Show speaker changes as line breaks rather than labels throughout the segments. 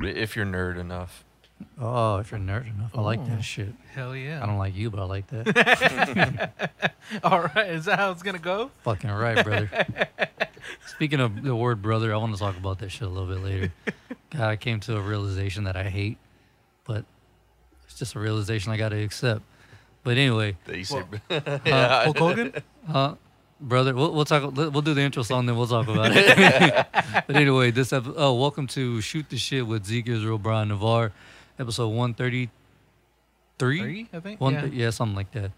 If you're nerd enough.
Oh, if you're nerd enough, I like that shit.
Hell yeah.
I don't like you, but I like that.
All right. Is that how it's going to go?
Fucking right, brother. Speaking of the word brother, I want to talk about that shit a little bit later. God, I came to a realization that I hate, but it's just a realization I got to accept. But anyway, Uh,
That you say,
Uh, Hulk Hogan?
brother. We'll, we'll talk. let- We'll do the intro song, then we'll talk about it. but anyway, this episode. Oh, welcome to Shoot the Shit with Zeke Israel, Brian Navarre, episode one thirty three.
Three, I think.
One,
yeah.
yeah. yeah, something like that.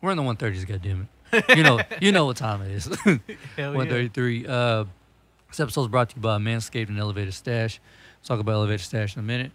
We're in the one thirties. Goddamn it. You know, you know what time it is.
Hell
One
Oh, yeah.
thirty three. Uh, this episode is brought to you by Manscaped and Elevated Stash. We'll talk about Elevated Stash in a minute.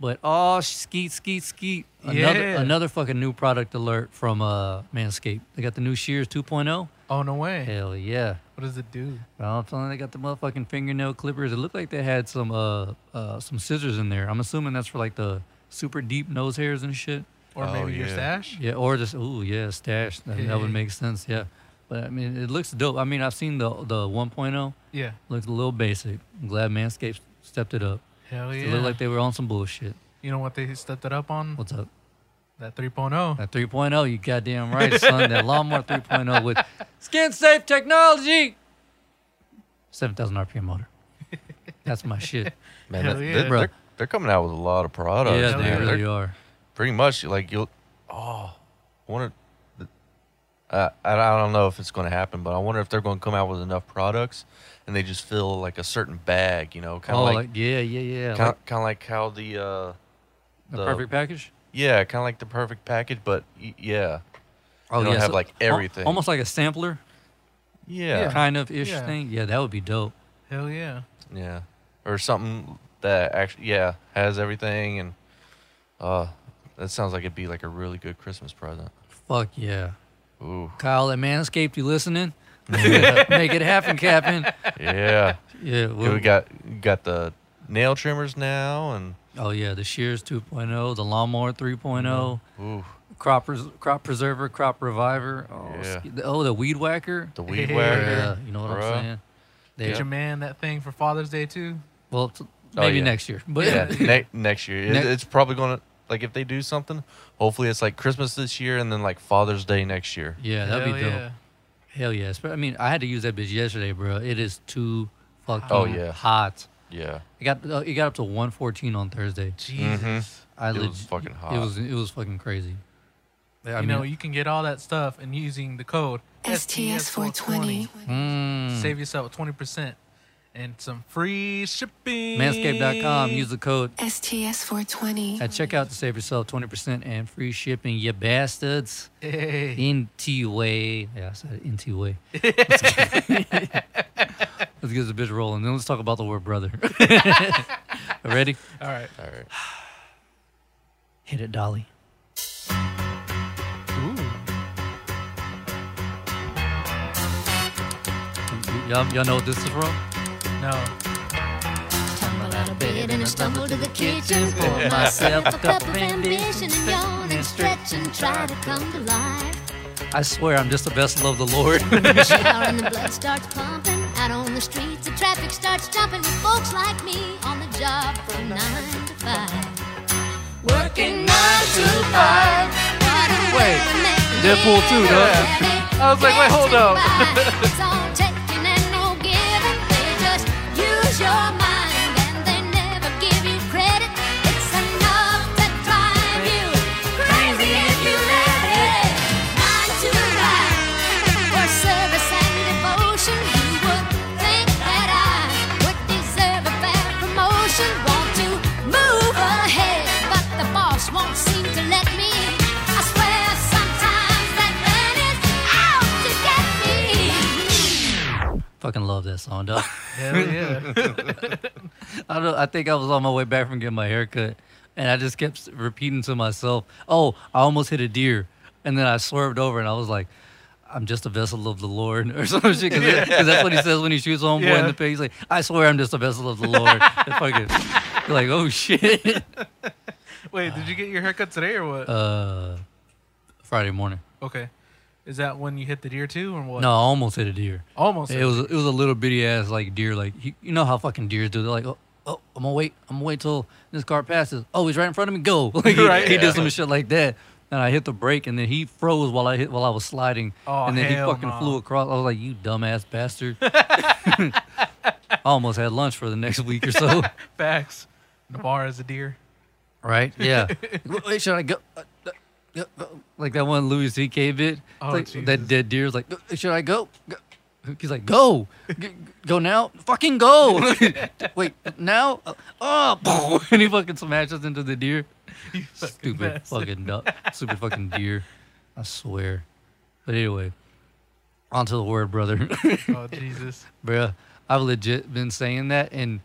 But oh, skeet, skeet, skeet. Another
Yeah.
another fucking new product alert from uh, Manscaped. They got the new Shears 2.0.
Oh, no way.
Hell yeah.
What does it do?
Well, I'm telling you, they got the motherfucking fingernail clippers. It looked like they had some uh, uh some scissors in there. I'm assuming that's for like the super deep nose hairs and shit.
Or
Oh,
maybe your
yeah.
stash?
Yeah, or just ooh yeah, stash. That, that would
Yeah.
make sense. Yeah, but I mean, it looks dope. I mean, I've seen the the 1.0.
Yeah.
Looks a little basic. I'm glad Manscaped stepped it up.
Hell
It
Oh, yeah.
looked like they were on some bullshit.
you know what they stepped it up on?
What's up?
That oh. 3.0.
That 3.0, you goddamn right, son. That lawnmower 3.0 with skin safe technology. 7,000 RPM motor. That's my shit.
man,
Hell
that-
yeah.
they're,
Bro.
they're- they're coming out with a lot of products.
yeah,
man.
they
They're
really are.
Pretty much, like you'll. Oh, I wonder. Uh, I I don't know if it's going to happen, but I wonder if they're going to come out with enough products, and they just fill like a certain bag, you know, kind
Oh,
of
like,
like
yeah, yeah, yeah.
kind
like
of like how the uh,
the perfect package.
yeah, kind of like the perfect package, but y- yeah,
Oh,
don't have, like,
al-
everything.
Almost like a sampler
yeah,
kind of ish
Yeah.
thing. Yeah, that would be dope.
Hell yeah.
Yeah, or something that actually, yeah, has everything, and uh, that sounds like it'd be like a really good Christmas present.
Fuck yeah.
Ooh,
Kyle at Manscaped, you listening? Make it- Make it happen, Captain.
yeah.
Yeah,
Yeah, we got got the nail trimmers now, and
Oh yeah, the shears 2.0, the lawnmower 3.0,
ooh,
crop pres- crop preserver, crop reviver. Oh,
Yeah.
sk- the, oh the weed whacker.
the weed
Yeah.
whacker.
yeah, you know what
bruh.
I'm saying. They,
Did your man that thing for Father's Day, too?
Well, t-
Oh,
maybe
yeah.
next year, but
Yeah, ne- next year It-
Ne-
it's probably gonna like if they do something. Hopefully, it's like Christmas this year, and then like Father's Day next year.
yeah, that'd
Hell
be dope.
yeah.
Hell yes. But I mean, I had to use that bitch yesterday, bro. It is too fucking
Oh, yeah.
hot.
Yeah,
It got uh, it got up to 114 on Thursday.
Jesus.
I
it
leg-
was fucking hot.
It was it was fucking crazy. I
you know, you can get all that stuff and using the code
STS420.
mm,
Save yourself 20% and some free shipping.
manscaped.com. Use the code
STS420.
at checkout to save yourself 20% and free shipping. You bastards. Mm.
Hey.
NT way. Yeah, I said NT way. Let's get, let's get this bitch rolling. Then let's talk about the word brother. Ready?
All right.
All right.
Hit it, Dolly. Y- Y'all, y'all know what this is from?
No.
Tumble out of bed and I stumble to the kitchen. Pour myself a cup of ambition and yawn and stretch and try to come to life.
I swear I'm just a vessel of the Lord.
Shower and the blood starts pumping. Out on the streets, the traffic starts jumping with folks like me on the job from nine to five. Working nine to five. Wait,
Deadpool too,
huh? I was
like, wait, hold up.
it's all taking and no giving. They just use your mind and they never give you credit. It's enough to drive you crazy if you let it. Nine to five for service and devotion. You would think that I would deserve a better promotion. Want to move ahead, but the boss won't seem to let me. I swear sometimes that man is out to get me.
Fucking love that song, dog.
Hell yeah.
I don't. I think I was on my way back from getting my hair cut, and I just kept s- repeating to myself, "Oh, I almost hit a deer," and then I swerved over, and I was like, "I'm just a vessel of the Lord," or some shit, because that's what he says when he shoots homeboy in
Yeah.
the face. He's like, "I swear, I'm just a vessel of the Lord." And fucking, you're like, "Oh shit!"
Wait, did you get your haircut today or what?
Uh, Friday morning.
okay. Is that when you hit the deer too or what?
No, I almost hit a deer.
Almost.
It was it was a little bitty ass like deer. Like he, you know how fucking deers do. They're like, "Oh, oh, I'm gonna wait. I'm gonna wait till this car passes. Oh, he's right in front of me. Go. Like, he,
Right.
he did
Yeah.
some shit like that. And I hit the brake, and then he froze while I hit while I was sliding,
Oh,
and then he
hell
fucking
no.
flew across. I was like, "You dumbass bastard!" I almost had lunch for the next week or so.
Facts. Navarre is a deer.
Right? Yeah. Wh- Wait, should I go? Uh, uh, uh, uh, Like that one Louis C.K. bit. It's
Oh,
like
Jesus.
that dead deer is like, "Uh, should I go? Go." He's like, go, G- go now, fucking go. Wait, now? Uh, Oh, and he fucking smashes into the deer.
You fucking
Stupid
bastard.
fucking duck. Stupid fucking deer. I swear. But anyway, onto the word, brother.
Oh Jesus.
Bruh, I've legit been saying that, and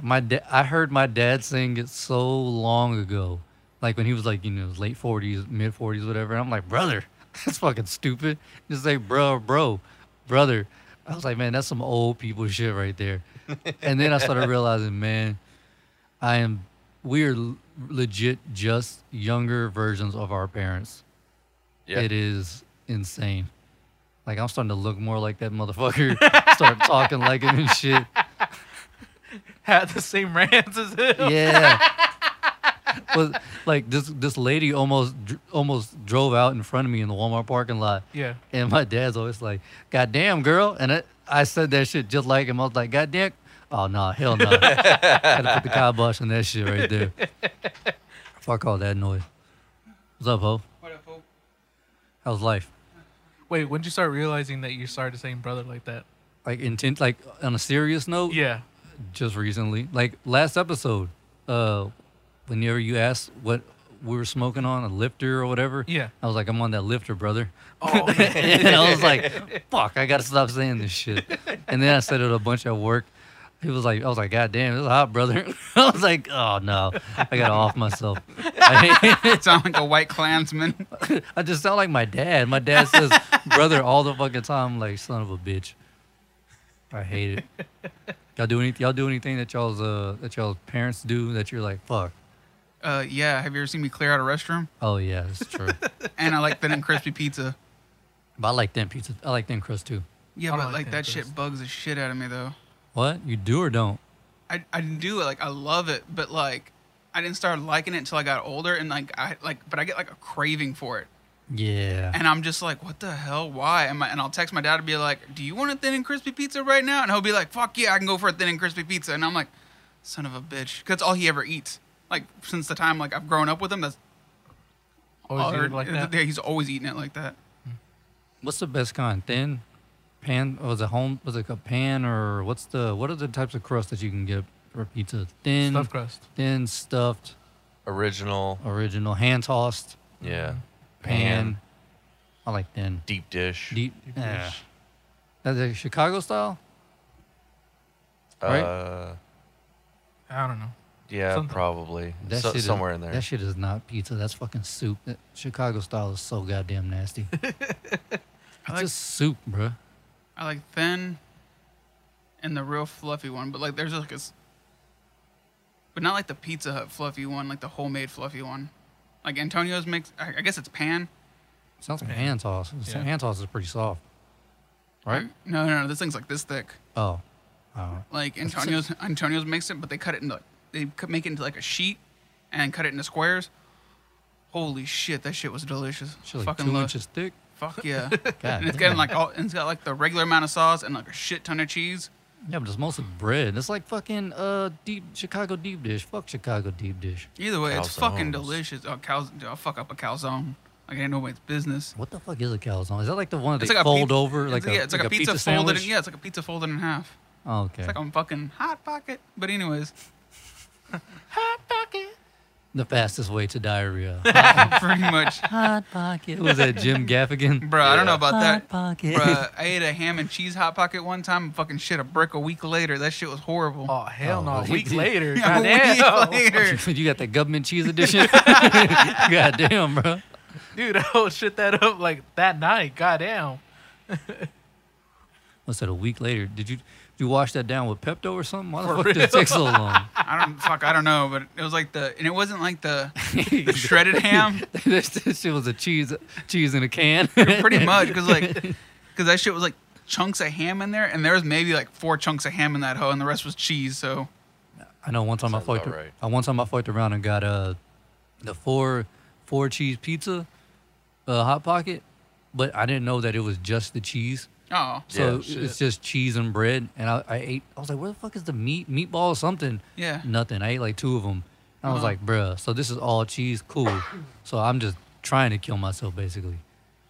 my dad. I heard my dad saying it so long ago, like when he was like you know late forties, mid forties, whatever. And I'm like, brother, that's fucking stupid. Just like, bro, bro, brother. I was like, man, that's some old people shit right there. and then I started realizing, man, I am we're l- legit just younger versions of our parents.
Yeah.
It is insane. Like I'm starting to look more like that motherfucker. Start talking like him and shit.
Had the same rants as him.
Yeah. But like this this lady almost dr- almost drove out in front of me in the Walmart parking lot.
Yeah.
And my dad's always like, "God damn, girl!" And I, I said that shit just like him. I was like, "God damn!" Oh no, hell no! Had to put the kibosh on that shit right there. Fuck all that noise. What's up, ho?
What up, folks?
How's life?
Wait, when did you start realizing that you started saying brother like that?
Like intent, like on a serious note.
Yeah.
just recently, like last episode, uh, whenever you asked what we were smoking on, a lifter or whatever.
Yeah.
I was like, I'm on that lifter, brother. Oh, and I was like, fuck, I gotta stop saying this shit. And then I said it a bunch at work. He was like, I was like, God damn, it's hot, brother. I was like, oh no, I gotta off myself. I,
Sound like a white Klansman.
I just sound like my dad. My dad says brother all the fucking time. I'm like son of a bitch. I hate it. Y'all do anything? Y'all do anything that y'all's uh that y'all's parents do that you're like fuck.
Uh, yeah. Have you ever seen me clear out a restroom?
Oh yeah, that's true.
And I like thin and crispy pizza.
but I like thin pizza. I like thin crust too.
Yeah,
I don't
but
like
like
thin
that
crust.
shit bugs the shit out of me though.
What you do or don't?
I I do it. Like I love it, but like I didn't start liking it until I got older, and like I like, but I get like a craving for it,
Yeah.
and I'm just like, what the hell? Why? And, my, and I'll text my dad to be like, do you want a thin and crispy pizza right now? And he'll be like, fuck yeah, I can go for a thin and crispy pizza. And I'm like, son of a bitch, 'Cause that's all he ever eats. Like since the time like I've grown up with him, that's
Always
all-
eating like that.
Yeah, he's always eating it like that.
What's the best kind? Thin, pan? Was it home? Was it a pan or what's the? What are the types of crust that you can get for pizza? Thin,
Stuffed crust.
thin stuffed,
Original.
original, hand tossed,
Yeah.
Mm. pan. I like thin.
Deep dish.
Deep. Yeah. That's a eh. Chicago style. right?
Uh,
I don't know.
yeah,
Something.
probably.
That
So-
shit is-
somewhere in there.
That shit is not pizza. That's fucking soup. That Chicago style is so goddamn nasty. it's
like-
just soup, bruh.
I like thin and the real fluffy one, but like there's like a, s- but not like the Pizza Hut fluffy one, like the homemade fluffy one. Like Antonio's makes, I I guess it's pan.
Sounds like hand toss.
Yeah.
Hand toss is pretty soft. Right?
No, no, no. This thing's like this thick.
Oh. Oh.
Like Antonio's, Antonio's makes it, but they cut it into, like, they cut- make it into like a sheet and cut it into squares. Holy shit, that shit was delicious.
Shit like
Fucking
two
love-
inches thick.
Fuck yeah.
God
and it's
damn.
getting like all, and it's got like the regular amount of sauce and like a shit ton of cheese.
Yeah, but it's mostly bread. It's like fucking uh deep Chicago deep dish. Fuck Chicago deep dish.
Either way, it's fucking
Calzones.
delicious. Oh, cows, I'll fuck up a calzone. Like it ain't nobody's business.
What the fuck is a calzone? Is that like the one that
It's
they
like a
fold
pizza-
over?
it's-
Like,
yeah,
a,
it's like, a pizza, folded.
sandwich?
In, yeah, it's like a pizza folded in half.
Oh, okay.
It's like I'm fucking hot pocket, but anyways,
the fastest way to diarrhea.
pretty much,
Hot pocket. Was that Jim Gaffigan?
bro. I don't know about
Hot
that.
pocket.
Bruh, I ate a ham and cheese hot pocket one time and fucking shit a brick a week later. That shit was horrible.
Oh hell
Oh,
no! A
well,
week
you-
later.
Yeah,
goddamn.
a week later.
Oh. you got the government cheese edition. Goddamn, bro.
Dude, I would shit that up like that night. Goddamn.
What's that? A week later? Did you did you wash that down with Pepto or something? Why the
For
fuck did it
real?
take so long?
I don't fuck. I don't know, but it was like the and it wasn't like the, the shredded ham.
this, this shit was a cheese cheese in a can.
pretty much because like because that shit was like chunks of ham in there and there was maybe like four chunks of ham in that hoe and the rest was cheese so
I know one time I
Sounds
fucked.
about right.
I one time I fucked around and got uh, the four four cheese pizza, uh, hot pocket, but I didn't know that it was just the cheese.
Oh,
So
Yeah,
it's
shit.
just cheese and bread, and I, I ate. I was like, "Where the fuck is the meat? Meatball or something?"
Yeah.
Nothing. I ate like two of them. I was
Uh-huh.
like, "Bruh, so this is all cheese, cool." so I'm just trying to kill myself, basically.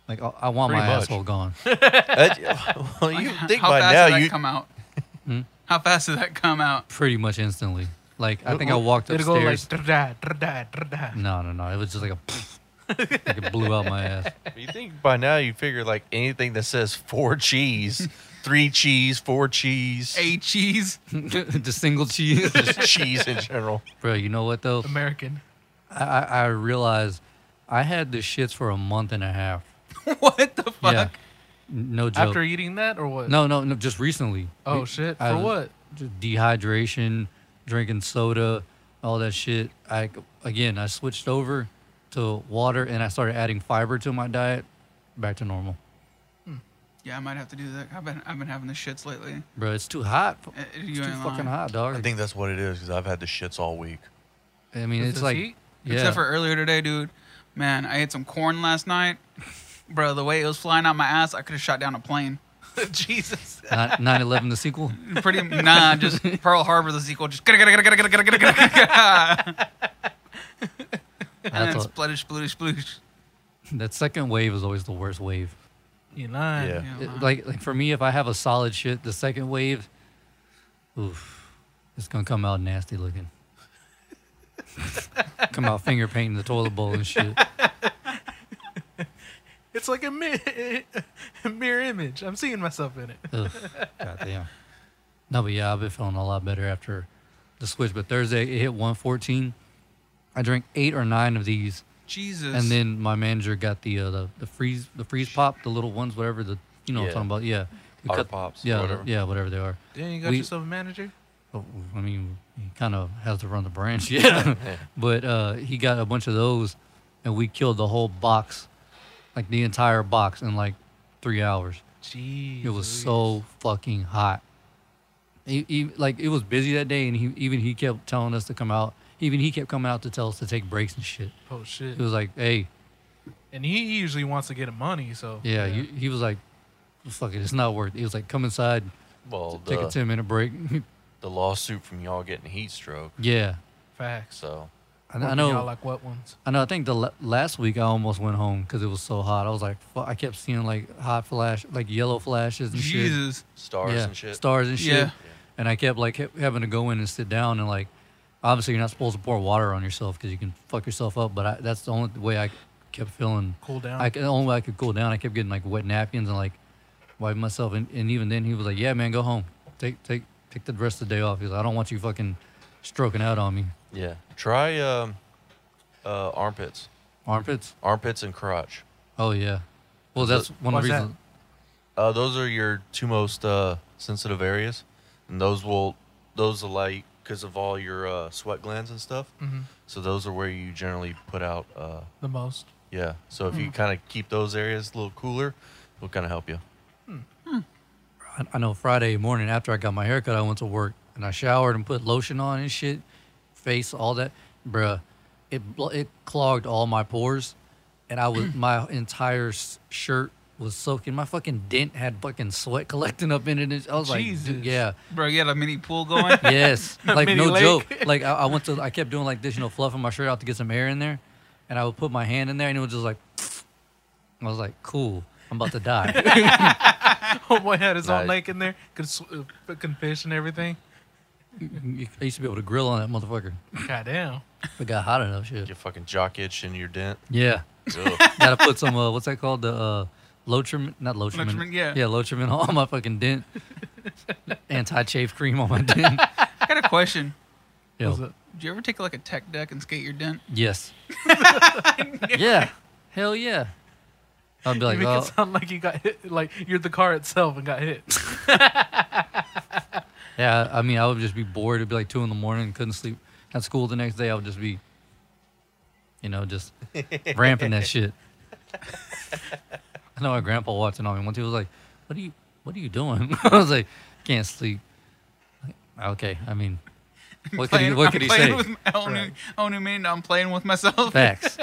Like I, I want
Pretty
my
much.
asshole gone.
That- well, you would think
how
by
fast
now
did that
you
come out? How fast did that come out?
pretty much instantly. Like I think I walked
It'll go like
upstairs.
da da da
No, no, no. It was just like a. like it blew out my ass.
You think by now you figure like anything that says four cheese, three cheese, four cheese,
A cheese.
the single cheese.
just cheese in general.
Bro, you know what though?
American.
I, I, I realized I had the shits for a month and a half.
what the fuck?
Yeah. N- No joke.
After eating that or what?
no, no, no. Just recently.
Oh
We-
shit. For
I was-
what?
just Dehydration, drinking soda, all that shit. I again, I switched over to water and I started adding fiber to my diet. Back to normal.
Yeah, I might have to do that. I've been I've been having the shits lately.
Bro, it's too hot.
Uh,
It's
you
too
ain't
fucking
lying.
hot, dog.
I think that's what it is because I've had the shits all week.
I mean,
With
it's
this
like,
heat?
yeah,
Except for earlier today, dude. Man, I ate some corn last night. Bro, the way it was flying out my ass, I could have shot down a plane. Jesus.
9 11, the sequel.
Pretty nah, just Pearl Harbor the sequel. Just and then
That's a,
sploosh, sploosh, sploosh.
that second wave is always the worst wave.
You lying.
Yeah.
Uh, Yeah,
It-
man.
like, like for me, if I have a solid shit, the second wave, oof, it's gonna come out nasty looking. come out finger painting the toilet bowl and shit.
It's like a, mi- a mirror image. I'm seeing myself in it.
Ugh, goddamn. No, but yeah, I've been feeling a lot better after the switch. But Thursday, it hit 114. I drank eight or nine of these.
Jesus.
And then my manager got the uh, the, the freeze the freeze pop, the little ones, whatever the you know
Yeah.
what I'm talking about. Yeah. We
Otter
cut-
Pops,
Yeah,
whatever.
yeah, whatever they are.
Then you got
We-
yourself a manager.
Oh, I mean, he kind of has to run the branch, yeah. but uh, he got a bunch of those, and we killed the whole box, like the entire box, in like three hours.
Jeez.
It was so fucking hot. He, he- like it was busy that day, and he even he kept telling us to come out. Even he kept coming out to tell us to take breaks and shit.
Oh shit.
He was like, "Hey,
And he usually wants to get money, so.
Yeah, You, he was like, "Fuck it, it's not worth." it. He was like, "Come inside,
Well,
take a
the,
ten minute break."
the lawsuit from y'all getting heat stroke.
yeah,
Facts.
So
I, I
Working
know.
Y'all like what ones?
I know. I think the la- last week I almost went home because it was so hot. I was like, "Fuck!" I kept seeing like hot flash, like yellow flashes and shit.
Jesus.
stars
yeah,
and shit.
stars and shit.
Yeah.
And I kept like ha- having to go in and sit down and like, obviously you're not supposed to pour water on yourself because you can fuck yourself up. But I, that's the only way I kept feeling
Cool down.
I could, the only way I could cool down, I kept getting like wet napkins and like wiping myself. And, and even then, he was like, "Yeah, man, go home. Take take take the rest of the day off." He's like, "I don't want you fucking stroking out on me,
Yeah. Try um, uh, armpits,
armpits."
armpits and crotch.
Oh yeah. Well, that's one of the
what's that?
reasons.
Uh, those are your two most uh, sensitive areas, and those will those allow you because of all your uh, sweat glands and stuff.
Mhm.
So those are where you generally put out. Uh,
the most.
yeah. So if you kind of keep those areas a little cooler, it'll kind of help you.
I, I know Friday morning after I got my haircut, I went to work and I showered and put lotion on and shit, face, all that, bruh. It bl- it clogged all my pores, and I was my entire s- shirt was soaking. My fucking dent had fucking sweat collecting up in it. I was like, dude,
Jesus.
yeah.
Bro, you had a mini pool going?
Yes, like
Mini
no
lake.
joke. Like I, I went to, I kept doing like this, you know, fluffing my shirt out to get some air in there, and I would put my hand in there, and it was just like, I was like, cool, I'm about to die.
Homeboy Oh, had his own
Nice.
lake in there. Could s- uh, fucking fish and everything.
I used to be able to grill on that motherfucker.
Goddamn.
It got hot enough, shit.
Your fucking jock itch and your dent.
Yeah,
Ugh.
gotta put some uh, what's that called? The uh, Lotrimin, not Lotrimin.
Lotrimin, yeah.
yeah, Lotrimin on my fucking dent. Anti chafe cream on my dent.
I got a question.
Yo,
Was it-
Did you ever take like a tech deck and skate your dent?
Yes. yeah. Hell yeah. I'd be like,
you make
oh,
it sound like you got hit, like you're the car itself and got hit.
Yeah, I mean, I would just be bored. It'd be like two in the morning, and couldn't sleep. At school the next day, I would just be, you know, just ramping that shit. I know my grandpa watching on me. Once he was like, "What are you, what are you doing?" I was like, "Can't sleep." Like, okay, I mean, What could
playing,
he? What
I'm
could he
playing
say?
With, I, don't
Right.
even- I don't even mean I'm playing with myself.
Facts.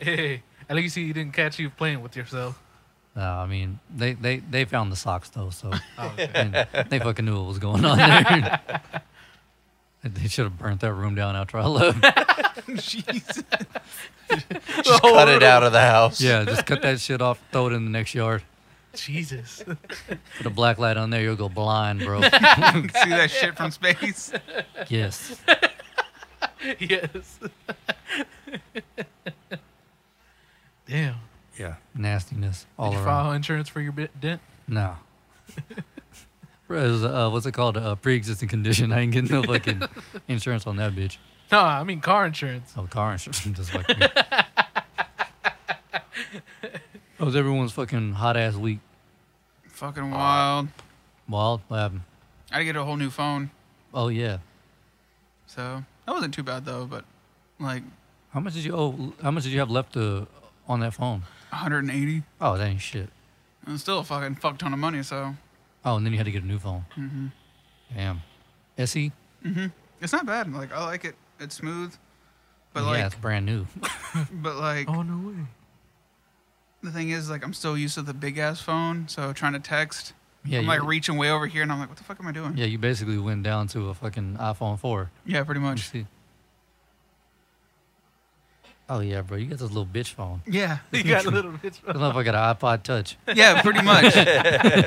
Hey, at least he didn't catch you playing with yourself.
No, I mean they, they they found the socks though, so
Oh,
and they fucking knew what was going on there. they should have burnt that room down after I left.
Jeez.
Just cut it out of the house.
yeah, just cut that shit off, throw it in the next yard.
Jesus.
Put a black light on there, you'll go blind, bro.
You can See that shit from space.
yes.
yes. Damn.
Yeah. Nastiness all
Did you
around.
file insurance for your bit dent?
No. It was, uh, what's it called? A pre-existing condition. I ain't getting no fucking insurance on that bitch.
No, I mean car insurance.
Oh, car insurance. Just like me. That was everyone's fucking hot ass week.
Fucking wild.
Wild. What happened?
I had to get a whole new phone,
Oh yeah.
so that wasn't too bad though. But like
How much did you owe? How much did you have left to, on that phone?
180,
Oh, that ain't shit.
and still a fucking fuck ton of money. So
Oh, and then you had to get a new phone.
Mm-hmm.
Damn. E? SE.
it's not bad. Like I like it. It's smooth. But
yeah,
like,
it's brand new.
but like
Oh no way.
the thing is, like I'm still used to the big ass phone. So trying to text,
Yeah.
I'm
you,
like reaching way over here, and I'm like, what the fuck am I doing?
yeah, you basically went down to a fucking iPhone four.
Yeah, pretty
You
much.
see. Oh yeah, bro, you got this little bitch phone.
Yeah.
You got a little bit.
I don't know if I got an iPod Touch.
Yeah, pretty much.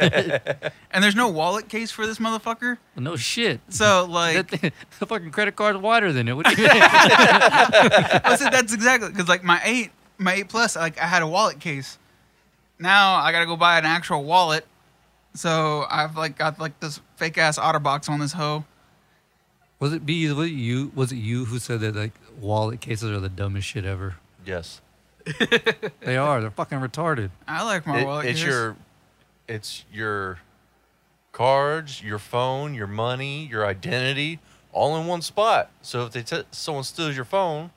and there's no wallet case for this motherfucker.
No shit.
So like,
That thing, the fucking credit card's wider than it. What do you
I said that's exactly because like my eight, my eight plus, like I had a wallet case. Now I gotta go buy an actual wallet. So I've like got like this fake ass OtterBox on this hoe.
Was it be was it you was it you who said that like wallet cases are the dumbest shit ever?
Yes.
They are. They're fucking retarded.
Oh, I like my
It-
wallet
it's
case.
your, it's your cards, your phone, your money, your identity, all in one spot. So if they t- someone steals your phone,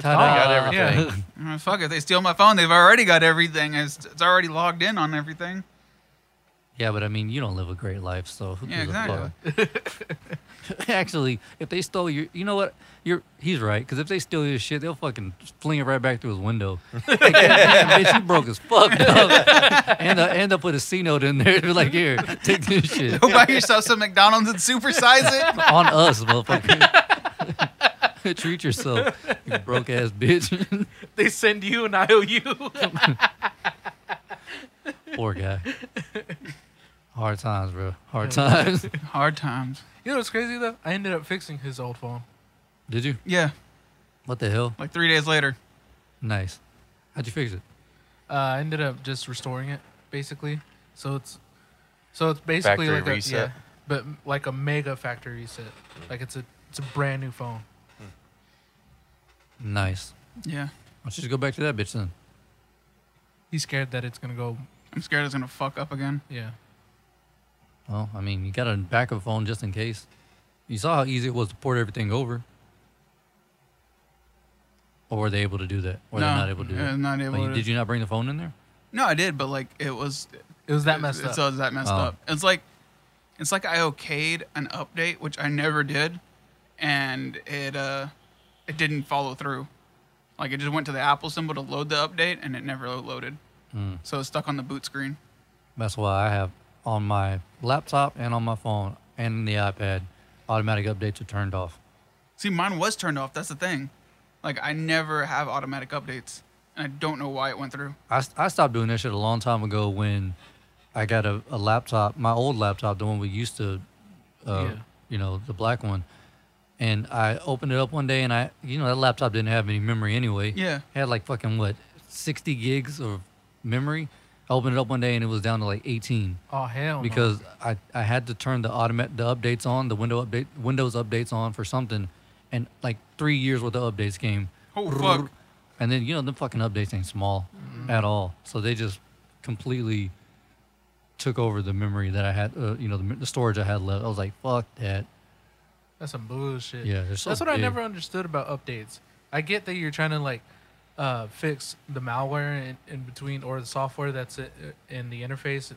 Ta-da.
got everything.
Mm, Fuck if they steal my phone, they've already got everything. It's, it's already logged in on everything.
Yeah, but I mean, you don't live a great life, so who
Yeah,
gives a fuck? Actually, if they stole your, you know what? You're he's right because if they steal your shit, they'll fucking fling it right back through his window. Like, "Damn, bitch, you broke as fuck. dog." and uh, and they'll put a C note in there. Be like, here, take this shit
Go buy yourself some McDonald's and supersize it.
on us, motherfucker. Treat yourself, you broke ass bitch.
They send you an IOU.
Poor guy. Hard times, bro. Hard times.
Hard times.
you know what's crazy though? I ended up fixing his old phone.
Did you?
Yeah,
What the hell?
like three days later.
Nice. How'd you fix it?
Uh, I ended up just restoring it basically. So it's so it's basically
Factory
like a
reset.
yeah, but m- like a mega factory reset. Like it's a it's a brand new phone.
Nice.
Yeah,
Why don't you just go back to that bitch then?
He's scared that it's gonna go.
I'm scared it's gonna fuck up again.
Yeah.
Well, I mean, you got a backup phone just in case. You saw how easy it was to port everything over. Or were they able to do that? Or they're
No,
not able to do
yeah,
that?
not able
Like,
to.
Did you not bring the phone in there?
No, I did, but like it was
It was that messed
it's,
up.
It's, that messed
Oh.
up. It's like it's like I okayed an update, which I never did, and it uh it didn't follow through. Like it just went to the Apple symbol to load the update, and it never loaded.
Hmm.
So it's stuck on the boot screen.
That's why I have on my laptop and on my phone and the iPad, automatic updates are turned off.
See, mine was turned off. That's the thing. Like I never have automatic updates, and I don't know why it went through.
I, I stopped doing that shit a long time ago when I got a, a laptop, my old laptop, the one we used to, uh,
Yeah.
you know, the black one. And I opened it up one day and I, you know, that laptop didn't have any memory anyway.
Yeah.
had like fucking what, 60 gigs of memory. I opened it up one day and it was down to like 18
Oh hell. no.
because I, I had to turn the automatic the updates on the window update Windows updates on for something, and like three years worth of updates came.
Oh, fuck. Mm-hmm.
And then you know the fucking updates ain't small at all, so they just completely took over the memory that I had, uh, you know, the, the storage I had left. I was like, fuck that.
That's some bullshit.
Yeah, they're so
that's what I
big.
never understood about updates. I get that you're trying to like uh, fix the malware in, in between or the software that's i- in the interface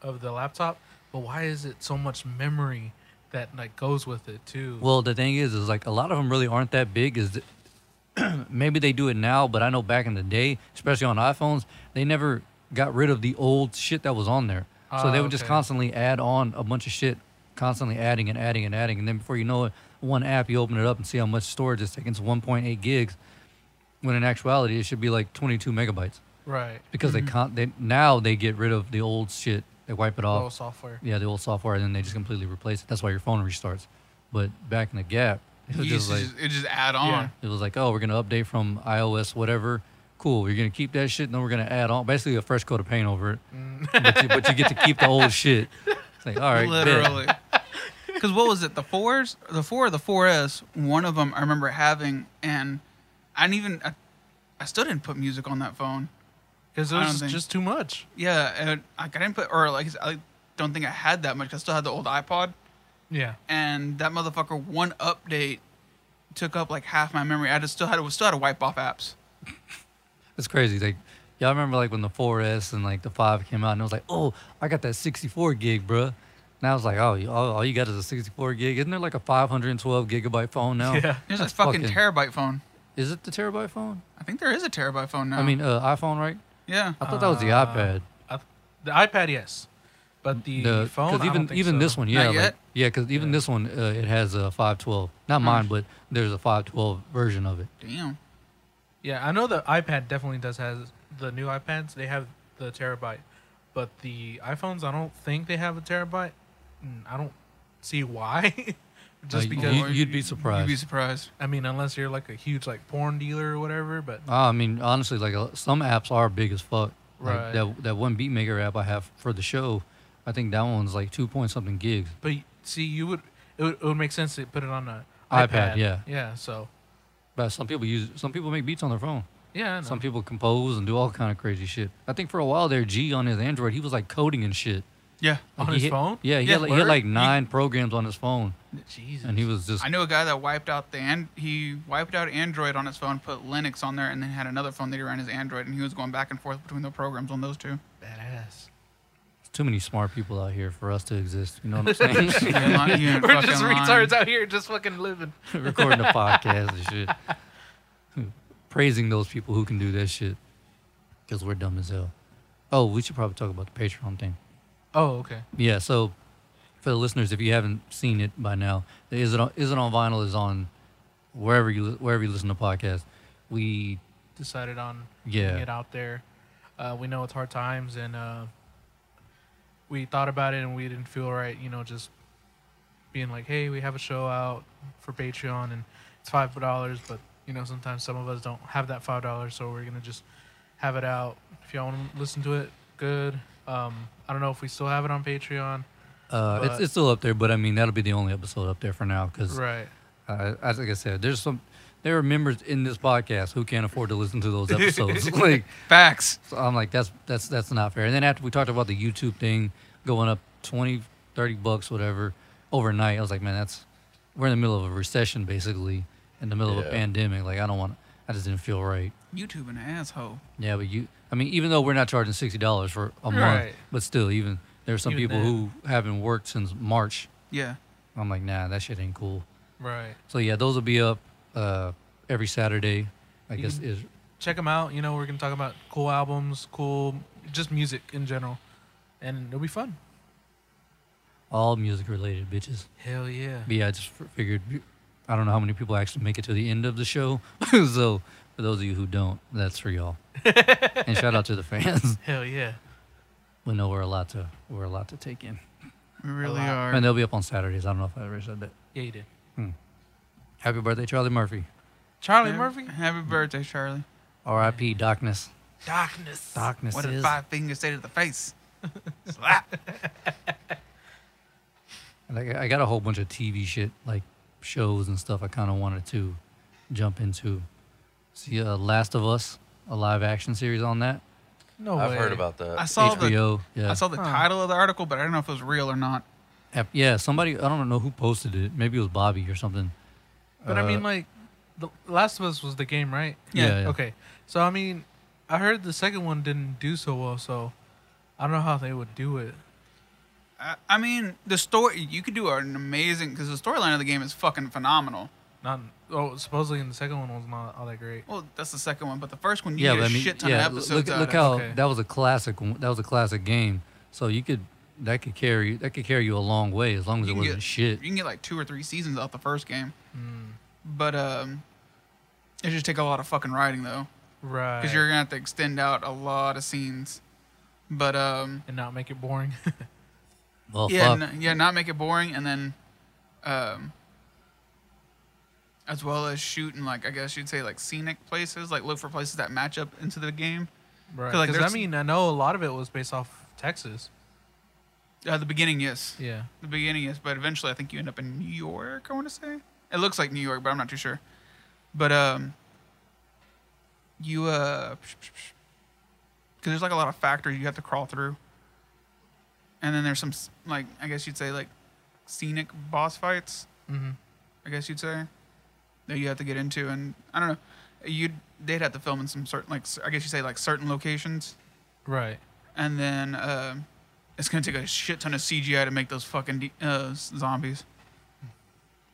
of the laptop, but why is it so much memory that like goes with it too.
Well, the thing is, is like a lot of them really aren't that big. Is that maybe they do it now, but I know back in the day, especially on iPhones, they never got rid of the old shit that was on there. So they
Ah,
would just
okay.
constantly add on a bunch of shit, constantly adding and adding and adding, and then before you know it, one app you open it up and see how much storage it's taking. It's 1.8 gigs, when in actuality it should be like 22 megabytes
right.
because they can't. They now they get rid of the old shit, they wipe it off.
Little software.
Yeah, the old software, and then they just completely replace it. That's why your phone restarts. But back in the gap, it was
You
just
used to
like
just, it just add on.
Yeah.
it was like, oh, we're gonna update from iOS whatever. Cool, we're gonna keep that shit, and then we're gonna add on basically a fresh coat of paint over it.
Mm.
but, you, but you get to keep the old shit. It's like, all right, bet.
literally. Because what was it? The fours, the four or the 4S, One of them I remember having, and I didn't even. I, I still didn't put music on that phone.
Because it
I
was
don't think-
just too much.
Yeah, and like I didn't put, or like I don't think I had that much. I still had the old iPod,
Yeah.
and that motherfucker one update took up like half my memory. I just still had to still had to wipe off apps.
It's crazy. Like, y'all remember like when the 4S and like the 5 came out, and it was like, oh, I got that 64 gig, bruh. And I was like, oh, you- all, all you got is a 64 gig. Isn't there like a 512 gigabyte phone now?
Yeah.
There's
That's
a fucking,
fucking-
terabyte phone.
Is it the terabyte phone?
I think there is a terabyte phone now.
I mean, uh, iPhone, right?
yeah,
I thought that was the iPad.
I, the iPad, yes, but Uh, the,
the
phone.
because
I
even
don't think
even
so.
this one, yeah, like-
yet?
yeah, because even this one, uh, it has a 512. Not
Hmm.
mine, but there's a 512 version of it.
damn.
Yeah, I know the iPad definitely does has the new iPads. They have the terabyte, but the iPhones, I don't think they have a terabyte. Mm, I don't see why. Just
Uh,
because
you- you'd be
You'd be
surprised.
surprised.
I mean, unless you're like a huge like porn dealer or whatever. But
Ah, I mean, honestly, like uh, some apps are big as fuck. Like,
Right.
that that one Beatmaker app I have for the show, I think that one's like two point something gigs.
but y- see, you would it would, it would make sense to put it on a
iPad, yeah.
yeah. So
But some people use some people make beats on their phone.
yeah, I know.
Some people compose and do all kind of crazy shit. I think for a while there, G on his Android, he was like coding and shit.
Yeah,
on
He
his
had-
phone.
Yeah, he,
Yeah,
had, like, he had
word.
like
You-
nine programs on his phone,
Jesus.
and he was just
I knew a guy that wiped out the and he wiped out Android on his phone, put Linux on there, and then had another phone that he ran his Android, and he was going back and forth between the programs on those two.
badass.
too many smart people out here for us to exist. You know what I'm saying?
You ain't lying- you ain't
We're
fucking
just
lying.
retards out here, just fucking living.
recording a podcast and shit. Praising those people who can do that shit. Because we're dumb as hell. Oh, we should probably talk about the Patreon thing.
Oh, okay.
Yeah, so for the listeners, if you haven't seen it by now, the is it on, is it on vinyl is on wherever you li- wherever you listen to podcasts. We
Decided on
yeah
getting it out there. Uh, we know it's hard times, and uh, we thought about it, and we didn't feel right. You know, just being like, "Hey, we have a show out for Patreon, and it's five dollars." But you know, sometimes some of us don't have that five dollars, so we're gonna just have it out. If y'all want to listen to it, good. Um, I don't know if we still have it on Patreon.
uh, it's
but-
it's still up there, but I mean that'll be the only episode up there for now because
Right.
uh, as like I said, there's some there are members in this podcast who can't afford to listen to those episodes. like
Facts.
So I'm like, that's that's that's not fair. And then after we talked about the YouTube thing going up 20, 30 bucks, whatever, overnight, I was like, man, that's we're in the middle of a recession, basically, in the middle of a
Yeah.
pandemic. Like, I don't want. I just didn't feel right.
YouTube an asshole.
Yeah, but you, I mean, even though we're not charging sixty dollars for a month,
Right.
but still, even there's some
Even
people
then.
who haven't worked since March.
Yeah.
I'm like, nah, that shit ain't cool.
Right.
So yeah, those will be up uh, every Saturday. I
You
guess
can-
is
check them out. You know, we're gonna talk about cool albums, cool, just music in general, and it'll be fun.
all music related, bitches.
Hell yeah.
But yeah, I just f- figured I don't know how many people actually make it to the end of the show. so for those of you who don't, that's for y'all. and shout out to the fans.
Hell yeah.
We know we're a lot to we're a lot to take in.
We really
lot.
are.
And they'll be up on Saturdays. I don't know if I ever said that.
Yeah, you did.
Happy birthday, Charlie Murphy.
Charlie
Yeah.
Murphy.
Happy birthday, Charlie.
R.I.P. Darkness.
Darkness.
Darkness
What did
is.
five fingers say to the face?
Like, I got a whole bunch of TV shit, like shows and stuff. I kind of wanted to jump into. See, uh, Last of Us, a live action series on that.
No
I've
way.
heard about that.
Uh,
I saw the
HBO. yeah.
I saw the
Huh.
title of the article, but I don't know if it was real or not.
Ep- Yeah, somebody I don't know who posted it. Maybe it was Bobby or something.
But I
Uh,
mean, like, the Last of Us was the game, right?
Yeah.
yeah, yeah.
Okay. So I mean, I heard the second one didn't do so well, so I don't know how they would do it.
I, I mean, the story you could do an amazing because the storyline of the game is fucking phenomenal.
Not oh, supposedly in the second one was not all that great.
Well, that's the second one, but the first one you
Yeah,
get
but I
a
mean,
shit ton
yeah.
of
l- Look,
episodes out
look
of.
how
okay.
that was a classic. one- That was a classic game. So you could that could carry that could carry you a long way as long as
you
it
can
wasn't
get,
shit.
You can get like two or three seasons off the first game, but um, it just take a lot of fucking writing though,
Right.
because you're gonna have to extend out a lot of scenes. But um,
and not make it boring.
Well,
yeah,
Oh, fuck.
n- yeah, not make it boring, and then, um, as well as shooting like I guess you'd say like scenic places, like look for places that match up into the game.
right.
'Cause, like,
Because I
there's-
mean, I know a lot of it was based off Texas.
Uh, the beginning, yes,
Yeah.
the beginning is, but eventually I think you end up in New York. I want to say it looks like New York, but I'm not too sure. But um, you uh, because there's like a lot of factories you have to crawl through, and then there's some s- like I guess you'd say like scenic boss fights.
Mm-hmm.
I guess you'd say that you have to get into, and I don't know, you would they'd have to film in some certain like s- I guess you say like certain locations,
Right.
and then uh, it's gonna take a shit ton of CGI to make those fucking de- uh, s- zombies.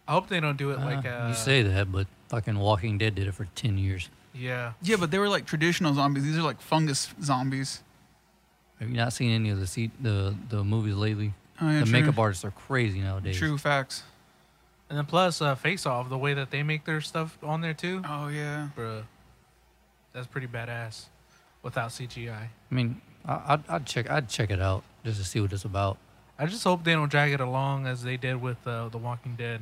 I hope they don't do it like
Uh,
uh,
you say that, but fucking Walking Dead did it for ten years.
Yeah.
Yeah, but they were like traditional zombies. These are like fungus zombies.
Have you not seen any of the se- the the movies lately?
Oh, yeah,
the
true.
makeup artists are crazy nowadays.
True facts.
And then plus uh, Face Off, the way that they make their stuff on there too,
Oh yeah.
bruh, that's pretty badass, without CGI.
I mean, I, I'd, I'd check I'd check it out just to see what it's about.
I just hope they don't drag it along as they did with uh, The Walking Dead,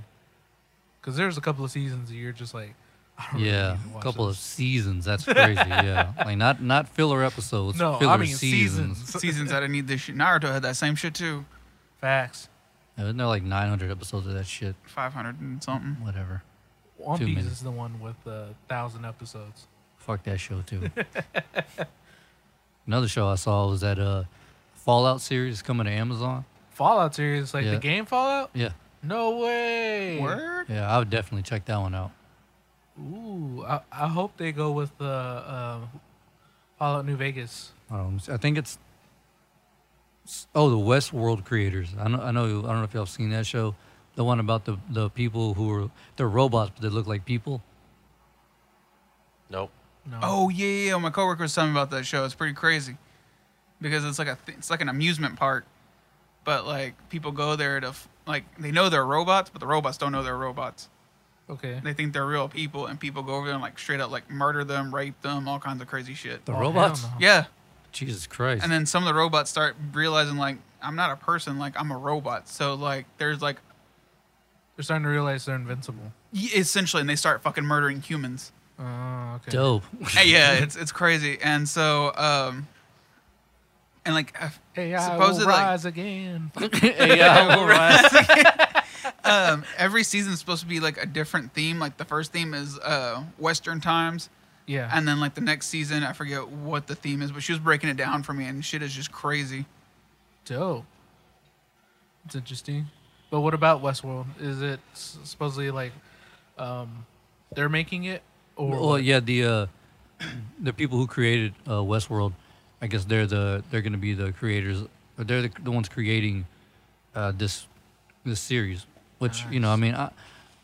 because there's a couple of seasons that you're just like, I don't really
Yeah,
need to
a
watch
couple of
this.
seasons. That's crazy. yeah, like not not filler episodes.
No, I
filler
mean seasons.
Seasons I didn't need this shit. Naruto had that same shit too.
facts.
Yeah, Isn't there like 900 episodes of that shit?
Five hundred and something.
Whatever.
One
Too
Piece
many.
is the one with a thousand episodes.
Fuck that show too. Another show I saw was that uh, Fallout series is coming to Amazon.
Fallout series, like
Yeah.
the game Fallout.
Yeah,
No way.
Word.
yeah, I would definitely check that one out.
Ooh, I, I hope they go with the uh, Fallout New Vegas.
I don't. know, Um, I think it's. Oh, the Westworld creators. I know. I know. I don't know if y'all have seen that show, the one about the the people who are they're robots but they look like people.
Nope.
No.
Oh yeah, yeah, yeah. My coworker was telling me about that show. It's pretty crazy, because it's like a th- it's like an amusement park, but like people go there to f- like they know they're robots, but the robots don't know they're robots.
okay.
They think they're real people, and people go over there and like straight up like murder them, rape them, all kinds of crazy shit.
The
Oh, hell
robots.
no.
Yeah,
Jesus Christ.
and then some of the robots start realizing like I'm not a person, like I'm a robot. So like there's like
They're starting to realize they're invincible.
y- essentially, and they start fucking murdering humans.
Oh, okay.
Dope.
Hey, yeah, it's it's crazy, and so um, and like. I f-
Hey, I
Supposedly,
will
like-
rise again.
yeah, all right.
um, every season's supposed to be like a different theme. Like the first theme is uh, Western times,
Yeah.
and then like the next season, I forget what the theme is, but she was breaking it down for me, and shit is just crazy.
dope. It's interesting. But what about Westworld? Is it s- supposedly like um, they're making it, or
Well,
what?
yeah, the uh, the people who created uh, Westworld, I guess they're the they're gonna be the creators. Or they're the, the ones creating uh, this this series, which you know, I mean, I,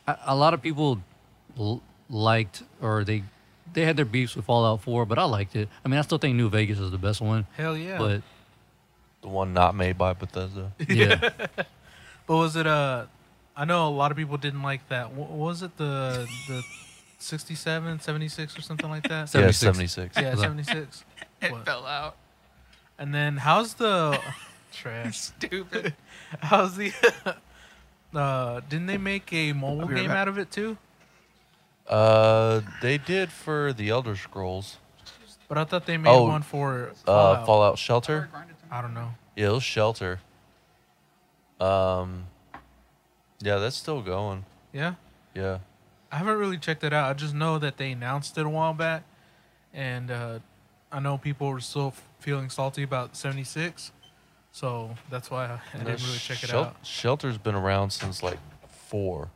I, a lot of people l- liked or they they had their beefs with Fallout Four, but I liked it. I mean, I still think New Vegas is the best one,
hell yeah?
but
The one not made by Bethesda.
yeah,
But was it uh I know a lot of people didn't like that. Wha- What was it the the 67, 76 or something like that?
So- 76.
Yeah, 76.
yeah,
Hold on.
76.
It
What?
fell out.
And then how's the trash?
Stupid.
How's the uh didn't they make a mobile
I'll be right
game
back.
out of it too?
Uh, they did for The Elder Scrolls.
But I thought they made
Oh,
one for Fallout.
Uh, Fallout Shelter.
I don't know.
Yeah, it was Shelter. Um, yeah, that's still going.
Yeah.
Yeah.
I haven't really checked it out. I just know that they announced it a while back and uh I know people were still f- feeling salty about 76. So that's why I, I didn't really check it
Shel-
out.
Shelter's been around since like four.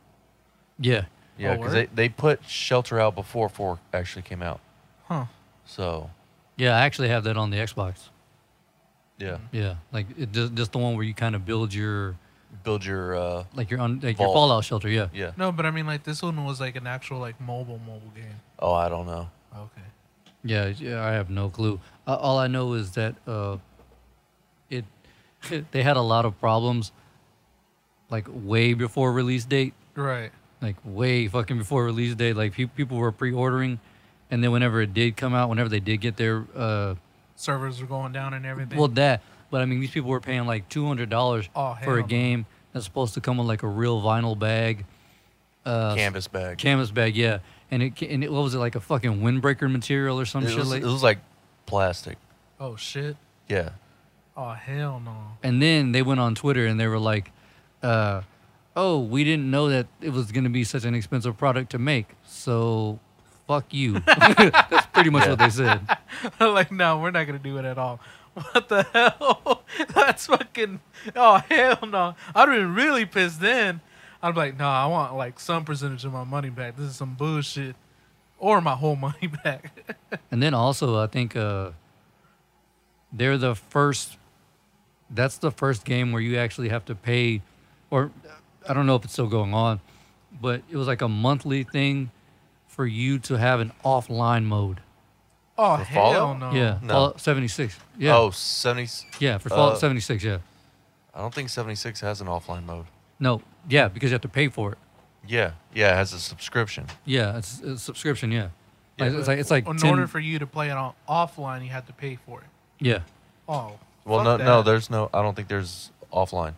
yeah.
Yeah,
Oh,
because
word?
they, they put Shelter out before four actually came out.
Huh.
So
Yeah, I actually have that on the Xbox.
Yeah.
Mm-hmm.
Yeah, like it just, just the one where you kind of build your
Build your. Uh,
like your un, like your
Vault.
fallout shelter. Yeah.
yeah.
No, but I mean, like this one was like an actual like mobile mobile game.
Oh, I don't know.
Okay.
yeah, yeah. I have no clue. Uh, all I know is that uh, it they had a lot of problems, like way before release date.
Right.
like way fucking before release day. Like pe- people were pre-ordering, and then whenever it did come out, whenever they did get their uh,
Servers were going down and everything.
well that. But I mean, these people were paying like two hundred dollars
Oh, hell
for a
no.
game that's supposed to come with like a real vinyl bag, uh,
Canvas bag.
canvas bag, yeah. And it ca- and it, what was it like a fucking windbreaker material or some
it,
shit
was,
like?
it was like plastic.
oh shit.
Yeah.
Oh hell no.
And then they went on Twitter and they were like, uh, "Oh, we didn't know that it was going to be such an expensive product to make, so." Fuck you. That's pretty much what they said.
like no, we're not gonna do it at all. What the hell? That's fucking. Oh hell no. I'd have been really pissed then. I'd be like, no, I want like some percentage of my money back. This is some bullshit, or my whole money back.
And then also, I think uh, they're the first. That's the first game where you actually have to pay, or I don't know if it's still going on, but it was like a monthly thing for you to have an offline mode.
oh
For
hell
Fallout?
no.
yeah,
no.
Fallout 76. Yeah,
Oh, 70.
yeah, for Fallout
uh,
76. Yeah,
I don't think 76 has an offline mode.
no, yeah, because you have to pay for it.
Yeah. Yeah. It has a subscription.
Yeah, it's, it's subscription. Yeah,
Yeah,
Like, it's like it's like
In
10
order for you to play it on offline, you had to pay for it.
yeah.
Oh.
Well,
fuck
no, no,
that.
there's no. I don't think there's offline.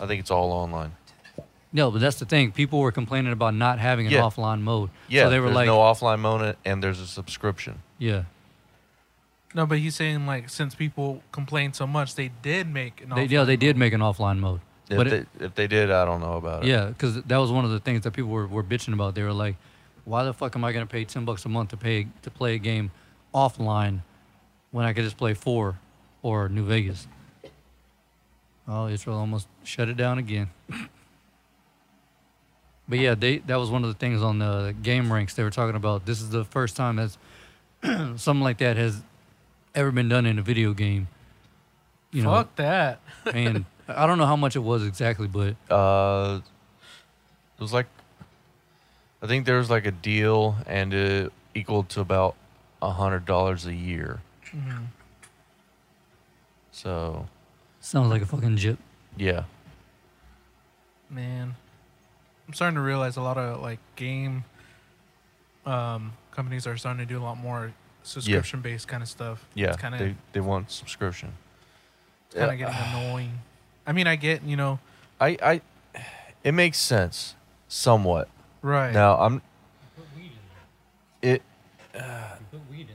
I think it's all online.
No, but that's the thing. People were complaining about not having an
Yeah.
offline mode.
Yeah,
so they were
there's
like,
no offline mode, uh, and there's a subscription.
yeah.
No, but he's saying like since people complained so much, they did make an.
They,
offer.
yeah, they did make an offline mode.
If,
But
they,
it,
if they did, I don't know about it.
yeah, because that was one of the things that people were, were bitching about. They were like, "Why the fuck am I gonna pay ten bucks a month to pay to play a game offline when I could just play four or New Vegas?" Oh, Israel almost shut it down again. but yeah, they that was one of the things on the game ranks they were talking about. This is the first time that's something like that has ever been done in a video game. You know,
Fuck that.
and I don't know how much it was exactly, but
Uh, it was like, I think there was like a deal, and it equaled to about a hundred dollars a year.
Mm-hmm.
So
sounds like a fucking jip.
yeah,
man i'm starting to realize a lot of like game um companies are starting to do a lot more subscription based kind of stuff
yeah,
it's kind of
they uh, they want subscription.
kind of
yeah.
getting annoying i mean i get you know
I I, it makes sense somewhat.
right
Now I'm
Put weed in there.
it
Put weed in there.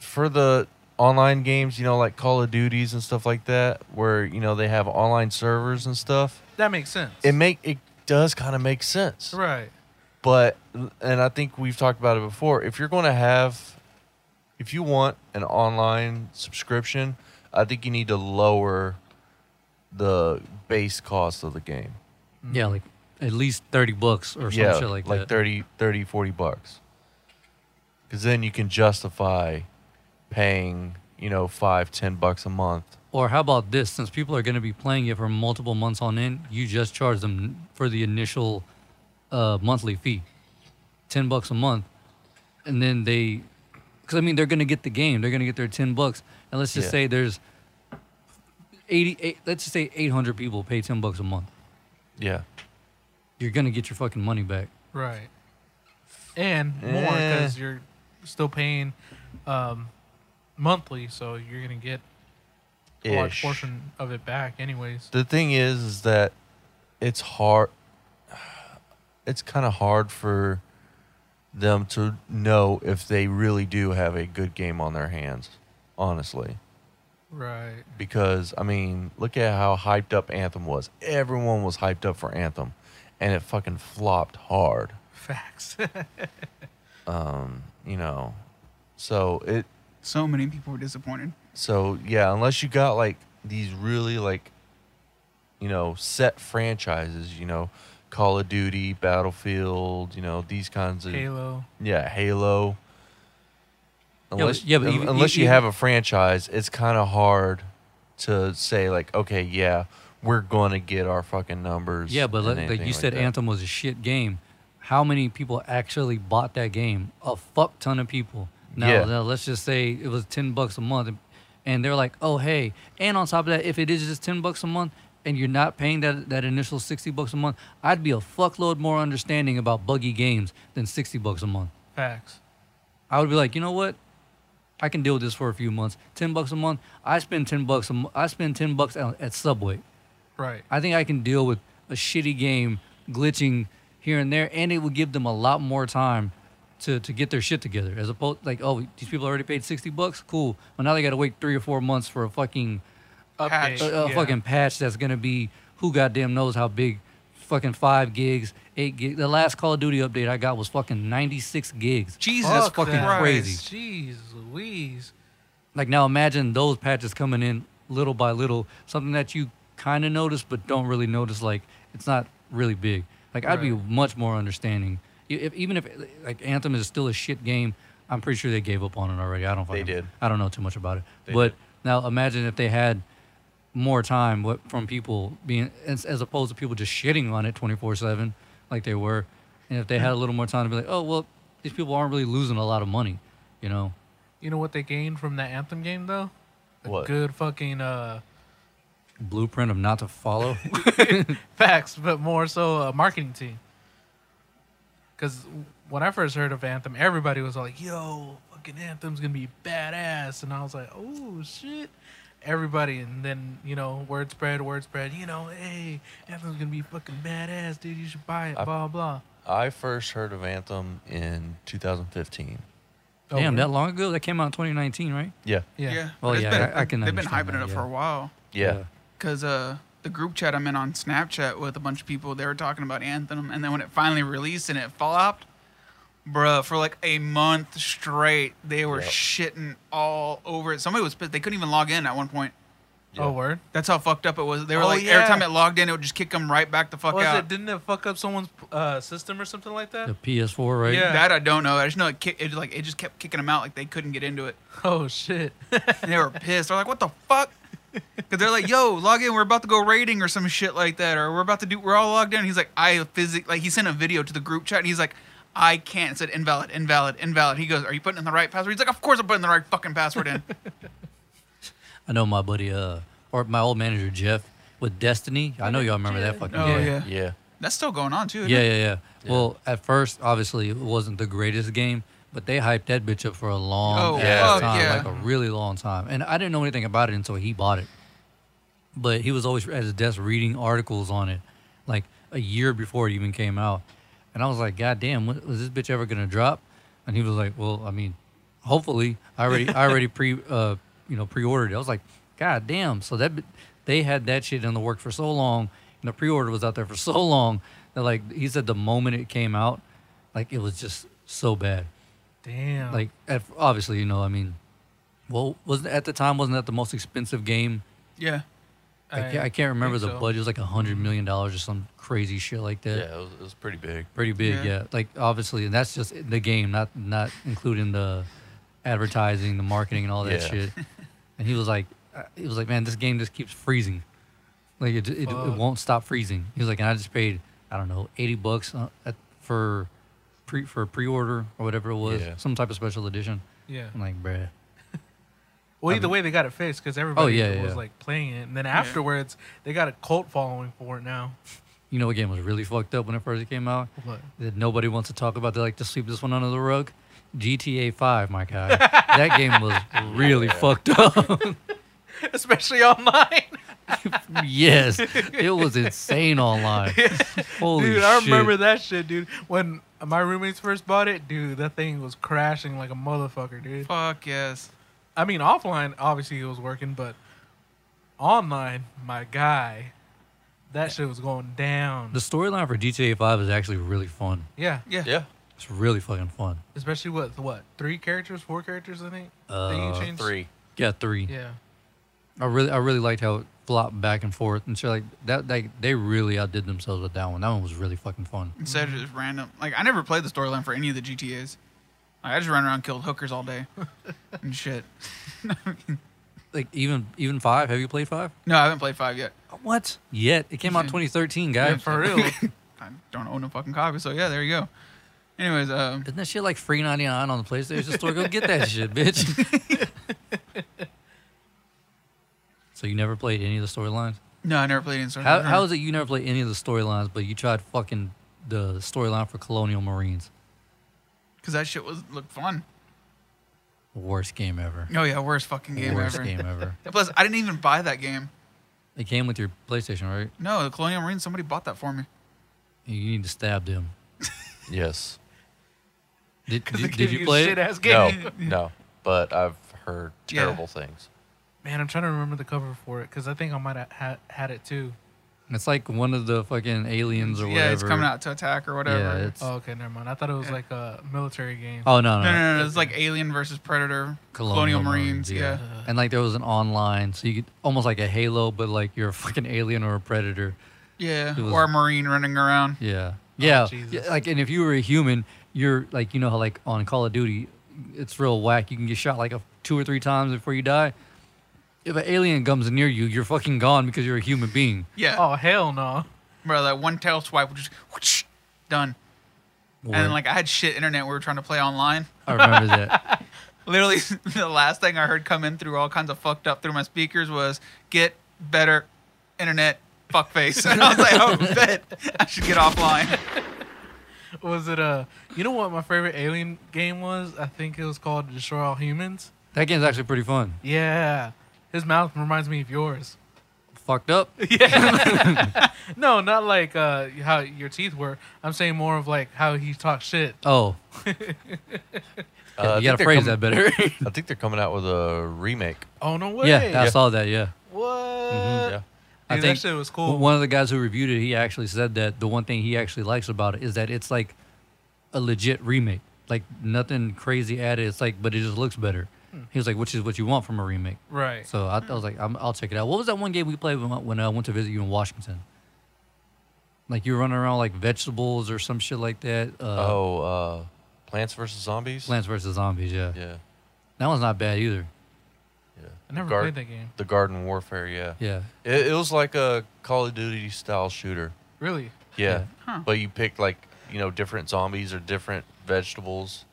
for the online games, you know, like Call of Duties and stuff like that, where you know they have online servers and stuff.
that makes sense
It make it does kind of make sense,
right
but and I think we've talked about it before. If you're going to have, if you want an online subscription, I think you need to lower the base cost of the game.
Mm-hmm. Yeah, like at least thirty bucks or some shit like, that.
30, 30, 40 bucks. Because then you can justify paying, you know, five, ten bucks a month
Or how about this? Since people are going to be playing it for multiple months on end, you just charge them for the initial uh, monthly fee, ten bucks a month, and then they, because I mean they're going to get the game, they're going to get their ten bucks, and let's just
Yeah.
say there's eighty, eight, let's just say eight hundred people pay ten bucks a month,
Yeah.
you're going to get your fucking money back.
right and more
Eh.
because you're still paying um monthly so you're gonna get a large
Ish.
portion of it back anyways
The thing is, is that it's hard. It's kind of hard for them to know if they really do have a good game on their hands, honestly.
right
Because, I mean, look at how hyped up Anthem was. Everyone was hyped up for Anthem, and it fucking flopped hard.
facts
Hmm. you know. So it
So many people were disappointed.
so yeah, unless you got like these really like you know, set franchises, you know, Call of Duty, Battlefield, you know, these kinds of
halo
yeah, Halo.
but-
Unless,
yeah, but
un-
even-
unless you
even-
have a franchise, it's kind of hard to say like, okay, yeah, we're gonna get our fucking numbers.
Yeah, but
and
like, like
anything
you said,
that.
Anthem was a shit game. How many people actually bought that game? A fuck ton of people. Now,
Yeah.
now let's just say it was ten bucks a month, and- and they're like, "Oh, hey!" And on top of that, if it is just ten bucks a month, and you're not paying that that initial sixty bucks a month, I'd be a fuckload more understanding about buggy games than sixty bucks a month.
Facts.
I would be like, you know what? I can deal with this for a few months. Ten bucks a month. I spend ten bucks. A mo- I spend ten bucks at, at Subway.
Right.
I think I can deal with a shitty game glitching here and there, and it will give them a lot more time to, to get their shit together. As opposed, like, oh, these people already paid sixty bucks, cool. Well, now they got to wait three or four months for a fucking
Patch.
Update.
a, a
yeah.
fucking patch that's gonna be who goddamn knows how big, fucking five gigs, eight gigs. The last Call of Duty update I got was fucking ninety six gigs.
Jesus
that's
Fuck
fucking
that.
crazy.
Jeez Louise.
Like now, imagine those patches coming in little by little, something that you kind of notice but don't really notice. Like it's not really big. Like I'd be
Right.
much more understanding. I- If, even if like Anthem is still a shit game, I'm pretty sure they gave up on it already. I don't.
They
fucking-
did.
I don't know too much about it.
They
but
did.
now imagine if they had more time what from people being as, as opposed to people just shitting on it 24/7 like they were and if they had a little more time to be like oh well these people aren't really losing a lot of money you know
You know what they gained from that Anthem game though? A
What?
good fucking uh
blueprint of not to follow
facts, but more so a marketing team. Because when I first heard of Anthem, everybody was like, "Yo, fucking Anthem's gonna be badass," and I was like, "Oh shit." Everybody, and then you know, word spread, word spread. You know, hey, Anthem's gonna be fucking badass, dude. You should buy it.
I-
blah blah.
I first heard of Anthem in 2015.
Damn,
Over.
that long ago? That came out in 2019, right?
Yeah,
yeah.
Well,
It's
yeah,
been-
I- I can
They've been
understand
hyping
that,
it up
yeah.
for a while.
yeah,
because uh, the group chat I'm in on Snapchat with a bunch of people, they were talking about Anthem, and then when it finally released and it flopped, bruh, for like a month straight, they were
Yep.
shitting all over it. Somebody was pissed; they couldn't even log in at one point.
yeah.
Oh word.
That's how fucked up it was. They were
Oh,
like, every
yeah.
time it logged in, it would just kick them right back the fuck
Was
out.
it? Didn't it fuck up someone's uh, system or something like that?
The PS4, right?
Yeah.
That I don't know. I just know it, kick, it like it just kept kicking them out, like they couldn't get into it.
Oh shit.
And they were pissed. They're like, "What the fuck?" Because they're like, "Yo, log in. We're about to go raiding or some shit like that, or we're about to do. We're all logged in." He's like, "I physically like." He sent a video to the group chat. and He's like, "I can't." It said invalid, invalid, invalid. He goes, "Are you putting in the right password?" He's like, "Of course I'm putting the right fucking password in."
I know my buddy, uh, or my old manager, Jeff, with Destiny. I know y'all remember that fucking
Oh,
game.
yeah.
yeah.
That's still going on too. isn't
Yeah,
it?
yeah, yeah. Well, at first, obviously, it wasn't the greatest game, but they hyped that bitch up for a long
Oh,
ass
fuck
time,
yeah.
like a really long time. And I didn't know anything about it until he bought it. But he was always at his desk reading articles on it, like a year before it even came out. And I was like, God damn, when, was this bitch ever gonna drop? And he was like, Well, I mean, hopefully, I already, I already pre, uh, you know, pre-ordered it. I was like, God damn! So that bi- they had that shit in the work for so long, and the pre-order was out there for so long that, like, he said, the moment it came out, like, it was just so bad
Damn.
like at, obviously you know i mean well wasn't at the time wasn't that the most expensive game
yeah.
i, can't, I can't remember the
think so.
budget it was like a hundred million dollars or some crazy shit like that
Yeah, it was, it was pretty big.
pretty big
Yeah.
yeah. like obviously and that's just the game not not including the advertising the marketing and all that
Yeah.
shit and he was like uh, he was like man this game just keeps freezing like it, it, it
Fuck.
won't stop freezing he was like and i just paid i don't know 80 bucks uh, at, for pre for pre-order or whatever it was
Yeah.
some type of special edition
yeah.
i'm like bruh
Well,
I
either
mean-
way, they got it fixed because everybody
yeah, yeah,
was
yeah.
like playing it, and then afterwards, they got a cult following for it now.
You know what game was really fucked up when it first came out?
What?
That nobody wants to talk about. They like to sweep this one under the rug. GTA 5, my guy. that game was really fucked up.
Especially online,
yes, it was insane online. Holy
dude.
shit!
I remember that shit, dude. When my roommates first bought it, dude, that thing was crashing like a motherfucker, dude.
Fuck yes.
I mean, offline, obviously it was working, but online, my guy, that shit was going down.
The storyline for GTA 5 is actually really fun.
Yeah,
Yeah.
Yeah,
It's really fucking fun.
especially with what three characters, four characters, I think.
Uh,
That you changed?
three.
Yeah, three.
Yeah,
I really, I really liked how it flopped back and forth and shit like that. They, they really outdid themselves with that one. That one was really fucking fun.
Instead of just random. Like I never played the storyline for any of the GTA's. Like, I just ran around and killed hookers all day and shit.
Like even even five. Have you played five?
No, I haven't played five yet.
What? Yet it came out
Yeah.
2013, guys.
for real.
I don't own a fucking copy, so yeah, there you go. Anyways, um,
Isn't that shit like free 99 on the PlayStation store? Go get that shit, bitch. so you never played any of the storylines?
no, I never played any sort
How, how is it you never played any of the storylines, but you tried fucking the storyline for Colonial Marines?
Because that shit was looked fun.
Worst game ever.
Oh yeah, worst fucking game
Worst
ever.
game ever.
Plus, I didn't even buy that game.
It came with your PlayStation, right?
No, the Colonial Marines. Somebody bought that for me.
You need to stab them.
Yes.
Did,
'Cause
did, did
they give
you
a
play it?
shit-ass
No.
game.
No. But I've heard
Yeah.
terrible things.
Man, I'm trying to remember the cover for it because I think I might have ha- had it too.
It's like one of the fucking aliens or whatever.
Yeah, it's coming out to attack or whatever.
Yeah, it's-
Oh, okay, never mind. I thought it was like a military game.
Oh, no,
no,
no.
no, no, no, It's like Alien versus Predator, Colonial, Marines. yeah.
Uh-huh.
And like there was an online, so you could almost like a Halo, but like you're a fucking alien or a predator.
Yeah,
It was-
or a marine running around.
Yeah. Yeah.
Jesus.
yeah, Like, and if you were a human, you're like, you know how like on Call of Duty, it's real whack. You can get shot like a, two or three times before you die. If an alien comes near you, you're fucking gone because you're a human being.
Yeah,
Oh hell no!
bro, that one tail swipe was just whoosh, done. And then, like I had shit internet. We were trying to play online.
I remember that.
Literally, the last thing I heard come in through all kinds of fucked up through my speakers was "get better internet fuckface," and I was like, "Oh, bet I should get offline."
Was it a? You know what my favorite alien game was? I think it was called Destroy All Humans.
That game's actually pretty fun.
Yeah, his mouth reminds me of yours.
Fucked up.
No, not like uh, how your teeth were. I'm saying more of like how he talks shit.
Oh,
Uh, I
you gotta
think they're
phrase that
coming-
better.
I think they're coming out with a remake.
Oh no way!
yeah, I
Yeah.
saw that. Yeah.
What?
Yeah.
I
Dude,
think
that shit was
W-
cool.
One of the guys who reviewed it, he actually said that the one thing he actually likes about it is that it's like a legit remake. Like nothing crazy added. It's like, but it just looks better. He was like, which is what you want from a remake.
Hmm. Right.
So I, I was like, I'm, I'll check it out. What was that one game we played when, I- when I went to visit you in Washington? Like you were running around like vegetables or some shit like that. Uh,
Oh, uh, Plants vs Zombies.
Plants vs Zombies. Yeah.
Yeah.
that one's not bad either.
Yeah.
I never
Gar-
played that game.
The Garden Warfare. Yeah.
Yeah.
It, it was like a Call of Duty style shooter.
Really?
Yeah.
Yeah.
Huh.
But you pick like, you know, different zombies or different vegetables.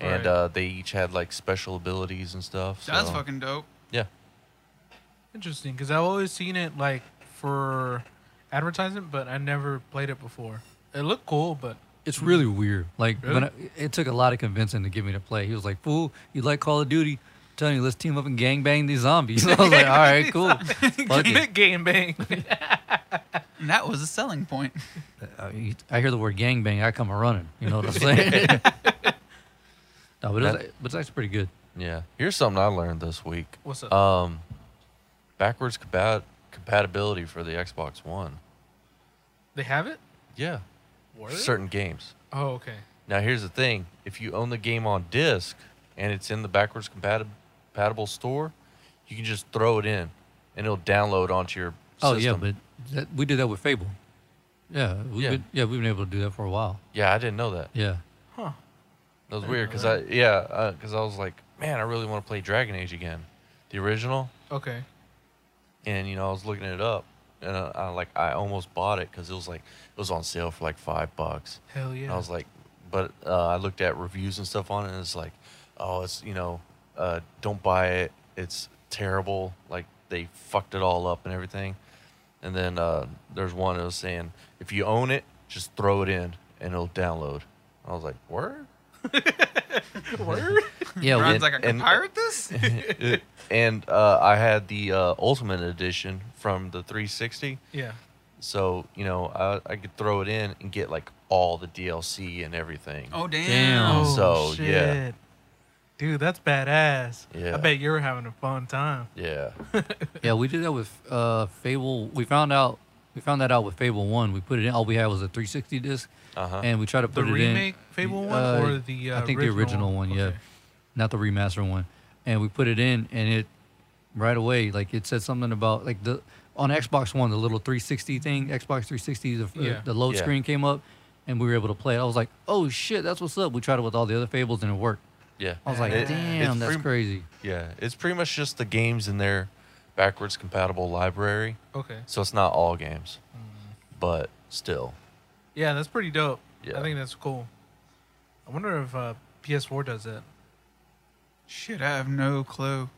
And
Right.
uh, they each had like special abilities and stuff. So.
That's fucking dope.
Yeah.
Interesting, because I've always seen it like for advertisement, but I never played it before. It looked cool, but
It's really weird. Like
Really?
when I, it took a lot of convincing to get me to play. He was like, "Fool, you like Call of Duty? I'm telling you, let's team up and gangbang these zombies." I was like, "All right, cool." Fuck it.
game bang.
And that was a selling point.
I mean, I hear the word gangbang, I come a running. You know what I'm saying? no, but it's, but it's actually pretty good.
Yeah. Here's something I learned this week
What's up?
um, backwards compat- compatibility for the Xbox One.
they have it.
Yeah.
Word?
For certain games.
Oh, okay.
Now, here's the thing if you own the game on disc and it's in the backwards compatib- compatible store, you can just throw it in and it'll download onto your
Oh yeah,
system.
but that, we did that with Fable. Yeah, we've
Yeah.
Been, yeah, we've been able to do that for a while.
Yeah, I didn't know that.
Yeah,
Huh?
That was weird because I, yeah, because I was like, man, I really want to play Dragon Age again, the original.
Okay.
And, you know, I was looking it up and I, I like, I almost bought it because it was like, it was on sale for like five bucks.
Hell yeah.
And I was like, but uh, I looked at reviews and stuff on it, and it's like, oh, it's you know, uh, don't buy it. It's terrible. Like they fucked it all up and everything. And then uh, there's one that was saying, if you own it, just throw it in and it'll download. I was like, word.
Word?
yeah. we-
Ron's like, I can
and-
pirate this.
and uh, I had the uh, Ultimate Edition from the 360,
yeah.
so you know I, I could throw it in and get like all the DLC and everything.
Oh damn.
Damn.
"Hmm, So, yeah.
Dude, that's badass.
Yeah.
I bet you were having a fun time.
Yeah,
Yeah, we did that with uh, Fable. We found out we found that out with Fable One. We put it in. All we had was a 360 disk,
Uh-huh.
and we tried to
The
put it in.
remake Fable one
uh,
or the uh,
I think the original one, yeah,
Okay.
not the remaster one. And we put it in, and it right away like it said something about like the on Xbox One the little 360 thing, Xbox 360, the, uh,
Yeah.
the load
Yeah.
screen came up, and we were able to play it. I was like, oh shit, that's what's up. We tried it with all the other Fables, and it worked.
Yeah.
I was like,
It- it's
damn, that's
pretty-
crazy.
Yeah, it's pretty much just the games in their backwards compatible library.
Okay.
So it's not all games,
Mm.
but still.
Yeah, that's pretty dope.
Yeah.
I think that's cool. I wonder if uh, PS4 does that.
Shit, I have no clue.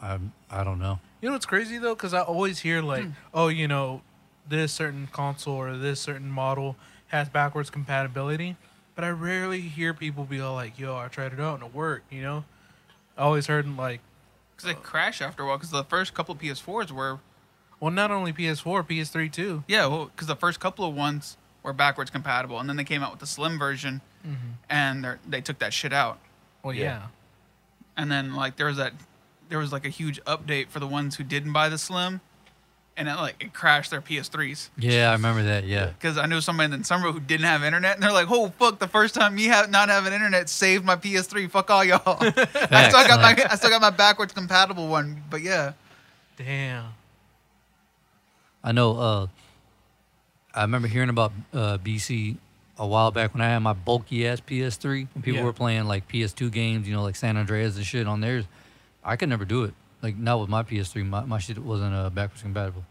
I I don't know.
You know what's crazy though, because I always hear like, oh, you know, this certain console or this certain model has backwards compatibility, but I rarely hear people be all like, yo, I tried it out and it worked. You know, I always heard like,
Because they crash after a while. Because the first couple PS4s were
well, not only PS4, PS3 too.
Yeah, well, because the first couple of ones were backwards compatible, and then they came out with the slim version,
Mm-hmm.
and they're, they took that shit out.
Well,
Yeah.
yeah.
And then like there was that, there was like a huge update for the ones who didn't buy the slim, and it like it crashed their PS3s.
Yeah, I remember that. Yeah.
Because I knew somebody in summer who didn't have internet, and they're like, "Oh fuck! The first time me have not having internet saved my PS3. Fuck all y'all. I
Facts,
still got
like-
my I still got my backwards compatible one, but yeah,
Damn.
I know. Uh, I remember hearing about uh, BC a while back when I had my bulky ass PS3. When people
Yeah.
were playing like PS2 games, you know, like San Andreas and shit on theirs. I could never do it. Like not with my PS3. My, my shit wasn't uh, backwards compatible.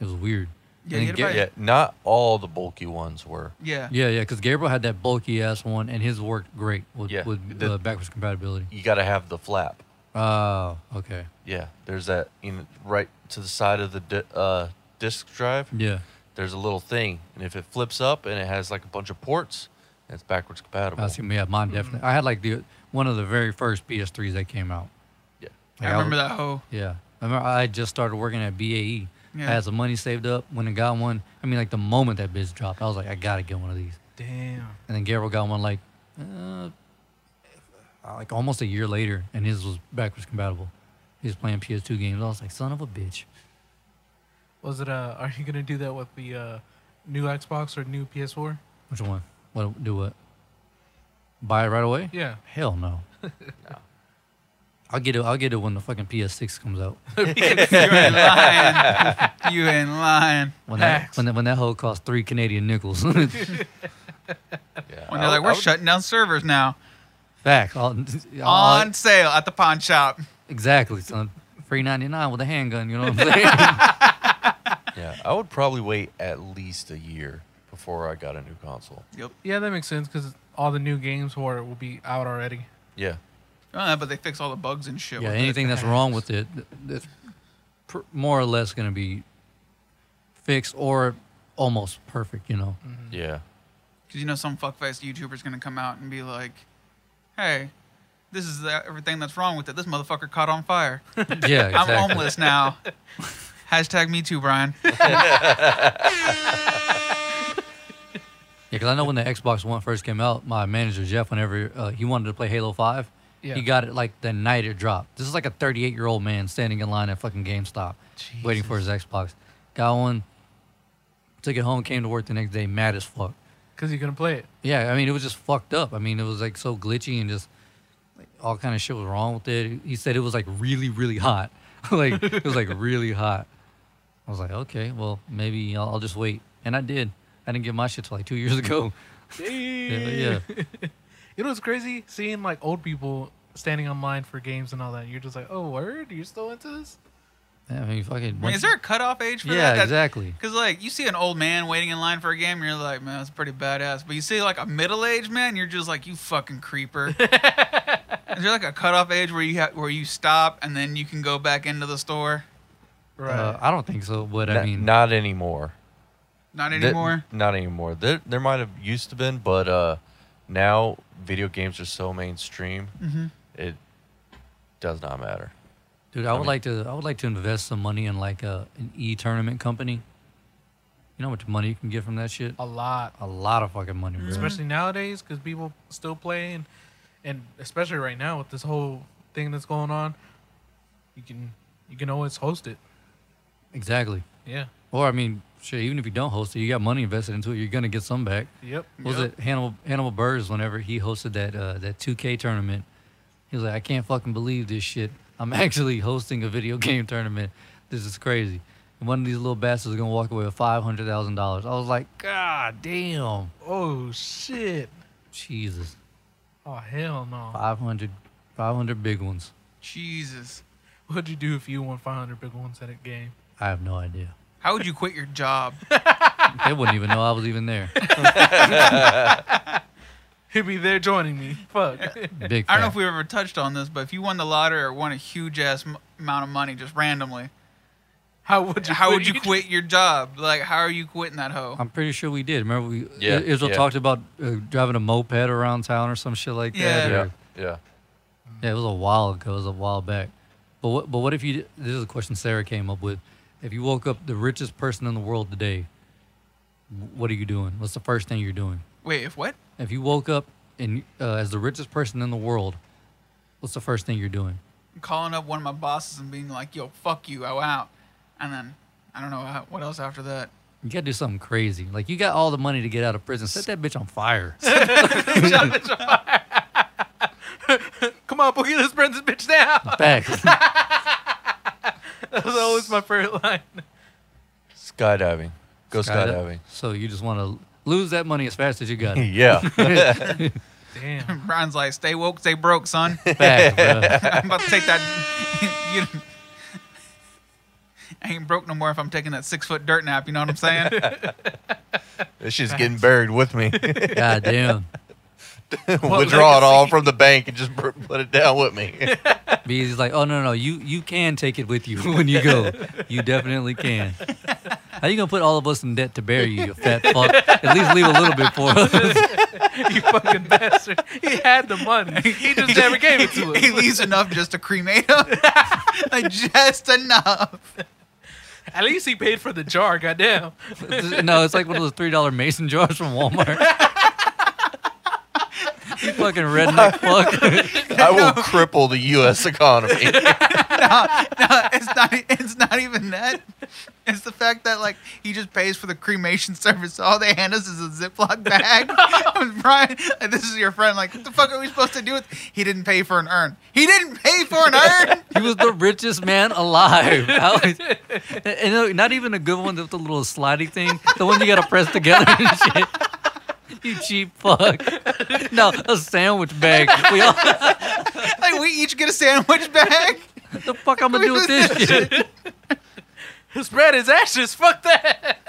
It was weird.
Yeah,
And
you had to
Ga-
buy-
Yeah, not all the bulky ones were.
yeah,
yeah, yeah. Because Gabriel had that bulky ass one, and his worked great with
Yeah,
with
the-
uh, backwards compatibility.
You got to have the flap.
Oh, okay.
Yeah, there's that you know, right to the side of the di- uh, disk drive.
Yeah.
There's a little thing, and if it flips up and it has like a bunch of ports, it's backwards compatible.
I see. Yeah,
Mm-hmm.
mine definitely. I had like the one of the very first PS3s that came out.
Yeah.
I
Like, was-
remember that hoe.
Yeah. I remember I had just started working at BAE.
Yeah.
I had some money saved up. When I got one, I mean, like the moment that bitch dropped, I was like, I gotta get one of these.
Damn.
And then Gabriel got one like, uh, like almost a year later, and his was backwards compatible. He was playing PS2 games. I was like, son of a bitch.
Was it? Uh, are you gonna do that with the uh, new Xbox or new PS4?
Which one? What do what? Buy it right away?
Yeah.
Hell no. I'll get it. I'll get it when the fucking PS6 comes out.
You ain't lying. you ain't lying.
When that
Facts.
when that, when that hoe costs three Canadian nickels.
Yeah.
When
I-
they're like,
I
we're
would-
shutting down servers now.
Fact. All, all-
On sale at the pawn shop.
Exactly, son. Three ninety nine with a handgun. You know what I'm saying?
Yeah, I would probably wait at least a year before I got a new console.
Yep.
Yeah, that makes sense because all the new games for it will be out already.
Yeah,
Uh, but they fix all the bugs and shit.
yeah,
with it.
anything that's wrong with it, th- that's pr- more or less going to be fixed or almost perfect. You know,
yeah.
Because you know some fuckface YouTuber's gonna come out and be like, "Hey, this is the, everything that's wrong with it. This motherfucker caught on fire.
yeah, exactly.
I'm homeless now." Hashtag me too, Brian.
Yeah, because I know when the Xbox One first came out, my manager Jeff, whenever uh, he wanted to play Halo Five,
Yeah.
he got it like the night it dropped. This is like a 38 year old man standing in line at fucking GameStop, waiting for his Xbox. Got one, took it home, came to work the next day, mad as fuck.
Because you're gonna play it.
Yeah, I mean, it was just fucked up. I mean, it was like so glitchy and just like all kind of shit was wrong with it. He said it was like really, really hot. like it was like really hot. I was like, okay, well, maybe I'll, I'll just wait. And I did. I didn't get my shit till like two years ago. Yeah, yeah.
You know what's crazy? Seeing like old people standing online for games and all that. You're just like, oh, word? You're still into this?
Yeah, I mean, fucking.
I mean,
once-
is there a cutoff age for
yeah,
that?
exactly.
Because like you see an old man waiting in line for a game, you're like, man, that's pretty badass. But you see like a middle-aged man, you're just like, you fucking creeper. is there like a cutoff age where you ha- where you stop and then you can go back into the store?
Right.
Uh, I don't think so, but
N-
I mean,
not anymore.
Not
Th-
anymore.
not anymore. There, there might have used to been, but uh, now video games are so mainstream,
Mm-hmm.
it does not matter.
dude, I would like to. I would like to invest some money in like a an e tournament company. You know how much money you can get from that shit?
a lot.
A lot of fucking money, bro.
Especially nowadays because people still play. And, and especially right now with this whole thing that's going on, you can you can always host it.
Exactly.
Yeah.
Or I mean, shit. Even if you don't host it, you got money invested into it. You're gonna get some back.
Yep.
What was it Hannibal Hannibal Burrs? Whenever he hosted that uh, that 2K tournament, he was like, "I can't fucking believe this shit. I'm actually hosting a video game tournament. This is crazy." And one of these little bastards is gonna walk away with five hundred thousand dollars. I was like, "God damn,
Oh, shit.
Jesus!"
Oh hell no!
500, 500 big ones.
Jesus.
What'd you do if you won 500 big ones at a game?
I have no idea.
How would you quit your job?
They wouldn't even know I was even there.
He'd be there joining me. Fuck.
Big.
I don't know if
fact.
we've ever touched on this, but if you won the lottery or won a huge ass m- amount of money just randomly,
How would you?
how would you quit your job? Like, how are you quitting that hoe?
I'm pretty sure we did. Remember, we
Yeah,
I- Israel
yeah.
talked about uh, driving a moped around town or some shit like that.
Yeah.
or-
Yeah. Yeah.
Yeah, it was a while ago. It was a while back. But what, but what if you? This is a question Sarah came up with. If you woke up the richest person in the world today, wh- what are you doing? What's the first thing you're doing?
Wait, if what?
If you woke up and uh, as the richest person in the world, what's the first thing you're doing?
I'm calling up one of my bosses and being like, "Yo, fuck you, I'm out," and then I don't know how- what else after that.
You gotta do something crazy. Like you got all the money to get out of prison. Set that bitch on fire.
Come on, Boogie, let's burn this bitch down.
Facts.
That was always my favorite line.
Skydiving. Go
Skydi-
skydiving.
So you just want to lose that money as fast as you got it.
Yeah.
Damn.
Brian's like, "Stay woke, stay broke, son."
Fact, bruh.
I'm about to take that. you, I ain't broke no more if I'm taking that six foot dirt nap. You know what I'm saying?
This shit's getting buried with me.
God damn.
Withdraw it all from the bank and just br- put it down with me.
Be he's like, oh no, no, you you can take it with you when you go. You definitely can. How you gonna put all of us in debt to bury you, you fat fuck? At least leave a little bit for us.
You fucking bastard. He had the money. He just never gave it to
he
us.
leaves enough just to cremate him. like just enough.
At least he paid for the jar, goddamn.
no, it's like one of those three dollar mason jars from Walmart. you fucking redneck fuck.
I will cripple the U.S. economy.
No, it's not. e, It's not even that. It's the fact that like he just pays for the cremation service. All they hand us is a Ziploc bag. Brian, like, this is your friend. Like, what the fuck are we supposed to do with? He didn't pay for an urn. He didn't pay for an urn.
he was the richest man alive. How is- and- and not even a good one with the little slidey thing. The one you gotta press together and shit. You cheap fuck. No, a sandwich bag. We all
Like, we each get a sandwich bag.
the fuck I'm gonna do with this shit?
His bread is ashes. Fuck that.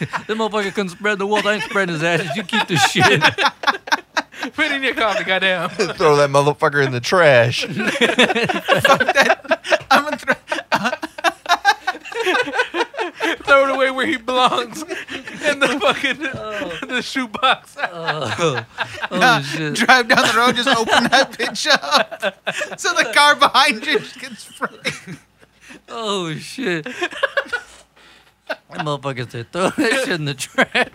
This motherfucker couldn't spread the wealth. I ain't spreading his ashes. You keep the shit.
Put it in your coffee, goddamn.
Throw that motherfucker in the trash.
I'm gonna throw.
Throw it away where he belongs. In the fucking the shoebox.
Oh, oh, shit.
drive down the road, just open that bitch up. So the car behind you just gets sprayed.
Oh shit. That motherfucker said throw that shit in the trash.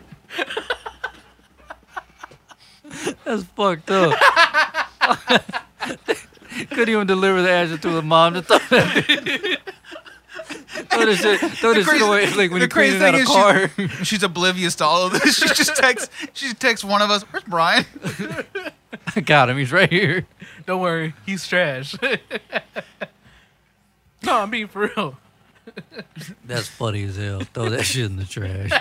That's fucked up. Couldn't even deliver the ashes to the mom. Just throw that throw this shit, throw this shit
crazy-
away. It's like when
the
you clean
crazy
it out
thing
of
is
car.
She's oblivious to all of this. She just texts. She texts one of us. Where's Brian?
I Got him. He's right here.
Don't worry, he's trash. no, I'm being for real.
That's funny as hell. Throw that shit in the trash.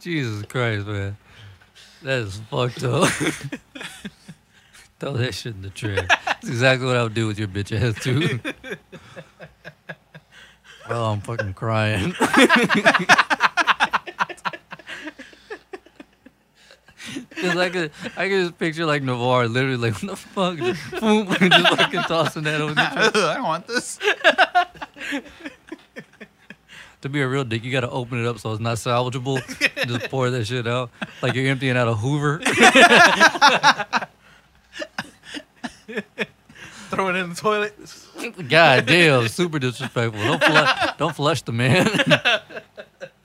Jesus Christ, man. That is fucked up. Throw that shit in the trash. That's exactly what I would do with your bitch ass, too. Oh, I'm fucking crying. Cause I could, I could just picture like Navarre literally like, what the fuck? Just, boom, just fucking tossing that over the
Ugh,
trash.
I don't want this.
To be a real dick, you gotta open it up so it's not salvageable. just pour that shit out like you're emptying out a Hoover.
Throw it in the toilet.
God damn, super disrespectful. Don't flush, don't flush the man.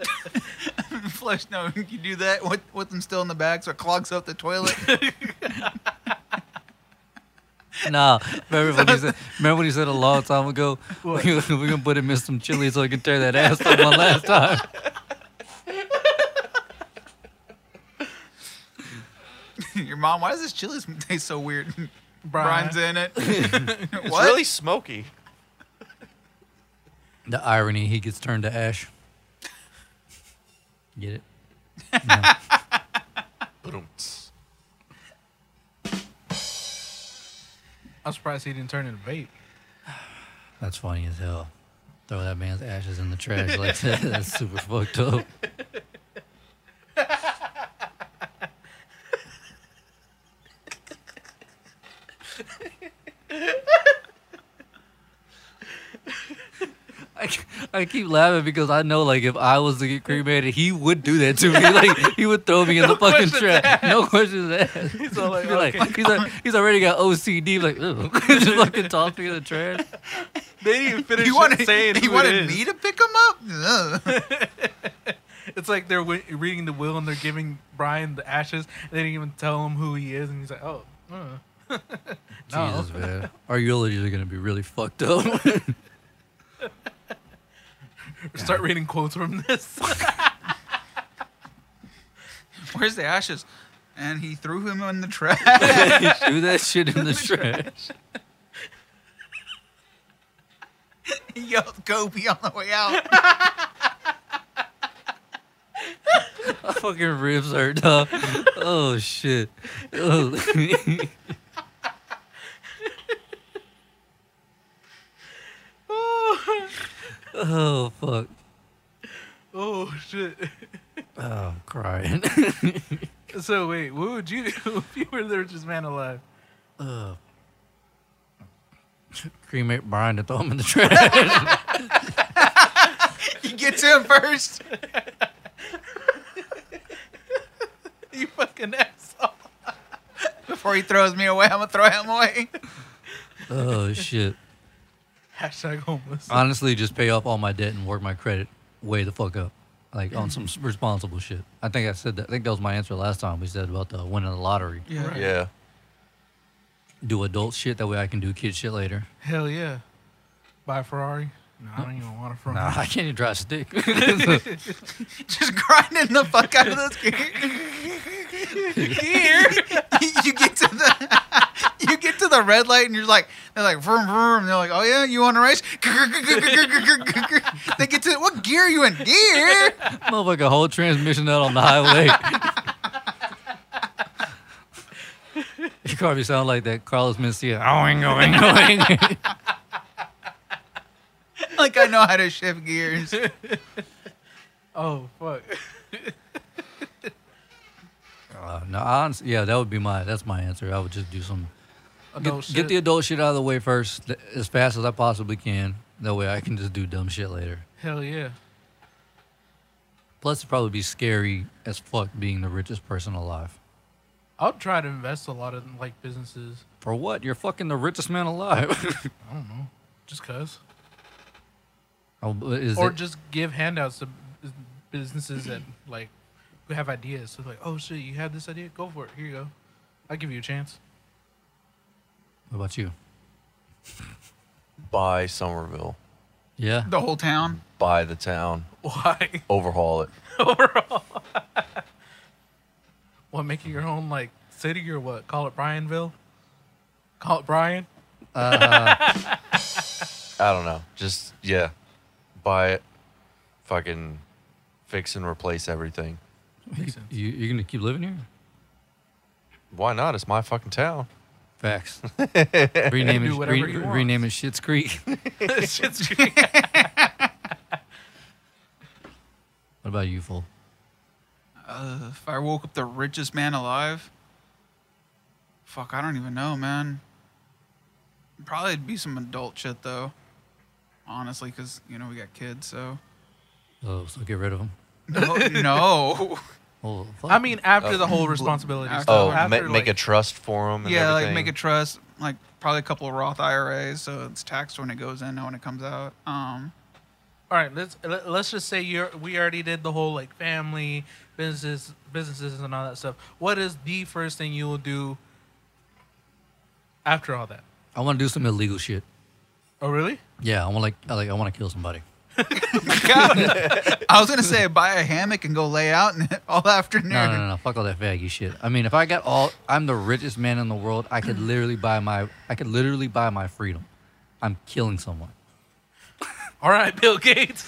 Flush. No, you do that with, with them still in the bag, so it clogs up the toilet.
nah, remember when he said, remember when he said a long time ago, we're gonna put him in some chili so he can tear that ass up one last time.
Your mom. Why does this chili taste so weird?
Brian.
Brian's in it.
It's
what?
really smoky.
The irony, he gets turned to ash. Get it?
Boom.
I'm surprised he didn't turn into vape.
That's funny as hell. Throw that man's ashes in the trash like that. That's super fucked up. I, ke- I keep laughing because I know, like, if I was to get cremated, he would do that to me. Like, he would throw me in the fucking
questions
trash. No questions asked. He's,
all like,
he's, like, he's already got OCD. Like, "Ugh." just fucking toss me in the trash.
They didn't even finish
He wanted,
saying
he
who it
wanted
is.
me to pick him up? Ugh.
It's like they're wi- reading the will and they're giving Brian the ashes. They didn't even tell him who he is, and he's like, "Oh, uh. No.
Jesus, man. Our eulogies are going to be really fucked up.
start reading quotes from this."
Where's the ashes? And he threw him in the trash.
Threw that shit in the trash.
he yelled, Gobi on the way out.
My fucking ribs hurt, dog. Oh, shit. Oh. oh, fuck.
oh shit!
Oh, I'm crying.
So wait, what would you do if you were the richest man alive?
oh. Cremate Brian to throw him in the trash.
He gets him first.
You fucking asshole!
Before he throws me away, I'm going to throw him away.
oh, shit.
Hashtag homeless.
Honestly, just pay off all my debt and work my credit way the fuck up. Like on some s- responsible shit. I think I said that. I think that was my answer last time we said about the winning the lottery.
Yeah.
Yeah.
Do adult shit. That way I can do kid shit later.
Hell yeah! Buy a Ferrari? No, I don't even want a Ferrari.
Nah, I can't even drive a stick.
Just grinding the fuck out of those gears. you get to the you get to the red light and you're like they're like vroom vroom. They're like, oh yeah, you want to race? they get to what gear are you in? Gear.
Motherfucker, whole transmission out on the highway. you probably sound like that Carlos Mencia. Oing, oing, oing.
Like I know how to shift gears.
Oh fuck!
Uh, no, honestly, yeah, that would be my. That's my answer. I would just do some
Adult
get,
Oh, shit.
get the adult shit out of the way first, th- as fast as I possibly can. That way, I can just do dumb shit later.
Hell yeah!
Plus, it'd probably be scary as fuck being the richest person alive.
I'll try to invest a lot in like businesses,
For what? You're fucking the richest man alive.
just cause,
oh, but is
or
it-
just give handouts to bus- businesses that like who have ideas. So like, oh shit, you have this idea? Go for it. Here you go. I'll give you a chance.
what about you?
Buy Somerville.
Yeah.
The whole town.
Buy the town.
Why?
Overhaul it.
What, make it your own like city or what? Call it Brianville? Call it Brian?
I don't know. Just yeah. Buy it. Fucking fix and replace everything.
Makes sense.
You, you're gonna keep living here?
Why not? It's my fucking town.
Facts. rename
Do
it.
whatever
re-
he wants.
rename it Shit's Creek. what
Shit's creepy.
about you, fool?
Uh, if I woke up the richest man alive, fuck, I don't even know, man. Probably it'd be some adult shit though. Honestly, because you know we got kids, so
Oh, so get rid of him.
no. no.
Oh, fuck.
I mean, after
Oh.
the whole responsibility.
After-
Oh,
stuff,
ma-
after,
make a
like-
trust for them. And
Yeah,
everything.
like make a trust, like probably a couple of Roth IRAs, so it's taxed when it goes in, and when it comes out. Um,
All right, let's let, let's just say you're. We already did the whole like family, businesses, businesses, and all that stuff. What is the first thing you will do after all that?
I want to do some illegal shit.
Oh, really?
Yeah, I want like, I like, I want to kill somebody.
I was gonna say buy a hammock and go lay out in it all afternoon.
No, no, no, no. Fuck all that faggy shit. I mean, if I got all, I'm the richest man in the world. I could literally buy my, I could literally buy my freedom. I'm killing someone.
All right, Bill Gates.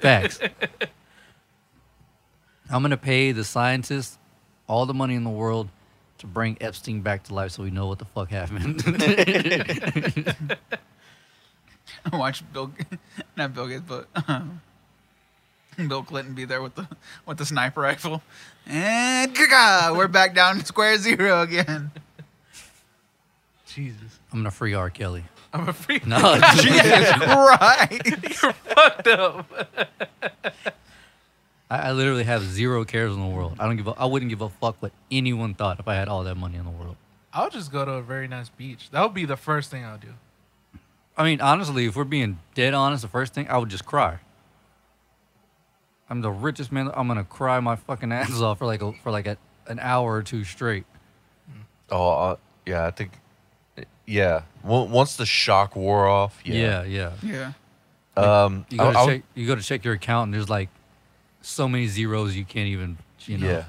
Facts. I'm gonna pay the scientists all the money in the world to bring Epstein back to life, so we know what the fuck happened.
Watch Bill, not Bill Gates, but um, Bill Clinton be there with the with the sniper rifle, and ka-ka, we're back down to square zero again.
Jesus.
I'm gonna free R. Kelly.
I'm a freak.
No,
right?
Fucked up.
I, I literally have zero cares in the world. I don't give. A, I wouldn't give a fuck what anyone thought if I had all that money in the world.
I'll just go to a very nice beach. That would be the first thing I'll do.
I mean, honestly, if we're being dead honest, the first thing I would just cry. I'm the richest man. I'm gonna cry my fucking ass off for like a, for like a, an hour or two straight.
Oh, uh, yeah, I think. Yeah, on- once the shock wore off, yeah.
Yeah, yeah.
Yeah.
Um,
You
I-
go, to
I-
check, you go to check your account, and there's like so many zeros you can't even. You know.
yeah.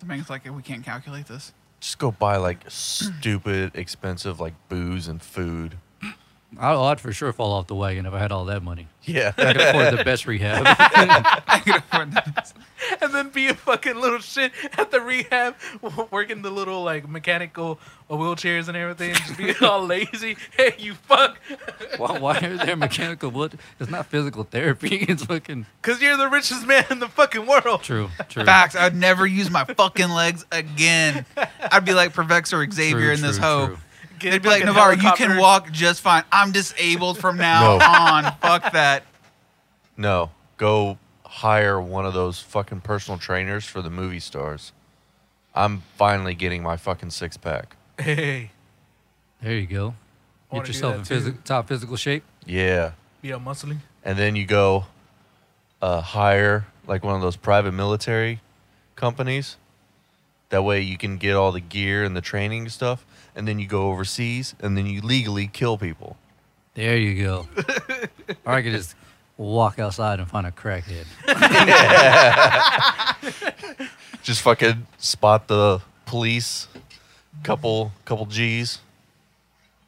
The man's like, we can't calculate this.
Just go buy like stupid expensive like booze and food.
I, I'd for sure fall off the wagon if I had all that money.
Yeah.
I could afford the best rehab.
I could afford this.
And then be a fucking little shit at the rehab, w- working the little like mechanical uh, wheelchairs and everything. Just be all lazy. Hey, you fuck.
why, why are there mechanical? What? It's not physical therapy. It's fucking
Because you're the richest man in the fucking world.
true. True.
Facts. I'd never use my fucking legs again. I'd be like Professor Xavier
True,
in this
true,
hoe.
true.
Get
They'd be like,
fucking
Navarro, you can
helicopters.
walk just fine. I'm disabled from now
No.
on. Fuck that.
No, go hire one of those fucking personal trainers for the movie stars. I'm finally getting my fucking six pack.
Hey,
There you go.
I wanna
Get
do
yourself in
that too.
physi- top physical shape.
Yeah.
be a muscling.
And then you go uh, hire like one of those private military companies. That way you can get all the gear and the training and stuff. And then you go overseas and then you legally kill people.
There you go. or I could just walk outside and find a crackhead.
Just fucking spot the police, couple couple G's.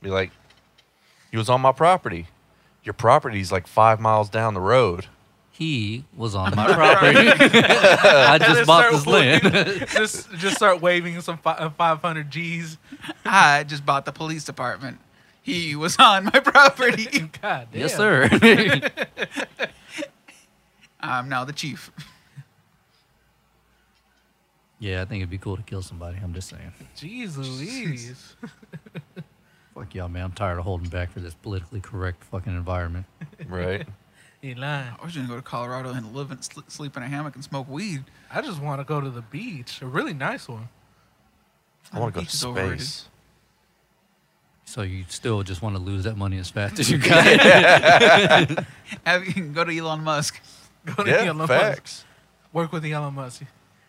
Be like, he was on my property. Your property's like five miles down the road.
He was on my property. I just
Just
bought
start
this
looking.
land.
just just start waving some fi- uh, 500 G's.
I just bought the police department. He was on my property.
God damn.
yes, sir.
I'm now the chief.
yeah, I think it'd be cool to kill somebody. I'm just saying.
Jeez Louise.
Fuck y'all, man. I'm tired of holding back for this politically correct fucking environment.
Right.
He lying.
I was gonna go to Colorado and live and sl- sleep in a hammock and smoke weed.
I just want to go to the beach. A really nice one.
I want to go
Beach
to
is overrated.
space.
So you still just want to lose that money as fast as you can.
Have you go to Elon Musk.
Go to Elon
Yeah,
Musk.
facts.
Work with Elon Musk.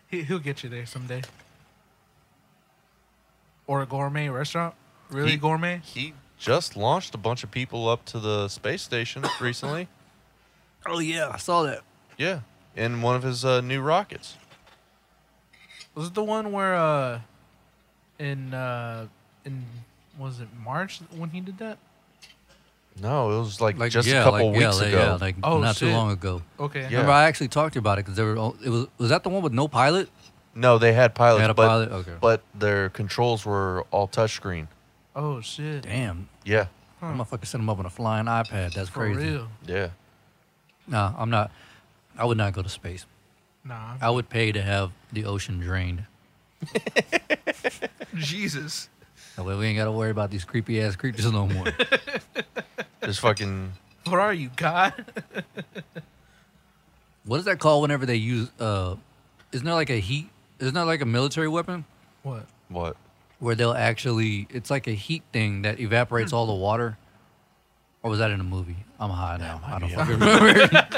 He, he'll get you there someday. Or a gourmet restaurant. Really
He-
gourmet?
He just launched a bunch of people up to the space station recently.
oh yeah, I saw that.
Yeah, in one of his uh, new rockets.
Was it the one where uh in uh in was it March when he did that?
No, it was like,
Like
just
yeah,
a couple
like, yeah,
weeks
like,
ago.
Yeah, like
Oh,
not too
shit.
long ago.
Okay.
Yeah.
Remember, I actually talked to you about it because there were. all- It was was that the one with no pilot?
no, they had pilots,
They had a
but
pilot? Okay.
but their controls were all touchscreen.
Oh shit.
Damn,
Yeah,
I'm gonna fucking send him up on a flying iPad. That's
For
crazy.
real.
yeah.
Nah, I'm not. I would not go to space.
Nah.
I would pay to have the ocean drained.
Jesus.
That way we ain't gotta worry about these creepy ass creatures no more.
Just fucking
What are you, God?
what is that called whenever they use? uh Isn't there like a heat? Isn't that like a military weapon
what?
what?
where they'll actually? It's like a heat thing that evaporates
Hmm.
all the water. Or was that in a movie? I'm high now. I don't fucking remember.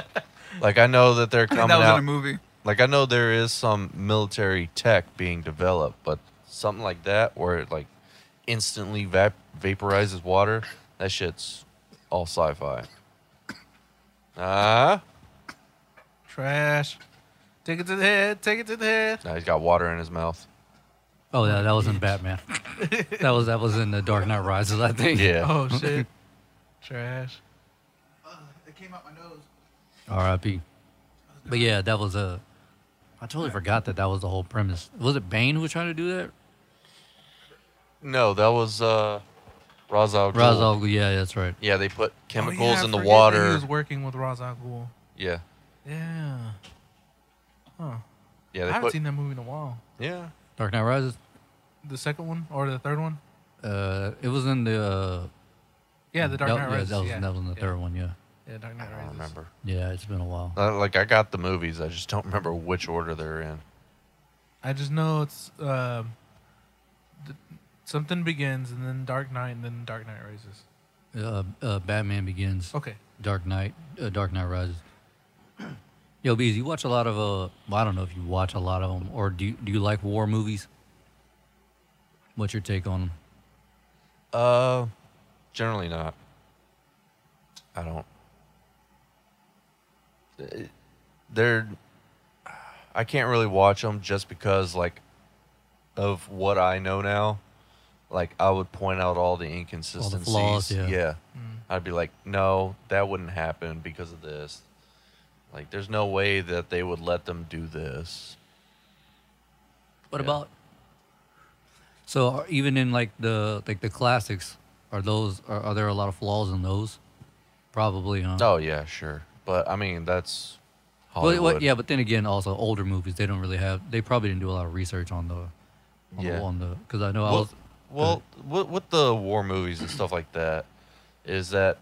Like I know that they're
I think
coming
that was
out.
in a movie.
Like I know there is some military tech being developed, but something like that where it like instantly vap- vaporizes water. That shit's all sci-fi. Ah,
Trash. Take it to the head. Take it to the head.
now he's got water in his mouth.
oh, yeah, that was in Batman. Oh. that was that was in the Dark Knight Rises, I think.
Yeah.
Oh shit. Oh, Trash.
it came out my nose.
R.I.P. But yeah, that was a. I totally forgot that that was the whole premise. Was it Bane who was trying to do that?
No, that was uh, Ra's al Ghul.
Ra's al Ghul, Yeah, that's right.
Yeah, they put chemicals
Oh, yeah, I
in the
forget that He
water.
was working with Ra's al Ghul.
Yeah,
Yeah. Huh.
yeah,
I
they
haven't
put.
seen that movie in a while.
Yeah,
Dark Knight Rises.
The second one or the third one?
Uh, it was in the. Uh,
Yeah, the Dark
that-
Knight Rises.
Yeah, that was
yeah.
that was in the
yeah.
third one. Yeah.
Yeah, Dark
I
Knight
don't
Rises.
remember.
Yeah, it's been a while.
Uh, Like I got the movies, I just don't remember which order they're in.
I just know it's um, th- something begins and then Dark Knight and then Dark Knight Rises.
Uh, uh, Batman Begins.
Okay.
Dark Knight, uh, Dark Knight Rises. Yo, Bees, you watch a lot of uh, well, I don't know if you watch a lot of them, or do you, do you like war movies? What's your take on them?
Uh, generally not. I don't. It- They're. I can't really watch them just because like, of what I know now, like I would point out all the inconsistencies.
flaws, yeah.
I'd be like, no, that wouldn't happen because of this. Like, there's no way that they would let them do this.
What
Yeah.
about? So are- even in like the like the classics, are those are, are there a lot of flaws in those? Probably, huh?
Oh yeah, sure, but I mean that's.
Uh-huh. Well,
Hollywood.
well, yeah, but then again, also older movies they don't really have. They probably didn't do a lot of research on the, on
Yeah.
the on the because I know I
Well,
was
well with, with the war movies and stuff like that, is that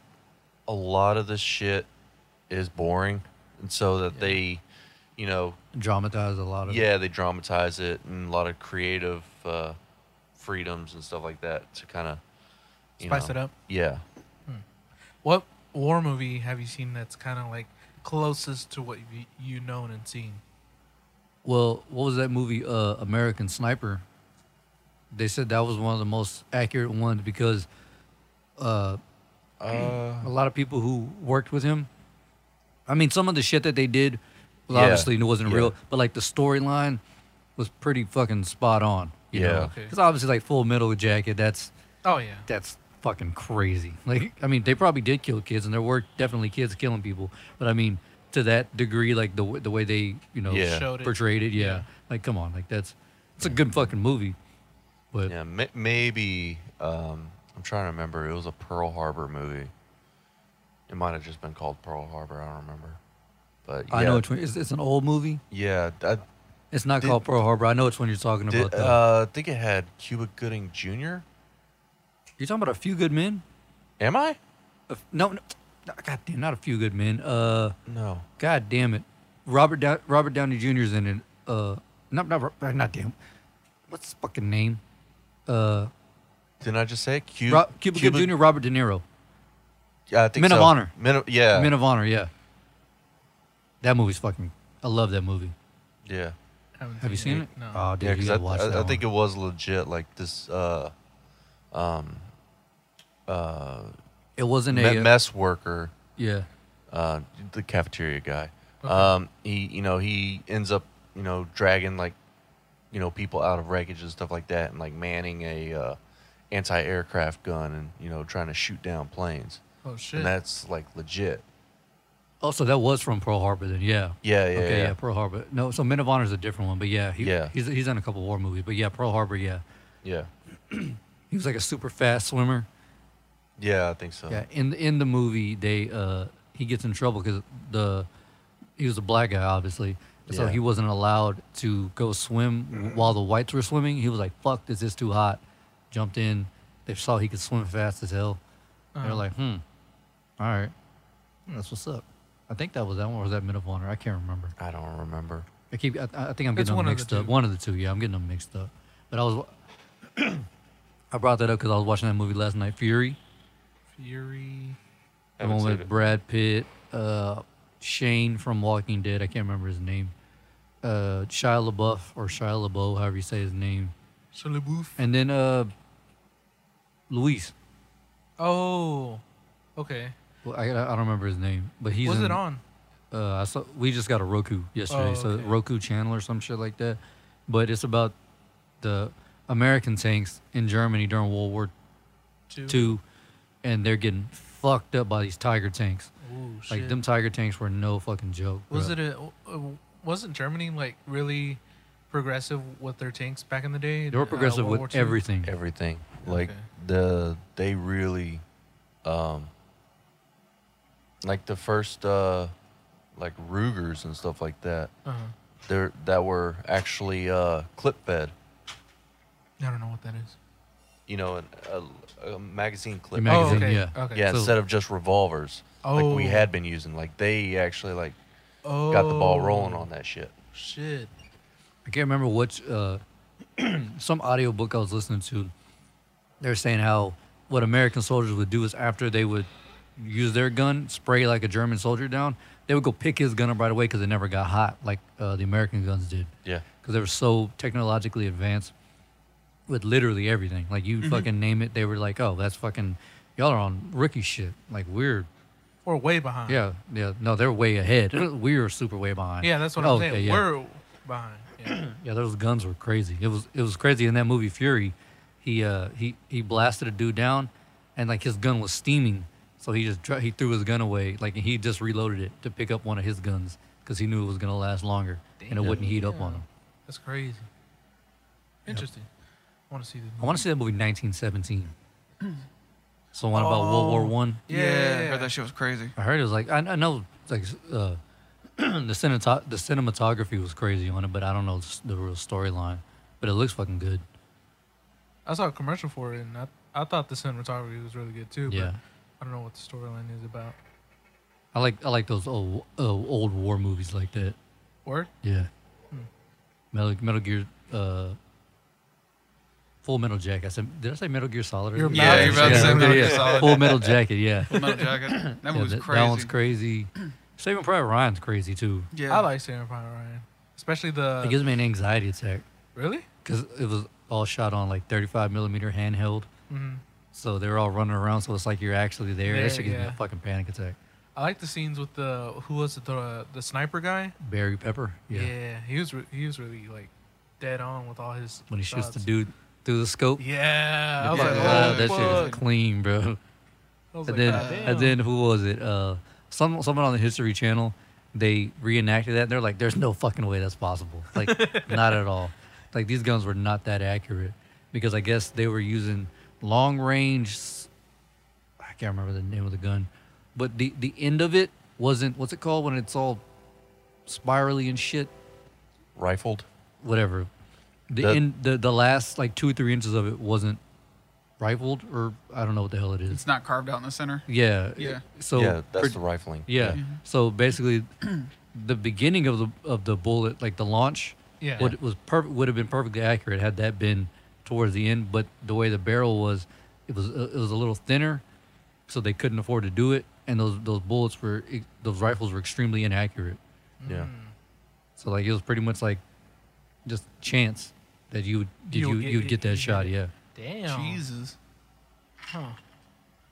a lot of this shit is boring, and so that they, you know,
dramatized a lot of. it.
yeah, they dramatize it and a lot of creative uh, freedoms and stuff like that to kind of
Spice it up.
Yeah,
What war movie have you seen that's kind of like closest to what you, you known and seen?
Well, what was that movie? Uh, American Sniper. They said that was one of the most accurate ones because uh, a lot of people who worked with him. I mean, some of the shit that they did well,
Yeah,
obviously wasn't
yeah.
real, but like the storyline was pretty fucking spot on. You
Yeah.
know?
Okay.
Because obviously, like Full Metal Jacket, that's
Oh yeah.
that's fucking crazy. Like, I mean, they probably did kill kids, and there were definitely kids killing people. But I mean, to that degree, like the w- the way they you know
Yeah.
Showed it.
portrayed it, yeah.
Yeah.
Like, come on, like that's it's a good fucking movie. But
yeah, ma- maybe um, I'm trying to remember. It was a Pearl Harbor movie. It might have just been called Pearl Harbor. I don't remember, but yeah,
I know it's, when- it's it's an old movie.
yeah. I,
It's not
Did-
called Pearl Harbor. I know it's when you're talking
Did,
about. though.
uh, I think it had Cuba Gooding Jr.
you're talking about a few good men.
Am I?
A f- No, no, no, god damn, not a few good men. Uh,
No.
god damn it, Robert Dow- Robert Downey Jr. is in it. Uh, not not Ro- not damn. What's his fucking name? Uh.
Didn't I just say it? Cu-
Ro- Cuba Gooding Jr., Robert De Niro.
Yeah, I think
Men of
so.
Honor.
Men of, yeah.
Men of Honor, yeah. That movie's fucking. I love that movie.
yeah.
Haven't
Have you seen it?
No.
Oh, dude,
Yeah,
you
'cause
gotta
I,
watch
I,
that.
I think it
one.
was legit like this uh,
it wasn't
me-
a. uh,
mess worker,
yeah,
uh, the cafeteria guy. Um, he, you know, he ends up, you know, dragging like, you know, people out of wreckage and stuff like that, and like manning a uh, anti-aircraft gun and you know trying to shoot down planes,
Oh shit.
and that's like legit.
Oh, so that was from Pearl Harbor then. Yeah.
Yeah, yeah,
okay, yeah.
yeah.
Pearl Harbor. No, so Men of Honor is a different one, but yeah, he,
Yeah.
he's he's in a couple war movies, but yeah, Pearl Harbor, yeah,
Yeah,
he was like a super fast swimmer.
yeah, I think so.
Yeah, in the- in the movie, they uh he gets in trouble because the he was a black guy, obviously, so
Yeah.
he wasn't allowed to go swim
Mm-hmm.
w- while the whites were swimming. He was like, "Fuck, this is too hot." Jumped in. They saw he could swim fast as hell. They're
Uh-huh.
like, "Hmm, all right, that's what's up." I think that was that one, or was that Men of Honor? I can't remember.
I don't remember.
I keep. I, I think I'm getting
It's
them
one of the
mixed up.
two.
One of the two. Yeah, I'm getting them mixed up. But I was. I brought that up because I was watching that movie last night, Fury.
Fury.
The one with Brad Pitt, uh, Shane from Walking Dead. I can't remember his name. Uh, Shia LaBeouf or Shia LaBeouf, however you say his name.
Shia LaBeouf.
And then uh, Luis.
Oh. Okay.
Well, I, I don't remember his name, but he's.
Was
in,
it on?
Uh, I saw, we just got a Roku yesterday,
Oh,
so
okay.
Roku channel or some shit like that. But it's about the American tanks in Germany during World War
Two.
Two, and they're getting fucked up by these Tiger tanks.
Ooh. shit.
Like them tiger tanks were no fucking joke.
was
bro.
it a uh, wasn't Germany like really progressive with their tanks back in the day?
They were
uh,
progressive
World War
with
II?
everything.
everything. Like
Okay.
the they really, um, like the first uh, like Rugers and stuff like that.
Uh-huh.
There that were actually uh, clip fed.
I don't know what that is.
You know, an, a, a magazine clip.
Your Magazine,
oh, okay.
yeah.
Okay.
Yeah,
So-
instead of just revolvers, like we
Oh.
had been using. Like they actually like
Oh,
got the ball rolling on that shit.
Oh.
Shit.
I can't remember which uh, some audiobook I was listening to. They're saying how what American soldiers would do is after they would use their gun, spray like a German soldier down, they would go pick his gun up right away because it never got hot like uh, the American guns did
Yeah,
because they were so technologically advanced with literally everything. Like
Mm-hmm.
you fucking name it, they were like, "Oh, that's fucking y'all are on rookie shit." Like weird.
We're way behind.
Yeah, yeah. No, they're way ahead. we are super way behind.
Yeah, that's what
Oh,
I'm saying.
okay, yeah.
We're behind. Yeah.
Yeah, those guns were crazy. It was it was crazy in that movie Fury. He uh he he blasted a dude down, and like his gun was steaming, so he just dr- he threw his gun away. Like and he just reloaded it to pick up one of his guns because he knew it was gonna last longer and it wouldn't heat up on him.
That's crazy. Interesting. I want to see the.
I want to see that movie 1917. So one about World War One.
Yeah,
I heard that shit was crazy.
I heard it was like I, I know like uh, the cinemat- the cinematography was crazy on it, but I don't know s- the real storyline. But it looks fucking good.
I saw a commercial for it, and I, I thought the cinematography was really good too.
Yeah.
But I don't know what the storyline is about.
I like I like those old uh, old war movies like that.
Word?
Yeah. Metal Metal Gear. Uh, Full Metal Jacket. I said, did I say Metal Gear Solid?
You're
earlier?
about Yeah, to you're about to say say
Metal Gear
yeah.
Solid.
Full Metal Jacket. Yeah.
Full Metal Jacket. That
yeah,
movie was
that,
crazy.
that one's crazy. Saving Private Ryan's crazy too.
Yeah.
I like Saving Private Ryan, especially the.
It gives me an anxiety attack
really?
because it was all shot on like 35 millimeter handheld.
Mhm.
So they're all running around. So it's like you're actually there.
There,
that shit gives me
yeah.
a fucking panic attack.
I like the scenes with the who was it the the sniper guy.
Barry Pepper. Yeah.
he was re- he was really like dead on with all his
When he shoots the
shots.
dude through the scope.
Yeah, I was
Yeah,
like,
wow,
oh,
that shit is
fuck.
clean, bro.
I was
And
like,
then,
"God damn."
and then who was it? Uh, some someone on the History Channel, they reenacted that. And they're like, "There's no fucking way that's possible. Like, not at all. Like these guns were not that accurate because I guess they were using long range. s- I can't remember the name of the gun, but the the end of it wasn't what's it called when it's all spirally and shit
rifled.
whatever. The
That-
end, the the last like two or three inches of it wasn't rifled, or I don't know what the hell it is.
It's not carved out in the center.
Yeah.
Yeah.
So
yeah, that's
for-
the rifling.
yeah. So basically, the beginning of the of the bullet, like the launch,
Yeah.
would was perfect. Would have been perfectly accurate had that been towards the end. But the way the barrel was, it was uh, it was a little thinner, so they couldn't afford to do it. And those those bullets were e, those rifles were extremely inaccurate.
Yeah,
So like it was pretty much like just chance that you would did you
You'll
you
get-
would get that
you
shot.
get
Yeah.
damn,
Jesus.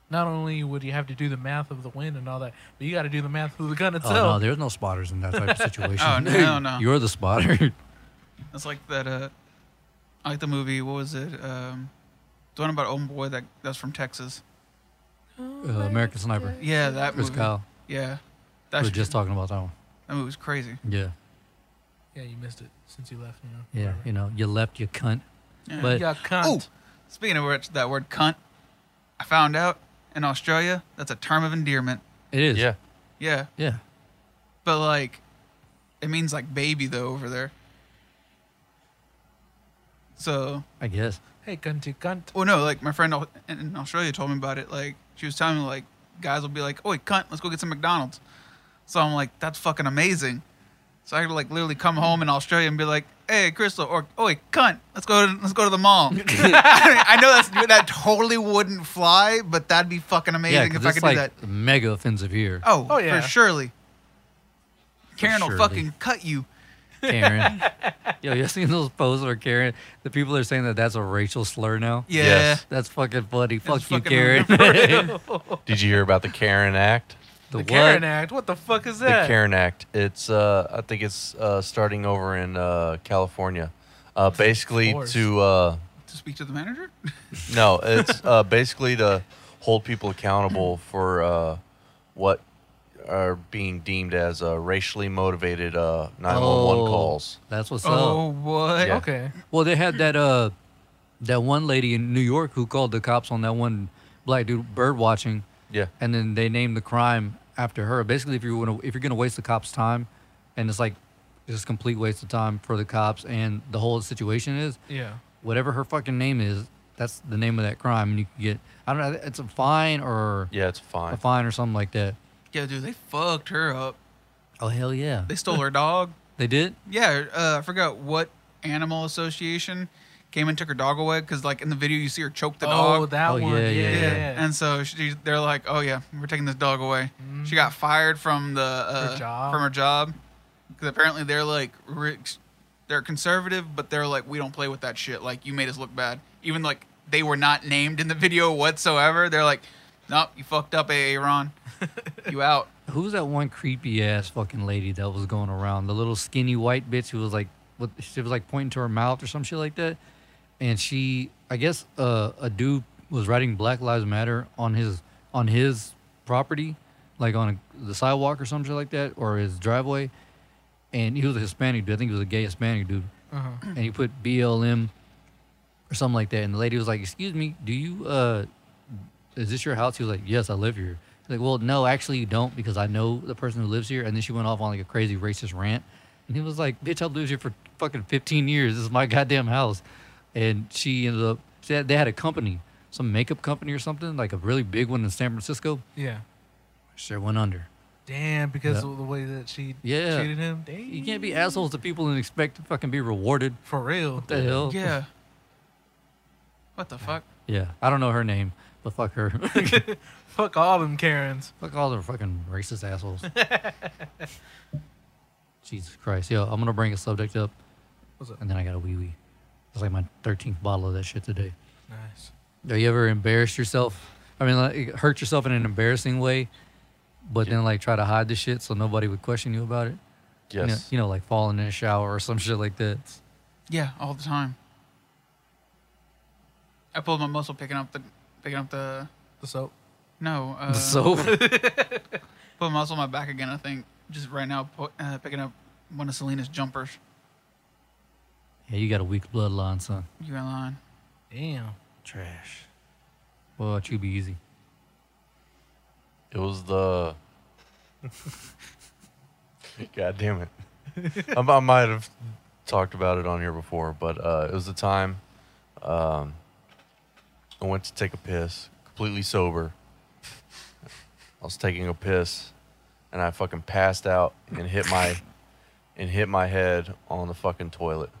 not only would you have to do the math of the wind and all that, but you got to do the math of the gun
Oh
itself.
no, there's no spotters in that type of situation.
Oh, no, no.
You're the spotter. Uh,
That's like that. Uh, I like the movie. What was it? Um, the one about old boy that that's from Texas.
uh, American Sniper.
Yeah, that
Chris
movie.
Kyle.
Yeah,
We
that
were
shit,
just talking about that one.
that movie was crazy.
Yeah.
yeah, you missed it since you left. You know.
Yeah.
whatever.
You know, you left you cunt.
Yeah.
But
Yeah,
Oh,
cunt.
speaking of which, that word "cunt," I found out in Australia that's a term of endearment.
it
Hmm.
is.
yeah.
Yeah,
Yeah.
but like, it means like baby though over there. So
I guess.
Hey, cunty cunt.
Well, no, like my friend au- in- in Australia told me about it. Like she was telling me, like guys will be like, "Oh, cunt, let's go get some McDonald's." So I'm like, "That's fucking amazing." So I could like literally come home in Australia and be like, "Hey, Crystal," or "Oi, cunt, let's go to, let's go to the mall." I know that's that totally wouldn't fly, but that'd be fucking
Yeah,
amazing
'cause
if I
it's
could
like
do that.
mega offensive here.
Oh,
Oh, yeah.
for surely. Karen
surely.
will fucking cut you.
Karen. Yo, you seen those posts where Karen? The people are saying that that's a racial slur now.
Yeah.
Yes.
That's fucking funny. Fuck
That's
you,
fucking-
Karen.
Did you hear about the Karen Act?
The,
what?
Karen Act. What the fuck is that?
The Karen Act. It's uh, I think it's uh, starting over in uh, California. Uh, basically
course.
to uh,
To speak to the manager.
no, it's uh, basically to hold people accountable for uh, what are being deemed as uh, racially motivated uh, 911
Oh,
calls.
That's what's
oh,
up.
what?
Yeah.
Okay.
Well, they had that uh, that one lady in New York who called the cops on that one black dude bird watching,
Yeah.
and then they named the crime after her. Basically, if you're gonna if you're gonna waste the cops' time, and it's like just complete waste of time for the cops and the whole situation is
Yeah.
whatever her fucking name is. That's the name of that crime, and you can get I don't know. It's a fine or
Yeah, it's
a
fine.
fine or something like that.
Yo, dude, they fucked her up.
Oh hell yeah,
They stole her dog.
they did.
Yeah, uh, I forgot what animal association came and took her dog away because, like, in the video you see her choke the
Oh,
dog.
that
Oh,
one.
yeah,
Yeah,
yeah,
yeah.
yeah.
And so she, they're like, "Oh yeah, we're taking this dog away." She got fired from the uh,
Mm. Her job.
from her job because apparently they're like re- they're conservative, but they're like, "We don't play with that shit. Like, you made us look bad." Even like they were not named in the video whatsoever. They're like, "Nope, you fucked up, Aaron. you out."
Who was that one creepy ass fucking lady that was going around? The little skinny white bitch who was like, what, she was like pointing to her mouth or some shit like that. And she, I guess, uh, a dude was writing Black Lives Matter on his on his property, like on a, the sidewalk or some shit like that, or his driveway. And he was a Hispanic dude. I think he was a gay Hispanic dude. And he put BLM or something like that. And the lady was like, "Excuse me, do you uh, is this your house? He was like, yes, I live here. She's like, well, no, actually you don't because I know the person who lives here. And then she went off on like a crazy racist rant. And he was like, bitch, I've lived here for fucking 15 years. This is my goddamn house. And she ended up, she had, they had a company, some makeup company or something, like a really big one in San Francisco.
Yeah.
Sure went under.
Damn, because
Yeah.
of the way that she
Yeah.
treated him. Damn.
You can't be assholes to people and expect to fucking be rewarded.
For real.
What the hell?
Yeah. What the fuck?
Yeah. I don't know her name, but fuck her.
Fuck all them Karens.
Fuck all the fucking racist assholes. Jesus Christ. Yo, I'm going to bring a subject up.
What's up?
And then I got a wee wee. It's like my 13th bottle of that shit today.
Nice.
Have you ever embarrassed yourself? I mean, like, hurt yourself in an embarrassing way, but then like try to hide the shit so nobody would question you about it? You know-
Yes.
You know, like falling in a shower or some shit like that.
Yeah, all the time. I pulled my muscle picking up the picking up the
The soap.
no uh,
so,
Put muscle on my back again. I think just right now pu- uh, picking up one of Selena's jumpers.
yeah, you got a weak bloodline, son.
You in line?
Damn.
Trash. Well, you be easy.
It was the. God damn it! I, I might have talked about it on here before, but uh, it was the time um, I went to take a piss, completely sober. I was taking a piss, and I fucking passed out and hit my and hit my head on the fucking toilet.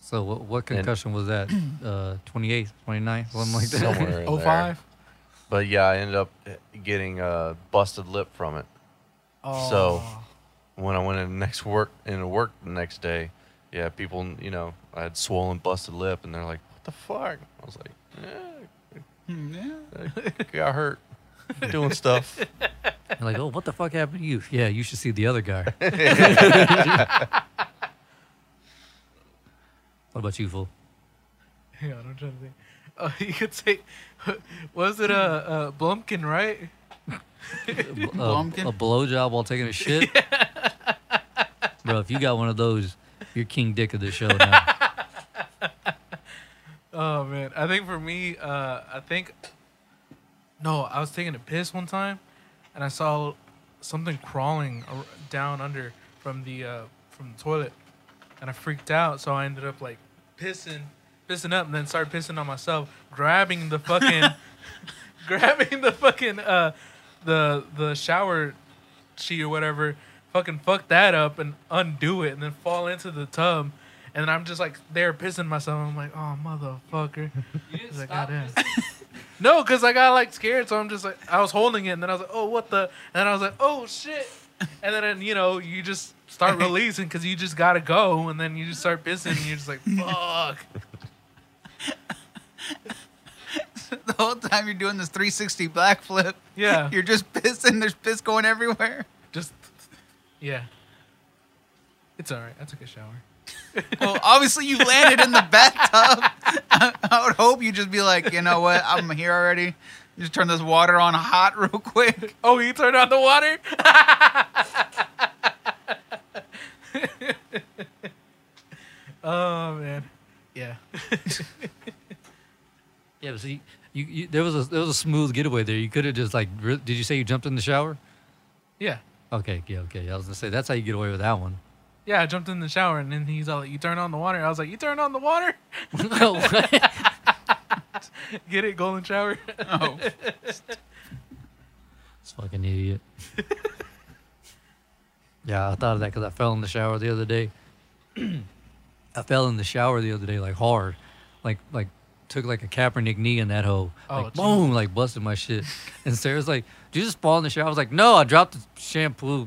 So, what, what concussion was that? Uh, 28th, 29th, something like that?
Somewhere in
Oh
there.
five.
But yeah, I ended up getting a busted lip from it.
Oh.
So, when I went in next work into work the next day, yeah, people, you know, I had swollen, busted lip, and they're like, "What the fuck?" I was like,
Mm,
Hmm, Yeah.
"Eh, I got hurt doing stuff."
You're like, oh, what the fuck happened to you? Yeah, you should see the other guy. what about you, fool?
Hang on, I'm trying to think. Oh, you could say, was it a, uh Blumpkin, right?
A, bl- a,
Bumpkin?
a blowjob while taking a shit? Bro, if you got one of those, you're king dick of the show now.
Oh man, I think for me, uh, I think no, I was taking a piss one time, and I saw something crawling ar- down under from the uh, from the toilet, and I freaked out. So I ended up like pissing, pissing up, and then started pissing on myself, grabbing the fucking, grabbing the fucking uh, the the shower sheet or whatever, fucking fuck that up and undo it, and then fall into the tub. And then I'm just like there pissing myself. I'm like, oh motherfucker. You didn't
stop
no, because I got like scared, so I'm just like I was holding it, and then I was like, oh what the, and then I was like, oh shit, and then and, you know you just start releasing because you just gotta go, and then you just start pissing, and you're just like fuck.
The whole time you're doing this 360 backflip.
Yeah.
You're just pissing. There's piss going everywhere.
Just yeah. It's all right. I took a shower.
Well, obviously you landed in the bathtub. I, I would hope you just be like, you know what? I'm here already. You just turn this water on hot real quick.
Oh, he turned on the water. oh man, yeah.
Yeah, but see, you, you there was a there was a smooth getaway there. You could have just like, re- did you say you jumped in the shower?
Yeah.
Okay, yeah, okay. I was gonna say that's how you get away with that one.
Yeah, I jumped in the shower and then he's all like, You turn on the water. I was like, You turn on the water? Get it, golden shower.
Oh,
It's fucking idiot. yeah, I thought of that because I fell in the shower the other day. I fell in the shower the other day like hard, like like took like a Kaepernick knee in that hole,
Oh,
like
geez.
boom, like busted my shit. And Sarah's like, "Did you just fall in the shower?" I was like, "No, I dropped the shampoo."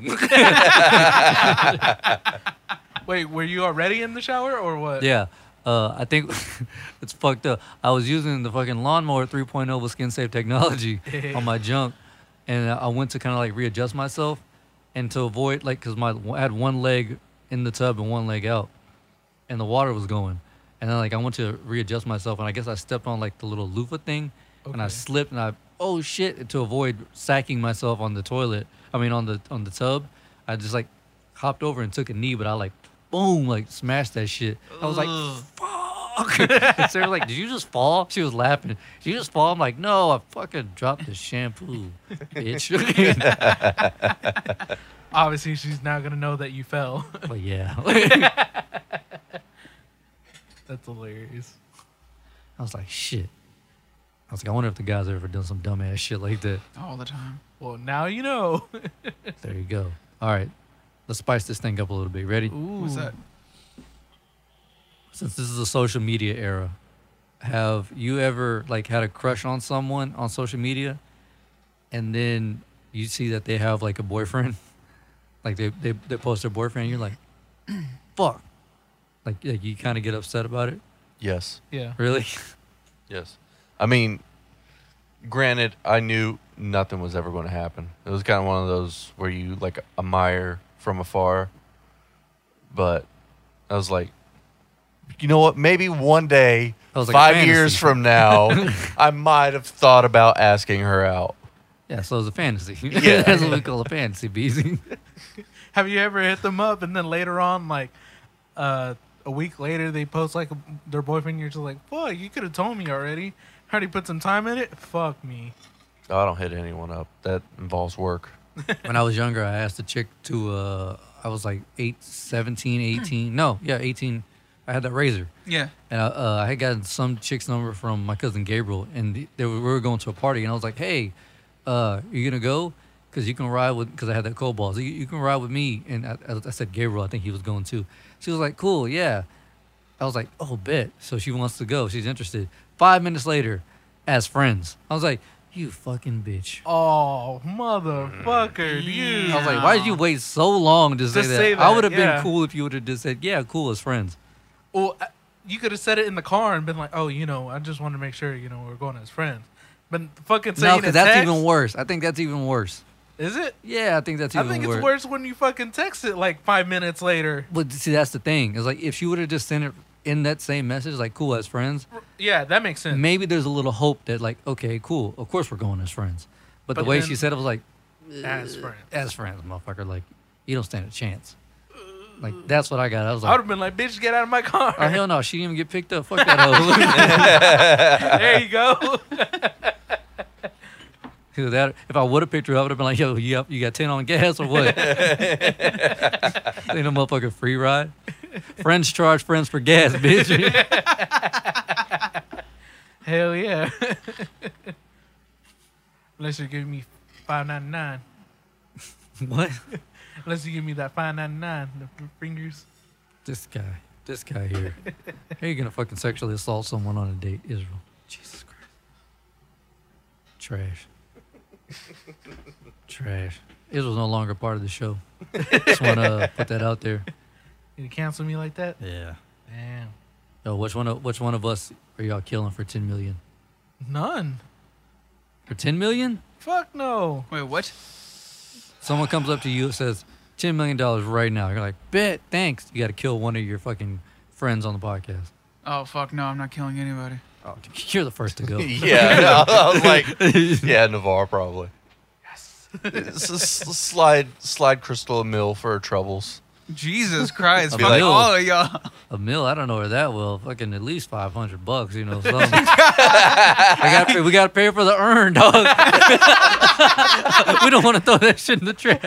Wait, were you already in the shower or what?
yeah. Uh, I think it's fucked up. I was using the fucking lawnmower 3.0 with skin safe technology on my junk, and I went to kind of like readjust myself and to avoid like because my I had one leg in the tub and one leg out, and the water was going, and then like I went to readjust myself and I guess I stepped on like the little loofah thing, and I
Okay.
slipped and I oh shit to avoid sacking myself on the toilet. I mean on the on the tub, I just like hopped over and took a knee, but I like boom like smashed that shit. I was like. Fuck. and Sarah like, did you just fall? She was laughing. Did you just fall? I'm like, no, I fucking dropped the shampoo, bitch.
Obviously, she's now going to know that you fell.
But yeah, I
That's hilarious.
was like, shit. I was like, I wonder if the guys ever done some dumbass shit like that.
all the time.
Well, now you know.
There you go. All right, let's spice this thing up a little bit. Ready?
Ooh.
What's that?
Since this is a social media era, have you ever like had a crush on someone on social media, and then you see that they have like a boyfriend, like they they, they post their boyfriend, you're like, fuck, like, like you kind of get upset about it.
Yes.
Yeah.
Really?
Yes. I mean, granted, I knew nothing was ever going to happen. It was kind of one of those where you like admire from afar, but I was like, you know what? Maybe one day,
That was like a
five
fantasy.
years from now, I might have thought about asking her out.
Yeah. So it's a fantasy.
Yeah.
that's what we call a fantasy, Beezy.
Have you ever hit them up and then later on, like uh, a week later, they post like their boyfriend? You're just like, fuck, you could have told me already. I already put some time in it. Fuck me.
Oh, I don't hit anyone up. That involves work.
when I was younger, I asked a chick to, uh, I was like 8, 17, 18. No, yeah, 18. I had that razor.
Yeah.
And I, uh, I had gotten some chick's number from my cousin Gabriel, and th- they were, we were going to a party. And I was like, hey, uh, you going to go? Because you can ride with, because I had that cold balls. You, you can ride with me. And I, I I said, Gabriel, I think he was going too. She was like, cool, yeah. I was like, oh, bet. So she wants to go. She's interested. Five minutes later, as friends, I was like, you fucking bitch.
Oh, motherfucker, dude.
Mm. I was like, why did you wait so long to say,
Just
that?
say
I
that,
would have
yeah.
been cool if you would have just said, yeah, cool as friends.
Well, I- you could have said it in the car and been like, "Oh, you know, I just want to make sure you know we're going as friends." But fucking
No,
saying
because
it
that's
text,
even worse. I think that's even worse.
Is it?
Yeah, I think that's
I
even
think
worse.
it's worse when you fucking text it like five minutes later.
But see, that's the thing. It's like if she would have just sent it in that same message, like cool as friends,
Yeah, that makes sense.
maybe there's a little hope that like okay, cool, of course we're going as friends. But, the
But
way
then-
she said it was like
As friends,
as friends, motherfucker, like you don't stand a chance. Like that's what I got. I was
I would
like,
have been like, "Bitch, get out of my car."
oh hell no, she didn't even get picked up. Fuck that hoe.
there you go.
Either that, if I would have picked her up, I would have been like, yo, yep, you got 10 on gas or what? Ain't no motherfucking free ride. Friends charge friends for gas, bitch.
hell yeah. Unless you give me five ninety nine.
what?
Unless you give me that five ninety nine, the fingers.
This guy, this guy here. How you gonna fucking sexually assault someone on a date, Israel? Jesus Christ. Trash. Trash. Israel's no longer part of the show. Just wanna uh, put that out there.
You cancel me like that?
Yeah.
Damn.
Yo, which one of which one of us are y'all killing for 10 million?
None.
For 10 million?
Fuck no.
Wait, what?
Someone comes up to you and says, $10 million right now. You're like, bet, thanks. You got to kill one of your fucking friends on the podcast.
Oh fuck no! I'm not killing anybody.
Oh, you're the first to go.
yeah, no, I was like, yeah, Navarre probably. Yes. slide, slide Crystal a mill for her troubles.
Jesus Christ,
Be
fuck
like- "Oh."
all of y'all.
A mill, I don't know where that will. Fucking at least 500 bucks, you know. Something. I got we got to pay for the urn, dog. we don't want to throw that shit in the trash.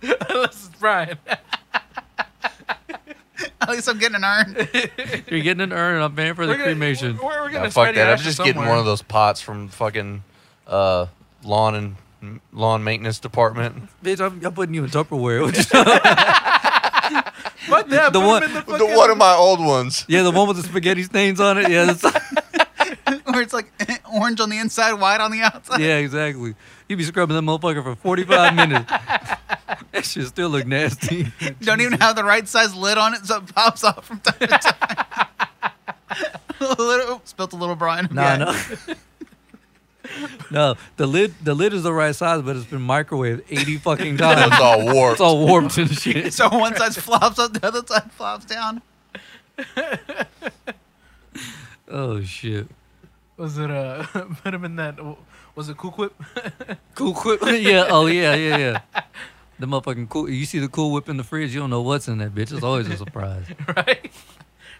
This is Brian.
At least I'm getting an iron.
You're getting an urn. I'm paying for the
We're gonna-
cremation.
We're, we're gonna
Nah, fuck
spread
that.
your
I'm
ashes
just getting
somewhere.
one of those pots from fucking uh, lawn and lawn maintenance department.
Bitch, I'm, I'm putting you in Tupperware.
Fuck that,
the
put 'em
one-
in the
The
fucking-
one of my old ones.
yeah, the one with the spaghetti stains on it. Yeah, that's,
Where it's like orange on the inside, white on the outside.
yeah, exactly. You be scrubbing that motherfucker for 45 minutes. that shit still look nasty.
Don't even have the right size lid on it, so it pops off from time to time. a little, spilt a little brine.
No,
Yeah.
no. no, the lid the lid is the right size, but it's been microwaved eighty fucking times.
It's all warped.
It's all warped and shit.
So one side flops up, the other side flops down.
Oh shit.
Was it uh? put him in that. Was it Cool Whip?
Cool Whip. yeah. Oh yeah. Yeah. Yeah. The motherfucking cool. You see the Cool Whip in the fridge. You don't know what's in that bitch. It's always a surprise.
right?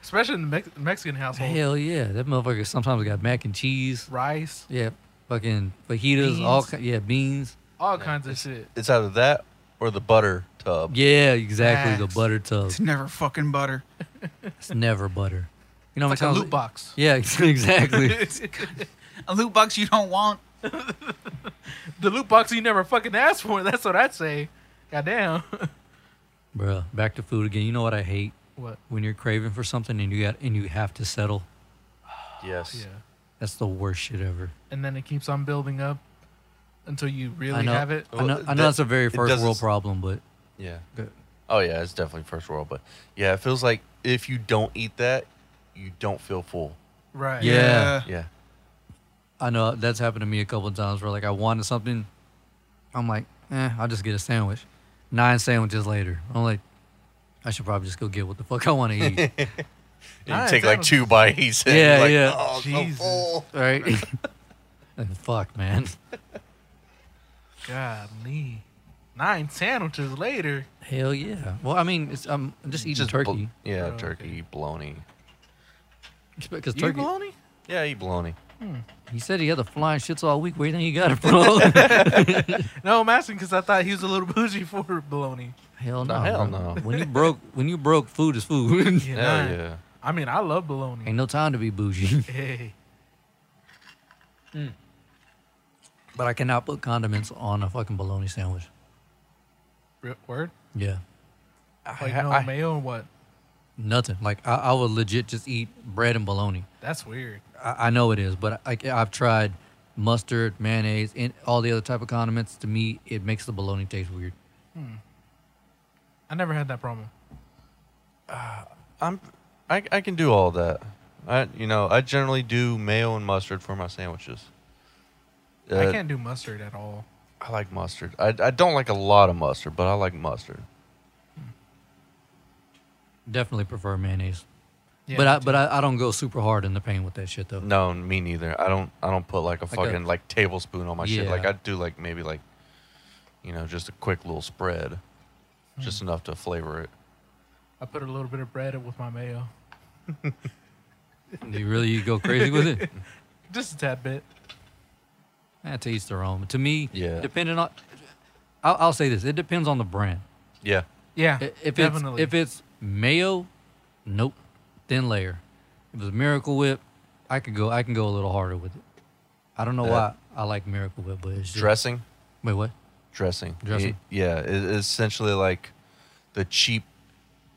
Especially in the Mex- Mexican household.
Hell yeah. That motherfucker sometimes got mac and cheese.
Rice,
Yeah. Fucking fajitas. All
Beans.
ki- yeah beans.
all kinds of shit.
It's either that or the butter tub.
Yeah. Exactly.
Facts.
The butter tub.
It's never fucking butter.
It's never butter. You know
Like
what
a
I'm
loot box.
Yeah. Exactly.
A loot box you don't want.
the loot box you never fucking asked for. That's what I'd say. Goddamn.
Bruh, back to food again. You know what I hate?
what?
When you're craving for something and you got and you have to settle.
Yes.
Yeah.
That's the worst shit ever.
And then it keeps on building up until you
I
really
know, Oh.
have it.
I know,
Well,
I know
that-
that's a very
it
first
doesn't
world
s-
problem, but
Yeah.
Good.
Oh yeah, it's definitely first world, but yeah, it feels like if you don't eat that, you don't feel full.
Right.
Yeah.
Yeah.
I know that's happened to me a couple of times where like I wanted something, I'm like, eh, I'll just get a sandwich. Nine sandwiches later, I'm like, I should probably just go get what the fuck I want to eat,
You
Nice,
take like
that
two bites. And
Yeah,
you're like,
yeah.
Oh, I'm so
Jesus.
full."
right? And Eh, fuck, man.
Golly. Nine sandwiches later.
Hell yeah. Well, I mean, it's I'm just eating
Just bl-
turkey
yeah,
Oh,
turkey, bologna.
because
You
turkey.
baloney?
Yeah, I eat bologna.
He said he had the flying shits all week. Where do you think he got it from?
No, I'm asking because I thought he was a little bougie for baloney.
Hell no.
No, hell
bro.
no.
When you broke, when you broke, food is food.
You
Hell
know?
yeah.
I mean, I love baloney.
Ain't no time to be bougie.
Hey.
But I cannot put condiments on a fucking bologna sandwich.
Rip word?
Yeah,
Like
I-
no
I-
mayo or what?
nothing. Like I, I would legit just eat bread and bologna.
That's weird.
I, I know it is, but like I've tried mustard, mayonnaise, and all the other type of condiments. To me, it makes the bologna taste weird.
I never had that problem.
I'm I, I can do all that. I you know, I generally do mayo and mustard for my sandwiches.
I
Uh,
can't do mustard at all.
I like mustard. I, I don't like a lot of mustard, but I like mustard.
Definitely prefer mayonnaise.
Yeah,
but
me
I,
too.
but I, I don't go super hard in the pain with that shit though.
No, me neither. I don't I don't put like a
a-
fucking like tablespoon on my shit. Like
Yeah.
I do like maybe like you know, just a quick little spread. Just enough to flavor it.
I put a little bit of bread with my mayo.
You really you go crazy with it.
Just a tad bit.
That to each their own. To me,
Yeah.
depending on, I'll, I'll say this: it depends on the brand.
Yeah.
Yeah,
I- If
definitely.
it's if it's mayo, nope, thin layer. If it's Miracle Whip, I could go. I can go a little harder with it. I don't know
Uh,
why I like Miracle Whip, but it's just,
Dressing.
Wait, what?
Dressing.
Dressing.
Y- yeah. It, it's essentially like the cheap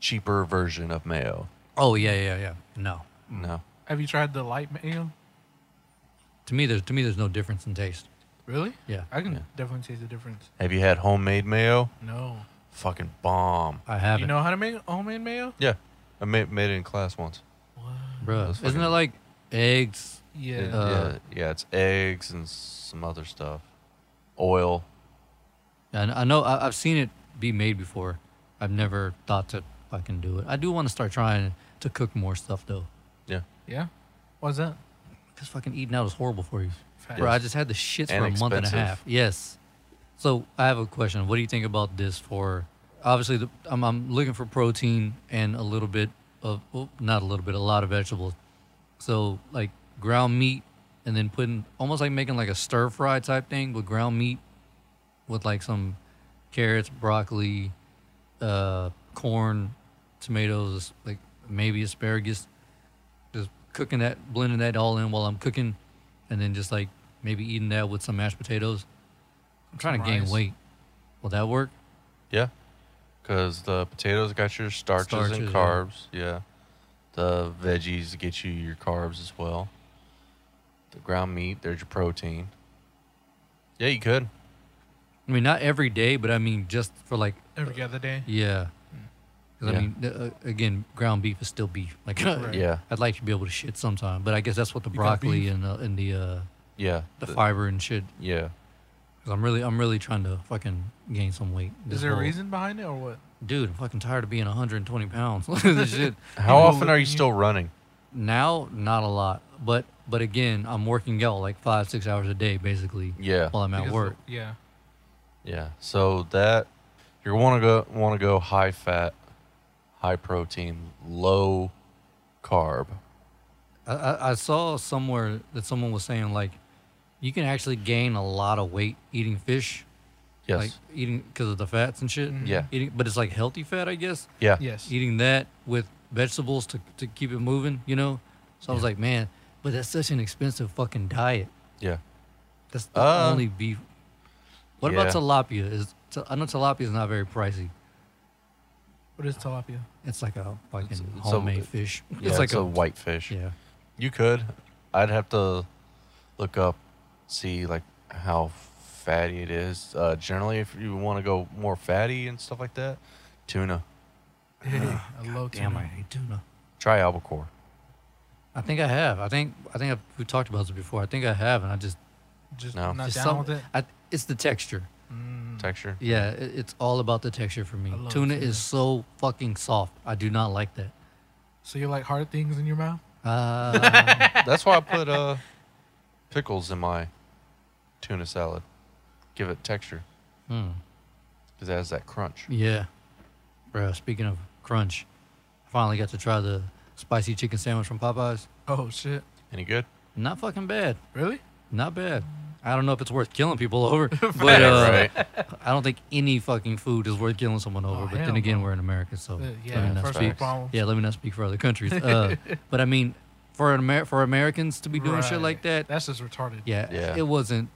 cheaper version of mayo.
Oh yeah, yeah, yeah. No,
No.
Have you tried the light mayo?
to me there's to me there's no difference in taste.
Really?
Yeah.
I can
Yeah.
definitely taste the difference.
Have you had homemade mayo?
No.
Fucking bomb.
I haven't,
You know how to make homemade mayo?
Yeah. I made, made it in class once.
bro.
that's
Isn't it
fucking-
like eggs?
Yeah.
It-
Uh,
yeah. Yeah. It's eggs and some other stuff. Oil.
And I know I, I've seen it be made before. I've never thought to fucking do it. I do want to start trying to cook more stuff though.
Yeah.
yeah. What's that?
Because fucking eating out is horrible for you.
Facts.
Bro, I just had the shits
And
for a month and a
expensive.
half. Yes. So I have a question. What do you think about this for? Obviously, the, I'm, I'm looking for protein and a little bit of, well, not a little bit, a lot of vegetables. So like ground meat, and then putting almost like making like a stir fry type thing with ground meat, with like some carrots, broccoli, uh, corn, tomatoes, like maybe asparagus. Just cooking that, blending that all in while I'm cooking, and then just like maybe eating that with some mashed potatoes. I'm trying
Some
to gain
rice.
weight. Will that work?
Yeah, because the potatoes got your starches,
Starches,
and
yeah.
carbs. Yeah. the veggies get you your carbs as well. The ground meat, there's your protein. Yeah, you could.
I mean, not every day, but I mean just for like,
every other day.
yeah.
Hmm.
'Cause
Yeah.
I mean, uh, again, ground beef is still beef. Like,
Right.
Yeah,
I'd like to be able to shit sometime, but I guess that's what the
got
broccoli
beef?
and uh, and the uh,
yeah,
the
th-
fiber and shit.
yeah.
Cause I'm really I'm really trying to fucking gain some weight.
Is
this
there a
whole-
reason behind it or what?
dude? I'm fucking tired of being 120 pounds. This shit.
How
You-
often are you
you-
still running?
Now, not a lot, but but again, I'm working out like five six hours a day basically
Yeah,
while I'm at
Because
work.
the- yeah.
yeah. So that you want to go want to go high fat, high protein, low carb.
I, I, I saw somewhere that someone was saying like, you can actually gain a lot of weight eating fish,
Yes.
like eating because of the fats and
Mm-hmm.
shit.
yeah.
Eating, but it's like healthy fat, I guess.
Yeah.
Yes.
eating that with vegetables to, to keep it moving, you know? So I was like, man, but that's such an expensive fucking diet.
Yeah.
That's the
Uh,
only beef. What
yeah.
about tilapia? Is t- I know tilapia is not very pricey.
What is tilapia?
It's like a fucking
It's- it's a-
homemade fish.
Yeah,
it's like a,
white fish.
yeah.
You could. I'd have to look up, see like how fatty it is. Uh, generally, if you want to go more fatty and stuff like that, tuna.
I love
Damn, I
tuna.
hate tuna.
Try albacore.
I think I have. I think I think I've, we talked about this before. I think I have, and I just
Just
No.
not
just
down
some-
with it.
I, it's the texture. Hmm.
Mm.
Texture.
Yeah, it, it's all about the texture for me.
I love
Tuna
tuna.
is so fucking soft. I do not like that.
So you like hard things in your mouth?
Uh,
That's why I put uh, pickles in my tuna salad. Give it texture
hmm.
because it has that crunch.
Yeah. Bro, speaking of crunch, I finally got to try the spicy chicken sandwich from Popeyes.
Oh shit!
Any good?
Not fucking bad.
Really?
Not bad. I don't know if it's worth killing people over, but
Yeah,
uh,
right.
I don't think any fucking food is worth killing someone over.
Oh,
but
hell
then again,
no.
we're in America, so
Uh,
let me
yeah.
not
that's facts.
First world
speak.
problem.
Yeah, let me not speak for other countries. Uh, but I mean, for an Amer- for Americans to be doing shit
Right.
like that,
That's just retarded.
yeah,
Yeah.
it wasn't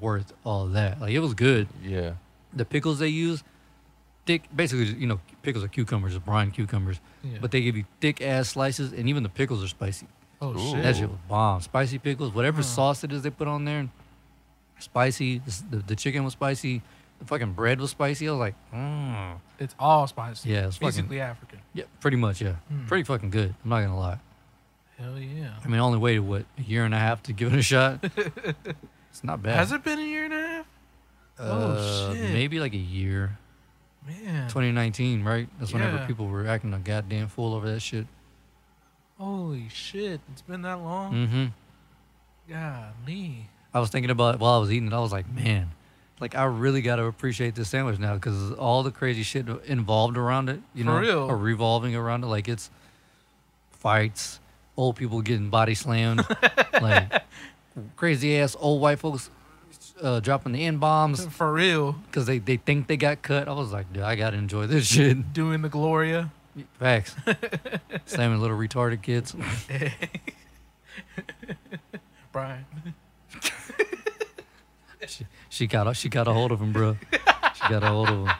worth all that. Like it was good,
Yeah.
the pickles they use, thick, basically, you know, pickles are cucumbers, just brine cucumbers,
Yeah.
but they give you thick ass slices, and even the pickles are spicy.
Oh
Ooh.
shit!
That shit was bomb. Spicy pickles, whatever sauce it is they put on there, spicy. This- The, the chicken was spicy. The fucking bread was spicy. I was like, mm.
It's all spicy.
Yeah, it's fucking-
basically Hmm. African.
yeah, pretty much, yeah, pretty fucking good. I'm not gonna lie.
Hell yeah!
I mean, I only waited what a year and a half to give it a shot. it's not bad.
Has it been a year and a half? oh
Uh,
shit!
Maybe like a year.
Man.
2019, right? That's whenever
Yeah.
people were acting a goddamn fool over that shit.
Holy shit! It's been that long.
Mm-hmm.
Yeah, me.
I was thinking about it while I was eating it. I was like, man, like I really got to appreciate this sandwich now because all the crazy shit involved around it, you
For
know,
real.
or revolving around it. Like it's fights, old people getting body slammed, like crazy ass old white folks uh, dropping the n bombs
For real,
because they they think they got cut. I was like, dude, I gotta enjoy this shit.
doing the Gloria.
Facts. Slamming little retarded kids.
Brian.
She, she got a, she got a hold of him, bro. She got a hold of him.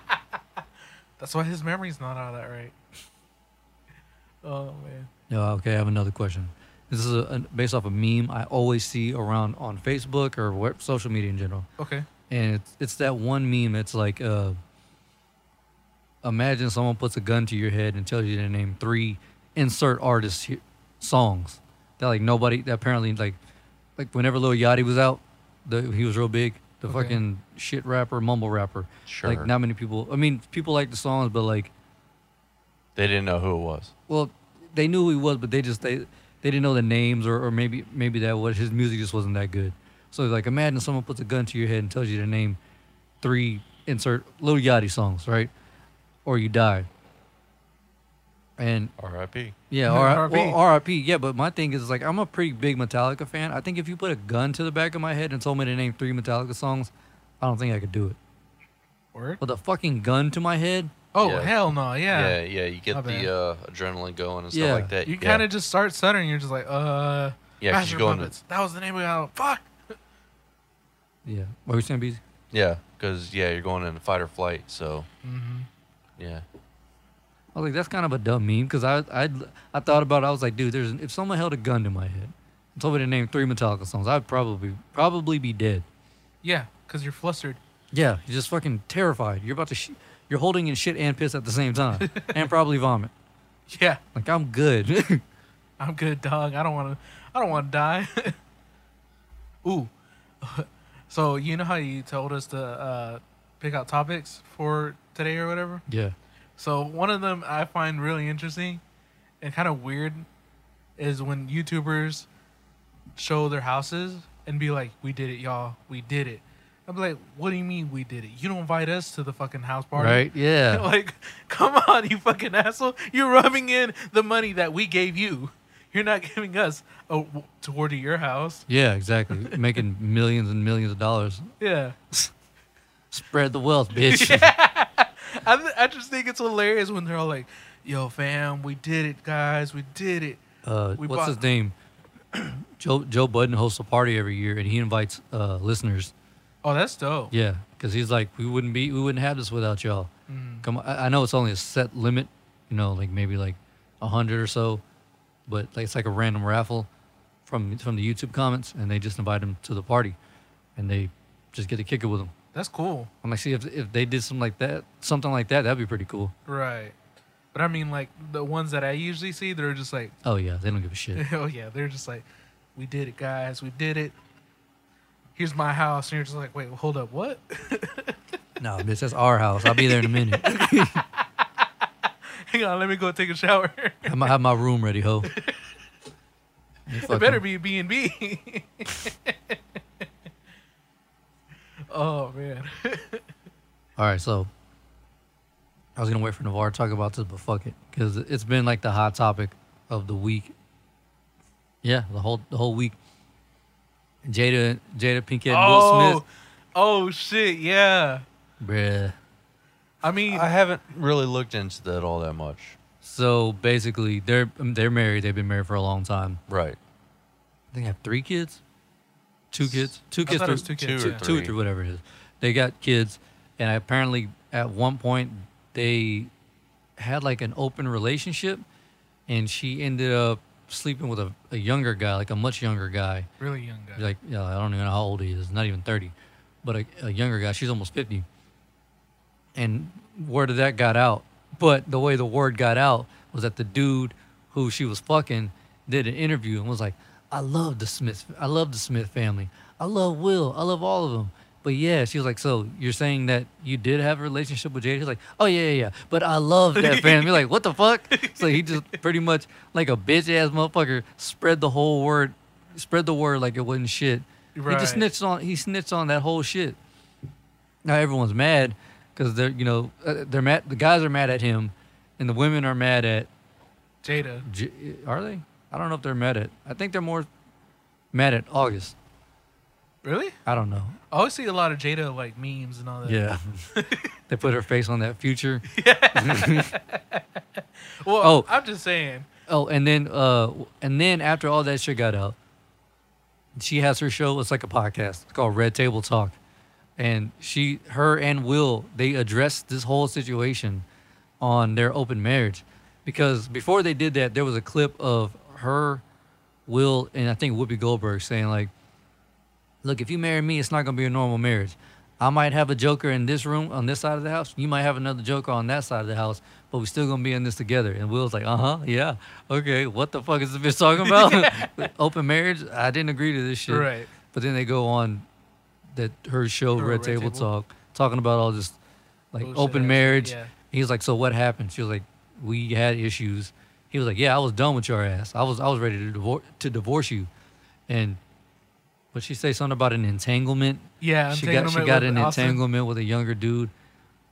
That's why his memory's not all that right. Oh man.
Yeah, Uh, okay, I have another question. This is a, an- based off a meme I always see around on Facebook or where, social media in general.
Okay.
And it's, it's that one meme that's like, uh, imagine someone puts a gun to your head and tells you to name three insert artists here, songs that like nobody that apparently like like whenever Lil Yachty was out, the, he was real big. The
Okay.
fucking shit rapper, mumble rapper.
Sure.
Like not many people. I mean, people like the songs, but like
They didn't know who it was.
well, they knew who he was, but they just they they didn't know the names or, or maybe maybe that was his music just wasn't that good. So like imagine someone puts a gun to your head and tells you to name three insert little Yachty songs, right? Or you die. And
R.I.P.
yeah, R-
RIP.
well, RIP. Yeah, but my thing is like I'm a pretty big Metallica fan. I think if you put a gun to the back of my head and told me to name three Metallica songs, I don't think I could do it.
Word?
With a fucking gun to my head,
Oh
Yeah.
hell no!
Yeah,
Yeah.
yeah. You
My
get
bad.
the uh, adrenaline going and stuff
Yeah.
like that.
You
yeah.
kind of just start stuttering. You're just like, uh,
Yeah, 'cause
Master
you're
of
going to-
Puppets. That was the name of it. Fuck.
yeah. What were you saying, BZ?
yeah, because yeah, you're going into fight or flight. So
Mm-hmm.
yeah,
I was like, that's kind of a dumb meme because I, I I thought about it. I was like, dude, there's if someone held a gun to my head and told me to name three Metallica songs, I'd probably probably be dead.
Yeah, because you're flustered.
Yeah, you're just fucking terrified. You're about to sh- you're holding in shit and piss at the same time and probably vomit.
Yeah,
Like I'm good.
I'm good, dog. I don't want to. I don't want to die. Ooh. so you know how you told us to uh, pick out topics for today or whatever.
yeah.
So one of them I find really interesting and kind of weird is when YouTubers show their houses and be like, "We did it, y'all. We did it." I'm like, "What do you mean we did it? You don't invite us to the fucking house party."
Right. Yeah.
like, come on, you fucking asshole. You're rubbing in the money that we gave you. You're not giving us a w- tour to your house.
Yeah. Exactly. Making millions and millions of dollars.
Yeah.
Spread the wealth, bitch.
I, th- I just think it's hilarious when they're all like, yo, fam, we did it, guys. We did it.
uh,
We
what's
bought-
his name? Joe Joe Budden hosts a party every year, and he invites uh, listeners.
Oh, that's dope.
Yeah, because he's like, we wouldn't be, we wouldn't have this without y'all. Come, on. I, I know it's only a set limit, you know, like maybe like a hundred or so, but like, it's like a random raffle from from the YouTube comments, and they just invite him to the party, and they just get to kick it with him.
That's cool.
I'm like, see if if they did something like that, something like that, that'd be pretty cool.
Right. But I mean, like, the ones that I usually see, they're just like,
Oh yeah, they don't give a shit.
oh, yeah, they're just like, we did it, guys. We did it. Here's my house. And you're just like, wait, hold up, what?
no, bitch, that's our house. I'll be there in a minute.
Hang on, let me go take a shower.
I'm gonna have my room ready, ho.
It better be B and B. Oh man,
All right, so I was gonna wait for Navarre to talk about this, but fuck it, because it's been like the hot topic of the week. Yeah, the whole the whole week. Jada Jada Pinkett and Will
oh, oh shit, yeah.
Smith, bruh.
I mean,
I haven't really looked into that all that much.
So basically, they're they're married. They've been married for a long time.
Right.
I think they have three kids, two kids, two
I
kids,
thought it
three,
was two kids.
two or
yeah.
three.
two or three, whatever it is. They got kids, and apparently at one point they had like an open relationship, and she ended up sleeping with a, a younger guy, like a much younger guy.
Really young guy.
Like yeah, I don't even know how old he is, not even thirty, but a, a younger guy. She's almost fifty. And word of that got out, but the way the word got out was that the dude who she was fucking did an interview and was like, "I love the Smith. I love the Smith family. I love Will. I love all of them." But yeah, she was like, "So you're saying that you did have a relationship with Jada?" He's like, "Oh yeah, yeah, yeah." But I love that family. You're like, what the fuck? So he just pretty much like a bitch ass motherfucker spread the whole word, spread the word like it wasn't shit. He
Right.
just snitched on. He snitched on that whole shit now everyone's mad because they're you know uh, they're mad the guys are mad at him and the women are mad at
Jada.
J- uh, are they i don't know if they're mad at i think they're more mad at august
Really?
i don't know
I always see a lot of Jada like memes and all that.
yeah they put her face on that future
Well,
Oh.
I'm just saying.
oh and then uh and then after all that shit got out she has her show it's like a podcast it's called red table talk and she her and will they addressed this whole situation on their open marriage because before they did that there was a clip of her will and i think whoopi goldberg saying like look if you marry me it's not going to be a normal marriage i might have a joker in this room on this side of the house you might have another joker on that side of the house but we're still going to be in this together and will's like uh-huh yeah okay what the fuck is this bitch talking about open marriage i didn't agree to this shit
Right.
but then they go on that her show
Her
Red,
Red
Table,
Table.
Talk talking about all this like
Bullshit
open
ass-
marriage.
yeah.
He's like, so what happened? She was like, we had issues, He was like, "Yeah, I was done with your ass. I was I was ready to divorce to divorce you." And what she say something about an entanglement?
Yeah,
she got she
entanglement
got
with
an
Austin.
entanglement with a younger dude,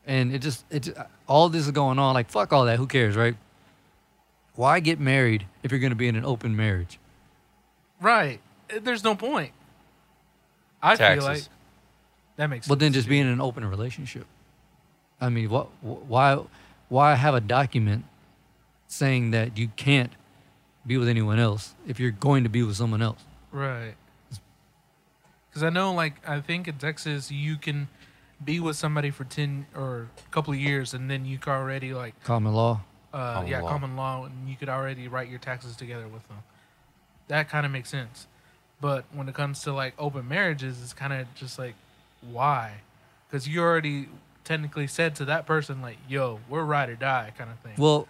and it just it just- all this is going on. Like fuck all that. Who cares, right? Why get married if you're gonna be in an open marriage?
Right. Uh, There's no point. I
Taxes.
feel like that makes.
But then
sense,
just
dude.
being in an open relationship. I mean, what why why have a document saying that you can't be with anyone else if you're going to be with someone else?
Right. Because I know, like, I think in Texas you can be with somebody for ten or a couple of years, and then you can already like,
Common law.
uh,
Common
yeah,
law.
common law, and you could already write your taxes together with them. That kind of makes sense. But when it comes to like open marriages, it's kind of just like, why? Because you already technically said to that person like, "Yo, we're ride or die," kind of thing.
Well,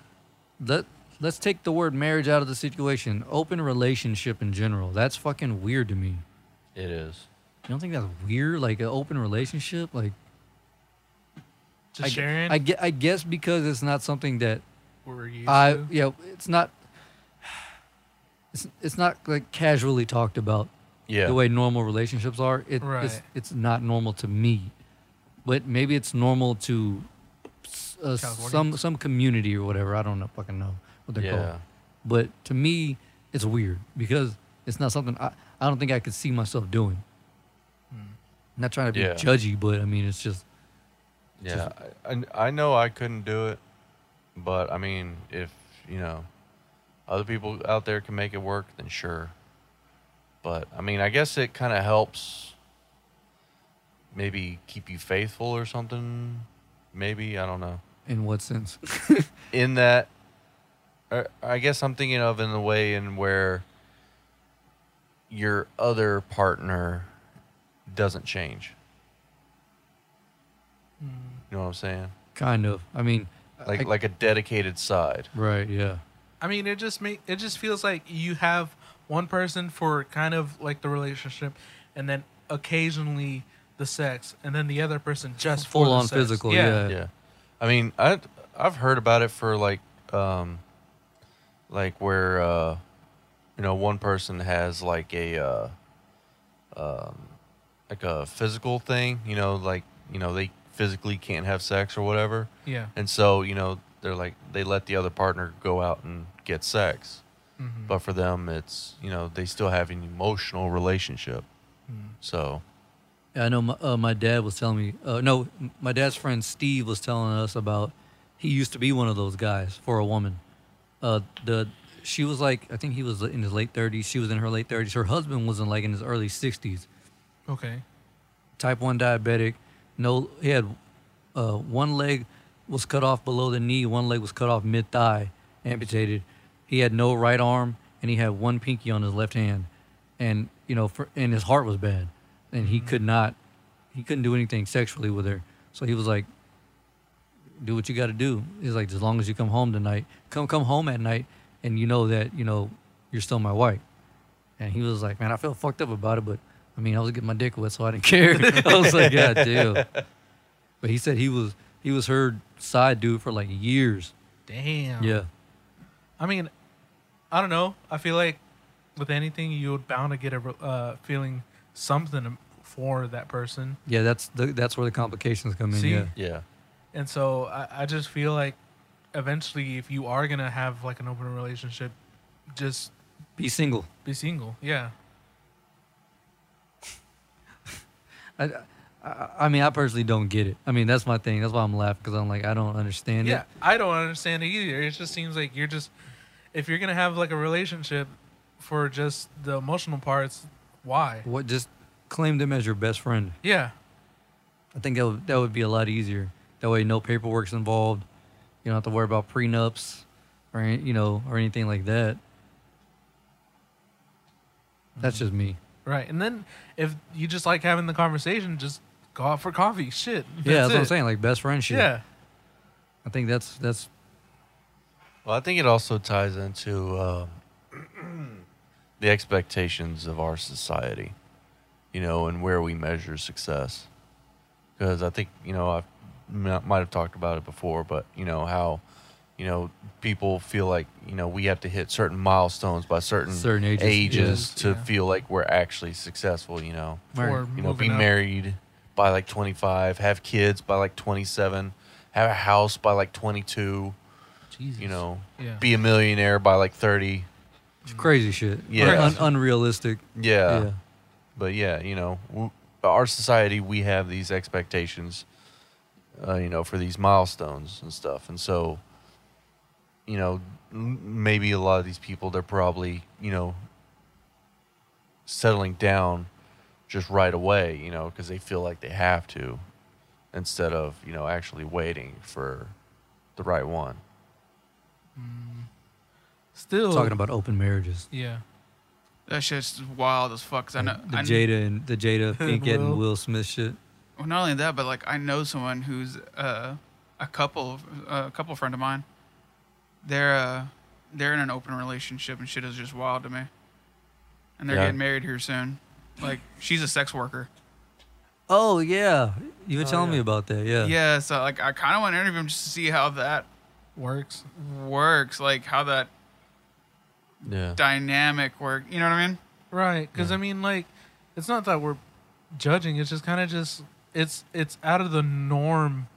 let let's take the word marriage out of the situation. Open relationship in general. That's fucking weird to me.
It is.
You don't think that's weird? Like an open relationship? Like
just
I,
sharing.
I, gue- I guess because it's not something that
we're used
I
to.
yeah, it's not it's it's not like casually talked about
Yeah.
the way normal relationships are. It, it's
Right.
it's not normal to me, but maybe it's normal to s- uh, some
Californians?
some community or whatever. I don't know, fucking know what they're
yeah.
called. But to me, it's weird because it's not something I, I don't think I could see myself doing.
Hmm.
not trying to be
Yeah.
judgy, but I mean it's just
Yeah. I, I- I know I couldn't do it, but I mean, if, you know, other people out there can make it work, then sure. But I mean, I guess it kind of helps maybe keep you faithful or something. Maybe. I don't know.
in what sense?
in that I- I guess I'm thinking of in the way in where your other partner doesn't change. You know what I'm saying?
kind of. I mean,
Like
I-
like a dedicated side.
right? Yeah.
I mean, it just make it just feels like you have one person for kind of like the relationship, and then occasionally the sex, and then the other person just
Full
for the
on
sex.
physical, yeah.
Yeah. I mean, I I've heard about it for like um like where uh you know, one person has like a uh um like a physical thing, you know, like, you know, they physically can't have sex or whatever.
yeah,
And so, you know, they're like, they let the other partner go out and get sex.
Mm-hmm.
But for them, it's, you know, they still have an emotional relationship.
Mm.
So,
I know my, uh, my dad was telling me, uh, no, m- my dad's friend Steve was telling us about he used to be one of those guys for a woman. Uh, the she was like, I think he was in his late 30s. She was in her late 30s. Her husband was in like in his early 60s.
okay,
Type 1 diabetic. No, he had uh, one leg was cut off below the knee, one leg was cut off mid thigh, amputated. He had no right arm, and he had one pinky on his left hand, and you know, for, and his heart was bad, and he could not, he couldn't do anything sexually with her. So he was like, "Do what you got to do." He's like, "As long as you come home tonight, come come home at night, and you know that you know you're still my wife." And he was like, "Man, I felt fucked up about it, but." I mean, I was getting my dick wet, so I didn't care. I was like, God damn. But he said he was he was her side dude for like years.
damn.
Yeah.
I mean, I don't know. I feel like with anything, you would bound to get a re- uh, feeling something for that person,
Yeah, that's the that's where the complications come in.
See?
yeah.
yeah.
and so I, I just feel like eventually, if you are gonna have like an open relationship, just
Be single.
be single. Yeah.
I, I I mean, I personally don't get it. I mean, that's my thing. That's why I'm laughing because I'm like, I don't understand
Yeah,
it.
I don't understand it either. It just seems like you're just if you're gonna have like a relationship for just the emotional parts, why?
What just claim them as your best friend.
Yeah,
I think that would, that would be a lot easier. That way, no paperwork's involved. You don't have to worry about prenups or any- you know or anything like that. That's just me.
right. And then if you just like having the conversation, just go out for coffee. Shit.
Yeah, that's, what I'm
it.
saying. Like best friendship.
Yeah.
I think that's that's
Well, I think it also ties into uh, the expectations of our society, you know, and where we measure success. Because I think, you know, I might have talked about it before, but, you know, how you know, people feel like you know we have to hit certain milestones by certain
Certain ages,
ages
yeah.
to
Yeah.
feel like we're actually successful. You know,
Right.
Or
you know,
moving
be
up.
married by like 25, have kids by like 27, have a house by like 22.
Jesus.
You know,
Yeah.
be a millionaire by like 30.
It's crazy shit.
Yeah.
Un- unrealistic.
Yeah.
yeah.
But yeah, you know, w- our society, we have these expectations, uh, you know, for these milestones and stuff. And so, you know, m- maybe a lot of these people, they're probably, you know, settling down just right away, you know, because they feel like they have to instead of, you know, actually waiting for the right one.
Still
Talking about open marriages.
Yeah.
That shit's wild as fuck. 'cause I know.
The
I,
Jada and the Jada Pinkett
Will.
and Will Smith shit.
Well, not only that, but like I know someone who's uh, a couple, a couple friend of mine. They're uh, they're in an open relationship, and shit is just wild to me. And they're
Yeah.
getting married here soon. Like she's a sex worker.
Oh yeah, you were telling
Oh, yeah.
me about that. Yeah.
Yeah, so like I kind of want to interview him just to see how that
Works.
works, like how that
Yeah.
dynamic work. You know what I mean?
Right, because I mean, like, it's not that we're judging. It's just kind of just it's it's out of the norm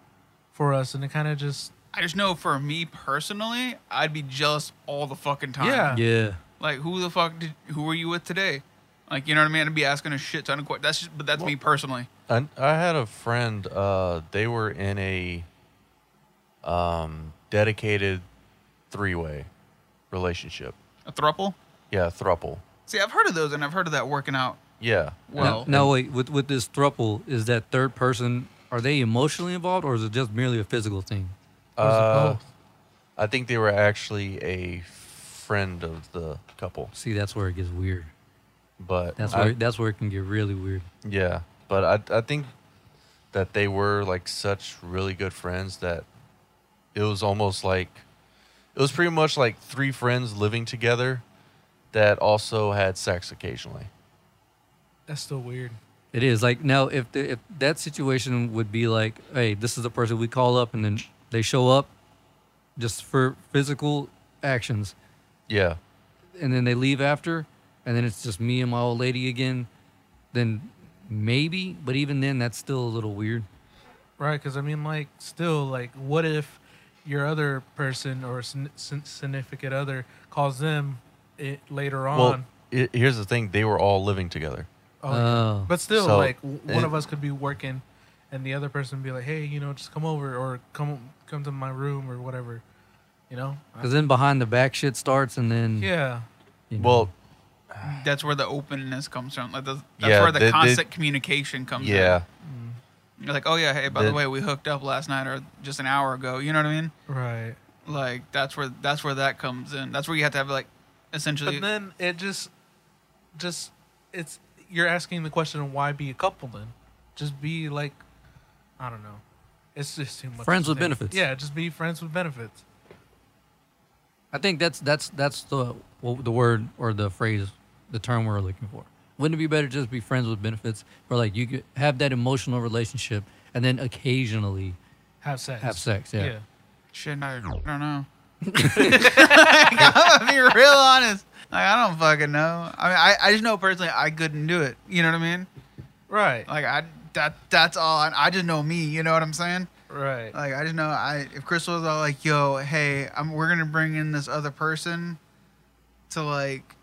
for us, and it kind of just
I just know for me personally, I'd be jealous all the fucking time.
Yeah.
Yeah.
Like who the fuck did who were you with today? Like you know what I mean? I'd be asking a shit ton of questions. That's just, but that's me personally.
I, I had a friend. Uh, they were in a um, dedicated three-way relationship.
A thruple.
Yeah, thruple.
See, I've heard of those, and I've heard of that working out.
Yeah,
now,
Well,
now wait, with with this thruple, is that third person? Are they emotionally involved, or is it just merely a physical thing?
Uh,
both?
I think they were actually a friend of the couple,
See, that's where it gets weird.
but
That's
I-
where that's where it can get really weird.
yeah, but I I think that they were like such really good friends that it was almost like it was pretty much like three friends living together that also had sex occasionally.
that's still weird.
It is like now if the, if that situation would be like, hey, this is the person we call up, and then they show up, just for physical actions,
Yeah.
and then they leave after, and then it's just me and my old lady again, then maybe, but even then, that's still a little weird.
Right, because I mean, like, still, like, what if your other person or sin- sin- significant other calls them it later on?
Well, i here's the thing: they were all living together.
oh, yeah.
Oh.
but still,
So,
like, w- one
it-
of us could be working, and the other person be like, "Hey, you know, just come over or come come to my room or whatever," you know?
Because then behind the back shit starts, and then
Yeah.
you know.
Well,
That's where the openness comes from. Like that's, that's
Yeah,
where the
they- they-
constant communication comes. in.
yeah,
You're like, oh yeah, hey, by
The-
the way, we hooked up last night or just an hour ago. You know what I mean?
Right.
Like that's where that's where that comes in. That's where you have to have like essentially.
But then it just, just it's you're asking the question why be a couple then? Just be like, I don't know. It's just too much.
Friends
to
with
take.
benefits.
Yeah, just be friends with benefits.
I think that's that's that's the what, the word or the phrase, the term we're looking for. Wouldn't it be better just be friends with benefits, or like you could have that emotional relationship and then occasionally
Have sex.
have sex? Yeah.
Shit, I, I don't know. I'm gonna be real honest. Like I don't fucking know. I mean, I, I just know personally I couldn't do it. You know what I mean?
Right.
Like I that that's all. I, I just know me. You know what I'm saying?
Right.
Like I just know I if Crystal was all like, "Yo, hey, I'm, we're gonna bring in this other person to like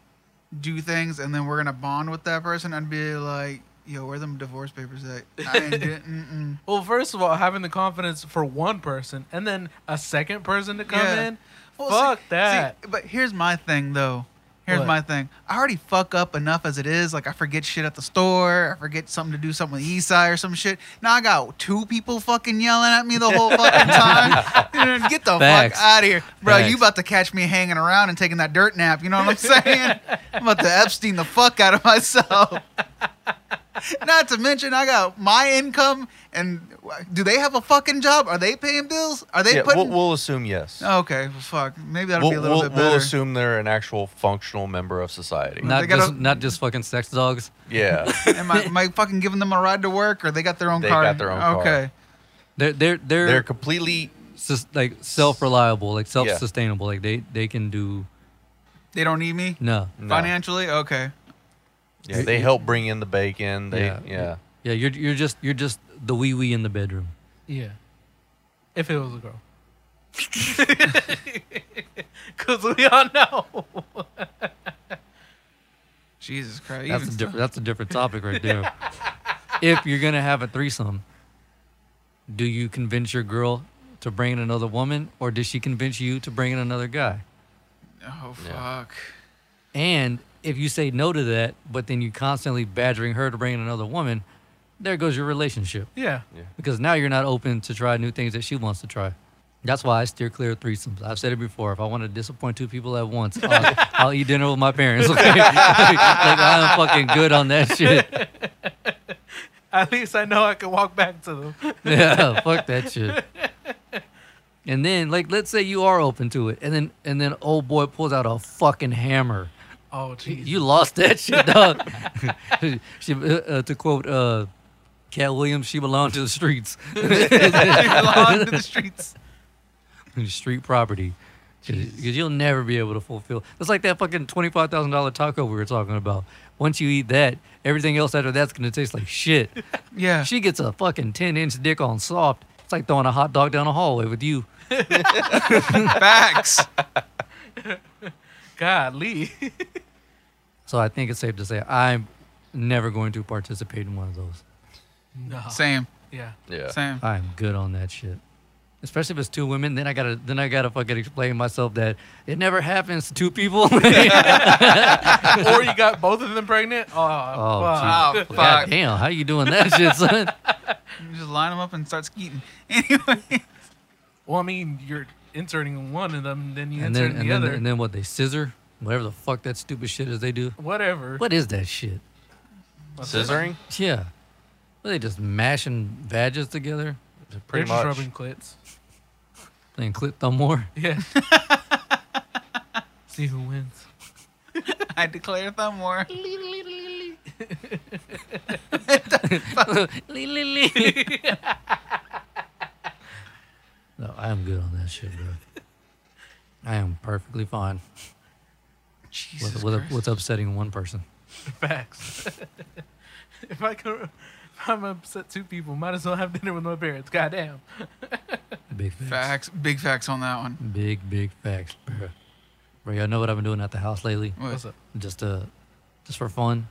do things, and then we're gonna bond with that person," I'd be like, "Yo, where them divorce papers at?" I ain't do- mm-mm.
Well, first of all, having the confidence for one person and then a second person to come
Yeah.
in.
Well,
fuck
see-
that.
see, but here's my thing though. Here's
What?
my thing. I already fuck up enough as it is. Like I forget shit at the store. I forget something to do something with Esai or some shit. Now I got two people fucking yelling at me the whole fucking time. Dude, Get the
Facts.
fuck out of here, bro. You
Facts.
about to catch me hanging around and taking that dirt nap? You know what I'm saying? I'm about to Epstein the fuck out of myself. Not to mention, I got my income. And do they have a fucking job? Are they paying bills? Are they
yeah.
putting?
we'll, we'll assume yes.
Okay, well, fuck. Maybe that'll
we'll,
be a little
we'll,
bit
we'll
better.
assume they're an actual functional member of society.
No.
Not
They gotta-
just not just fucking sex dogs.
Yeah,
am, I, am I fucking giving them a ride to work, or they got their own
They
car?
got their own car.
Okay,
They're they're they're,
they're completely
sus- like self reliable, like self sustainable. Like they they can do
They don't need me
no.
No.
financially. Okay.
Yeah, they help bring in the bacon. They yeah.
yeah. You're you're just you're just the wee wee in the bedroom.
Yeah. If it was a girl. Because we all know.
Jesus Christ.
That's a
even
different that's a different topic right there. if you're gonna have a threesome, do you convince your girl to bring in another woman, or does she convince you to bring in another guy?
still- Oh fuck.
Yeah.
And if you say no to that, but then you constantly badgering her to bring in another woman, there goes your relationship.
Yeah.
Because now you're not open to try new things that she wants to try. That's why I steer clear of threesomes. I've said it before. If I want to disappoint two people at once, I'll, I'll eat dinner with my parents. Okay? like I'm fucking good on that shit.
At least I know I can walk back to them.
yeah, fuck that shit. And then, like, let's say you are open to it, and then and then old boy pulls out a fucking hammer.
Oh, jeez.
You lost that shit, dog. she, uh, uh, to quote uh, Cat Williams, she belonged to the streets,
Belong to the streets.
street property. Because you'll never be able to fulfill. It's like that fucking twenty-five thousand dollar taco we were talking about. Once you eat that, everything else after that's gonna taste like shit.
Yeah.
She gets a fucking ten-inch dick on soft. It's like throwing a hot dog down a hallway with you.
Facts.
Golly.
So I think it's safe to say I'm never going to participate in one of those.
no.
Same.
Yeah.
Yeah.
Same.
I'm good on that shit. Especially if it's two women, then I gotta then I gotta fucking explain myself that it never happens to two people. Oh,
or you got both of them pregnant? Oh, fuck.
geez.
Oh
God
fuck.
damn, how you doing that shit, son?
You just line them up and start skeeting. Anyway.
Well, I mean, you're inserting one of them, then you
And
insert
then and
the
then,
other.
and then what they scissor? Whatever the fuck that stupid shit is they do.
Whatever.
What is that shit?
Scissoring?
Yeah. What, they just mashing vages together?
They're
Pretty
just
much.
rubbing clits.
Playing clit thumb more?
Yeah. See who wins.
I declare thumb war.
No, I am good on that shit, bro. I am perfectly fine
Jesus
with, with
Christ.
what's upsetting one person.
Facts. if I can, if I'm upset two people, might as well have dinner with my parents. Goddamn.
Big facts.
Facts. Big facts on that one.
Big, big facts, bro. Bro, y'all know what I've been doing at the house lately?
What?
What's up?
Just uh, just for fun.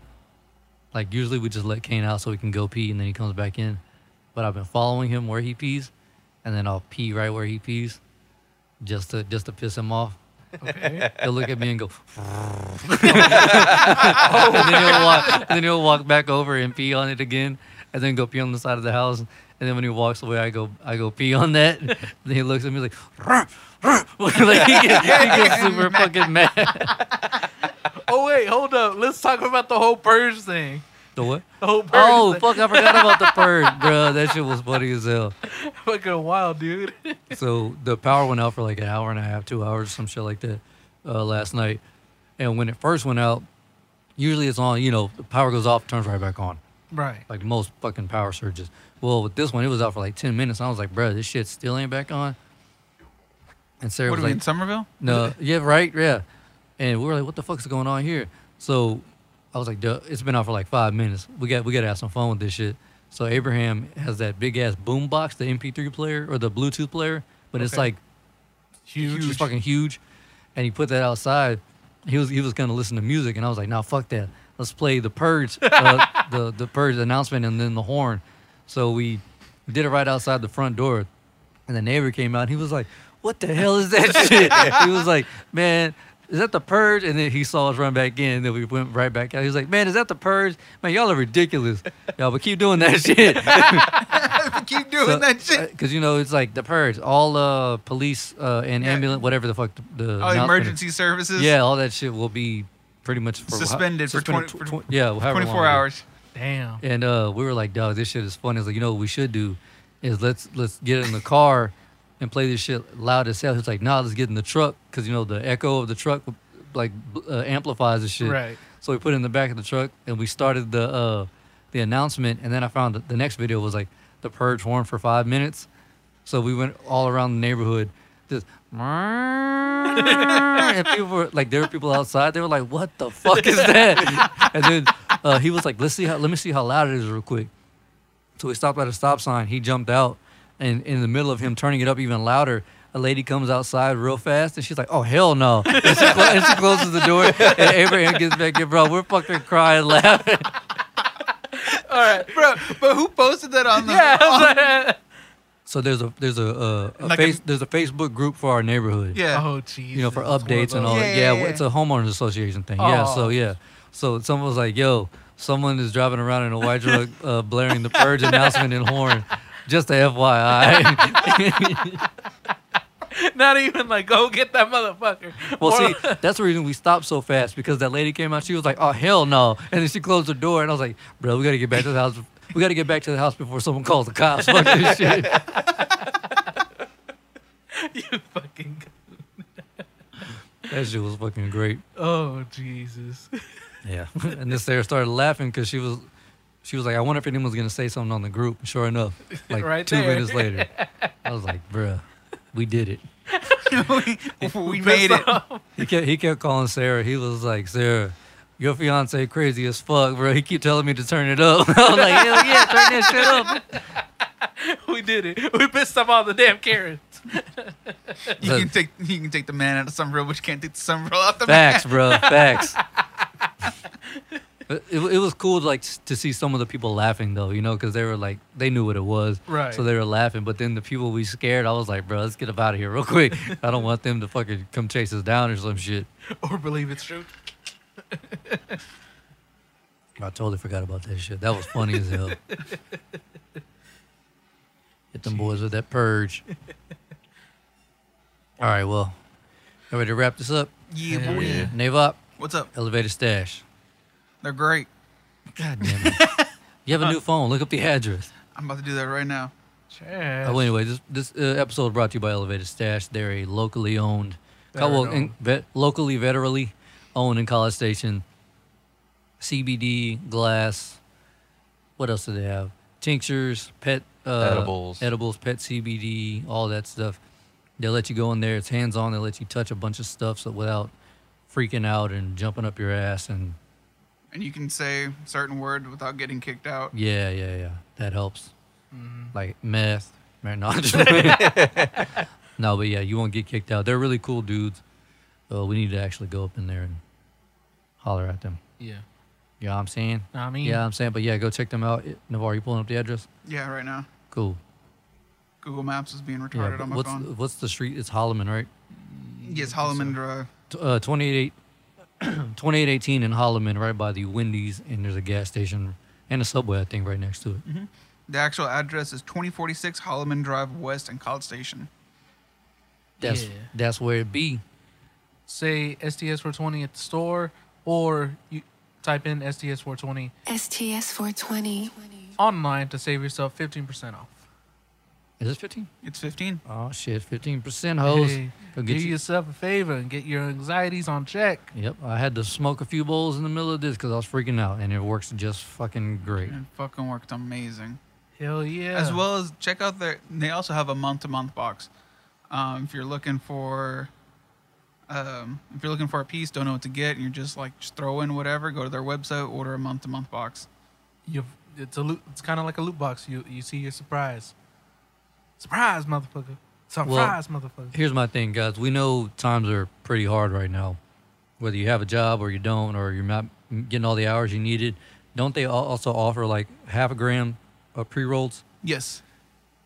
Like usually we just let Kane out so he can go pee and then he comes back in. But I've been following him where he pees, and then I'll pee right where he pees, just to just to piss him off.
Okay.
He'll look at me and go. and then he'll walk. Then he'll walk back over and pee on it again, and then go pee on the side of the house. And then when he walks away, I go, I go pee on that. And then he looks at me like, like he, gets, he gets super fucking mad.
oh wait, hold up. Let's talk about the whole purge thing.
The what?
The whole purge.
Oh
thing.
fuck! I forgot about the purge, bro. That shit was funny as hell.
fucking wild, dude.
so the power went out for like an hour and a half, two hours, some shit like that, uh, last night. And when it first went out, usually it's on. You know, the power goes off, turns right back on.
right.
Like most fucking power surges. Well, with this one, it was out for like ten minutes. I was like, bro, this shit still ain't back on. And Sarah
What do
was
we
like,
in Somerville?
no, yeah, right, yeah. And we were like, what the fuck's going on here? So I was like, Duh, it's been out for like five minutes. We got we gotta have some fun with this shit. So Abraham has that big ass boom box, the MP3 player or the Bluetooth player, but it's
Okay.
like huge, it's fucking huge. And he put that outside. He was he was gonna listen to music, and I was like, nah, fuck that. Let's play the purge, uh, the the purge announcement, and then the horn. So we did it right outside the front door, and the neighbor came out. And he was like, "What the hell is that shit?" he was like, "Man." Is that the purge? And then he saw us run back in, and then we went right back out. He was like, "Man, is that the purge? Man, y'all are ridiculous, y'all, but keep doing that shit."
Keep doing that shit.
Because you know it's like the purge. All uh, police uh, and
Yeah. Oh,
ambulance, whatever the fuck. The, the
All
announcement-
emergency services.
Yeah, all that shit will be pretty much for,
Suspended for 20
tw-
for
tw- yeah, however long
24
it is.
hours.
Damn.
And uh, we were like, "Dog, this shit is funny." It's like, you know, what we should do is let's let's get in the car and play this shit loud as hell. He's like, "Nah, let's get in the truck because you know the echo of the truck like bl- uh, amplifies the shit."
Right.
So we put it in the back of the truck and we started the uh, the announcement. And then I found that the next video was like the purge horn for five minutes. So we went all around the neighborhood. Just "Mmm," and people were like, there were people outside. They were like, "What the fuck is that?" And then uh, he was like, "Let's see how. Let me see how loud it is, real quick." So we stopped at a stop sign. He jumped out, and in the middle of him turning it up even louder, a lady comes outside real fast, and she's like, "Oh hell no!" And she, clo- and she closes the door, and Abraham gets back in, bro. We're fucking crying, laughing.
All right, bro. But who posted that on the?
yeah. I was
Oh.
like- so there's a there's a, uh, a
Like a-
face, there's a Facebook group for our neighborhood.
Yeah.
Oh, jeez.
you know, for updates and all.
those.
that.
Yeah,
Yeah,
yeah,
it's a homeowners association thing. Yeah,
Oh.
so yeah, so someone was like, "Yo, someone is driving around in a white truck, uh, blaring the purge announcement and horn." Just a FYI.
Not even like, go get that motherfucker.
well,
Or-
see, that's the reason we stopped so fast because that lady came out. She was like, "Oh hell no!" And then she closed the door, and I was like, "Bro, we gotta get back to the house. We gotta get back to the house before someone calls the cops." Fuck this shit.
you fucking.
That shit was fucking great.
Oh, Jesus.
Yeah. and this Sarah started laughing because she was, she was like, I wonder if anyone's gonna say something on the group. Sure enough, like
Right
two
there.
minutes later, I was like, bruh, we did it.
we made it.
He kept he kept calling Sarah. He was like, Sarah, your fiance crazy as fuck, bro. He keep telling me to turn it up. I was like, hell yeah, turn that shit up.
We did it. We pissed off all the damn Karens.
You can take you can take the man out of sunroll, but you can't take the sunroll out the
Facts, bro. Facts. But It, it was cool like s- to see some of the people laughing though, you know, because they were like they knew what it was,
Right.
So they were laughing. But then the people we scared, I was like, bro, let's get up out of here real quick. I don't want them to fucking come chase us down or some shit.
Or believe it's true.
I totally forgot about that shit. That was funny as hell. Hit them boys with that purge. All right, well, you ready to wrap this up?
man. Yeah, boy.
Yeah.
Nave up,
What's up?
elevator stash.
They're great.
God damn it. you have a new phone. Look up the address.
I'm about to do that right now.
Chad.
Oh, well, anyway, this, this uh, episode brought to you by Elevated Stash. They're a locally owned, co- well, in,
Veteran-owned.
vet, locally, veterally owned in College Station. CBD, glass. What else do they have? Tinctures, pet uh,
Edibles.
edibles, pet CBD, all that stuff. They let you go in there. It's hands on. They let you touch a bunch of stuff so without freaking out and jumping up your ass and
And you can say certain word without getting kicked out.
Yeah, yeah, yeah. That helps. Like meth, marijuana. no, but yeah, you won't get kicked out. They're really cool dudes. Uh, we need to actually go up in there and holler at them.
Yeah.
You know what I'm saying?
Know what I mean?
Yeah, I'm saying. But yeah, go check them out. It- Navar, you pulling up the address?
Yeah, right now.
Cool.
Google Maps is being
Yeah,
retarded
but
on my
what's
phone.
what's the street? It's Holloman, right?
Yes, Holloman Drive.
T- uh, 28, 2818 in Holloman, right by the Wendy's, and there's a gas station and a subway, I think, right next to it.
The actual address is 2046 Holloman Drive West and College Station.
That's
Yeah.
that's where it be.
Say STS420 at the store or you type in STS420
STS 420.
online to save yourself 15% off.
Is this 15?
It's 15.
Oh shit, fifteen percent hoes.
Hey,
Go
do
get you.
yourself a favor and get your anxieties on check.
Yep, I had to smoke a few bowls in the middle of this because I was freaking out, and it works just fucking great.
It fucking worked amazing.
Hell yeah.
As well as check out their. They also have a month to month box. Um, if you're looking for, um, if you're looking for a piece, don't know what to get, and you're just like just throw in whatever. Go to their website, order a month to month box.
you it's a loot, it's kind of like a loot box. You you see your surprise. Surprise, motherfucker. Surprise, motherfucker.
Here's my thing, guys. We know times are pretty hard right now, whether you have a job or you don't, or you're not getting all the hours you needed. Don't they al- also offer like half a gram of pre rolls?
Yes.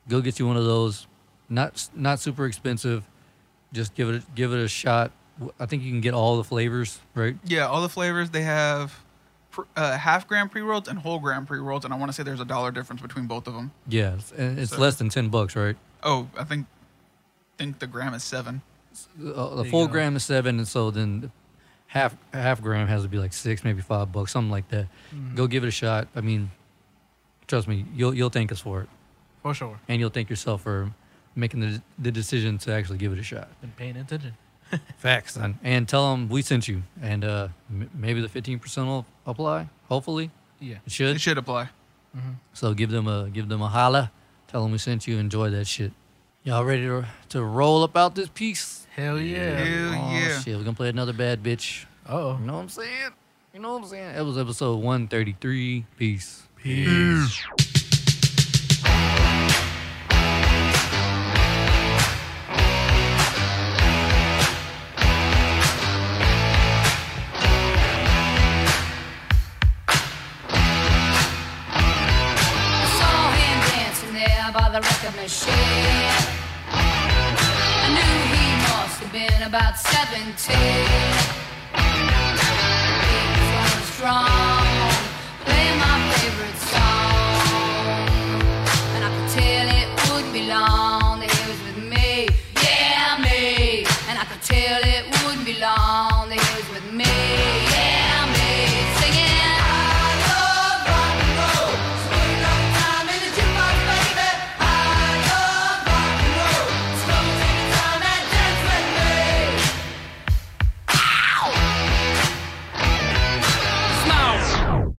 go get you one of those. Not s- not super expensive. Just give it a- give it a shot. W- I think you can get all the flavors, right?
Yeah, all the flavors they have. pr- Uh, half gram pre rolls and whole gram pre rolls, and I want to say there's a dollar difference between both of them.
Yeah, it's- and it's
So-
less than ten bucks, right?
Oh, I think, think the gram is seven.
uh, the
you
full
go.
gram is seven, and so then the half half gram has to be like six, maybe five bucks, something like that. Go give it a shot. I mean, trust me, you'll you'll thank us for it,
For sure.
and you'll thank yourself for making the the decision to actually give it a shot.
Been paying attention.
Facts, son. And tell them we sent you, and uh, m- maybe the fifteen percent will apply. Hopefully,
Yeah.
it should.
It should apply.
So give them a give them a holla. Tell them we sent you. Enjoy that shit. Y'all ready to, to roll up out this piece?
Hell yeah.
Hell
oh,
yeah.
Shit, we're gonna play another bad bitch.
Oh.
You know what I'm saying? You know what I'm saying? That was episode 133. Peace.
saw him dancing there by the record machine. I knew he must have been about 17. He was strong.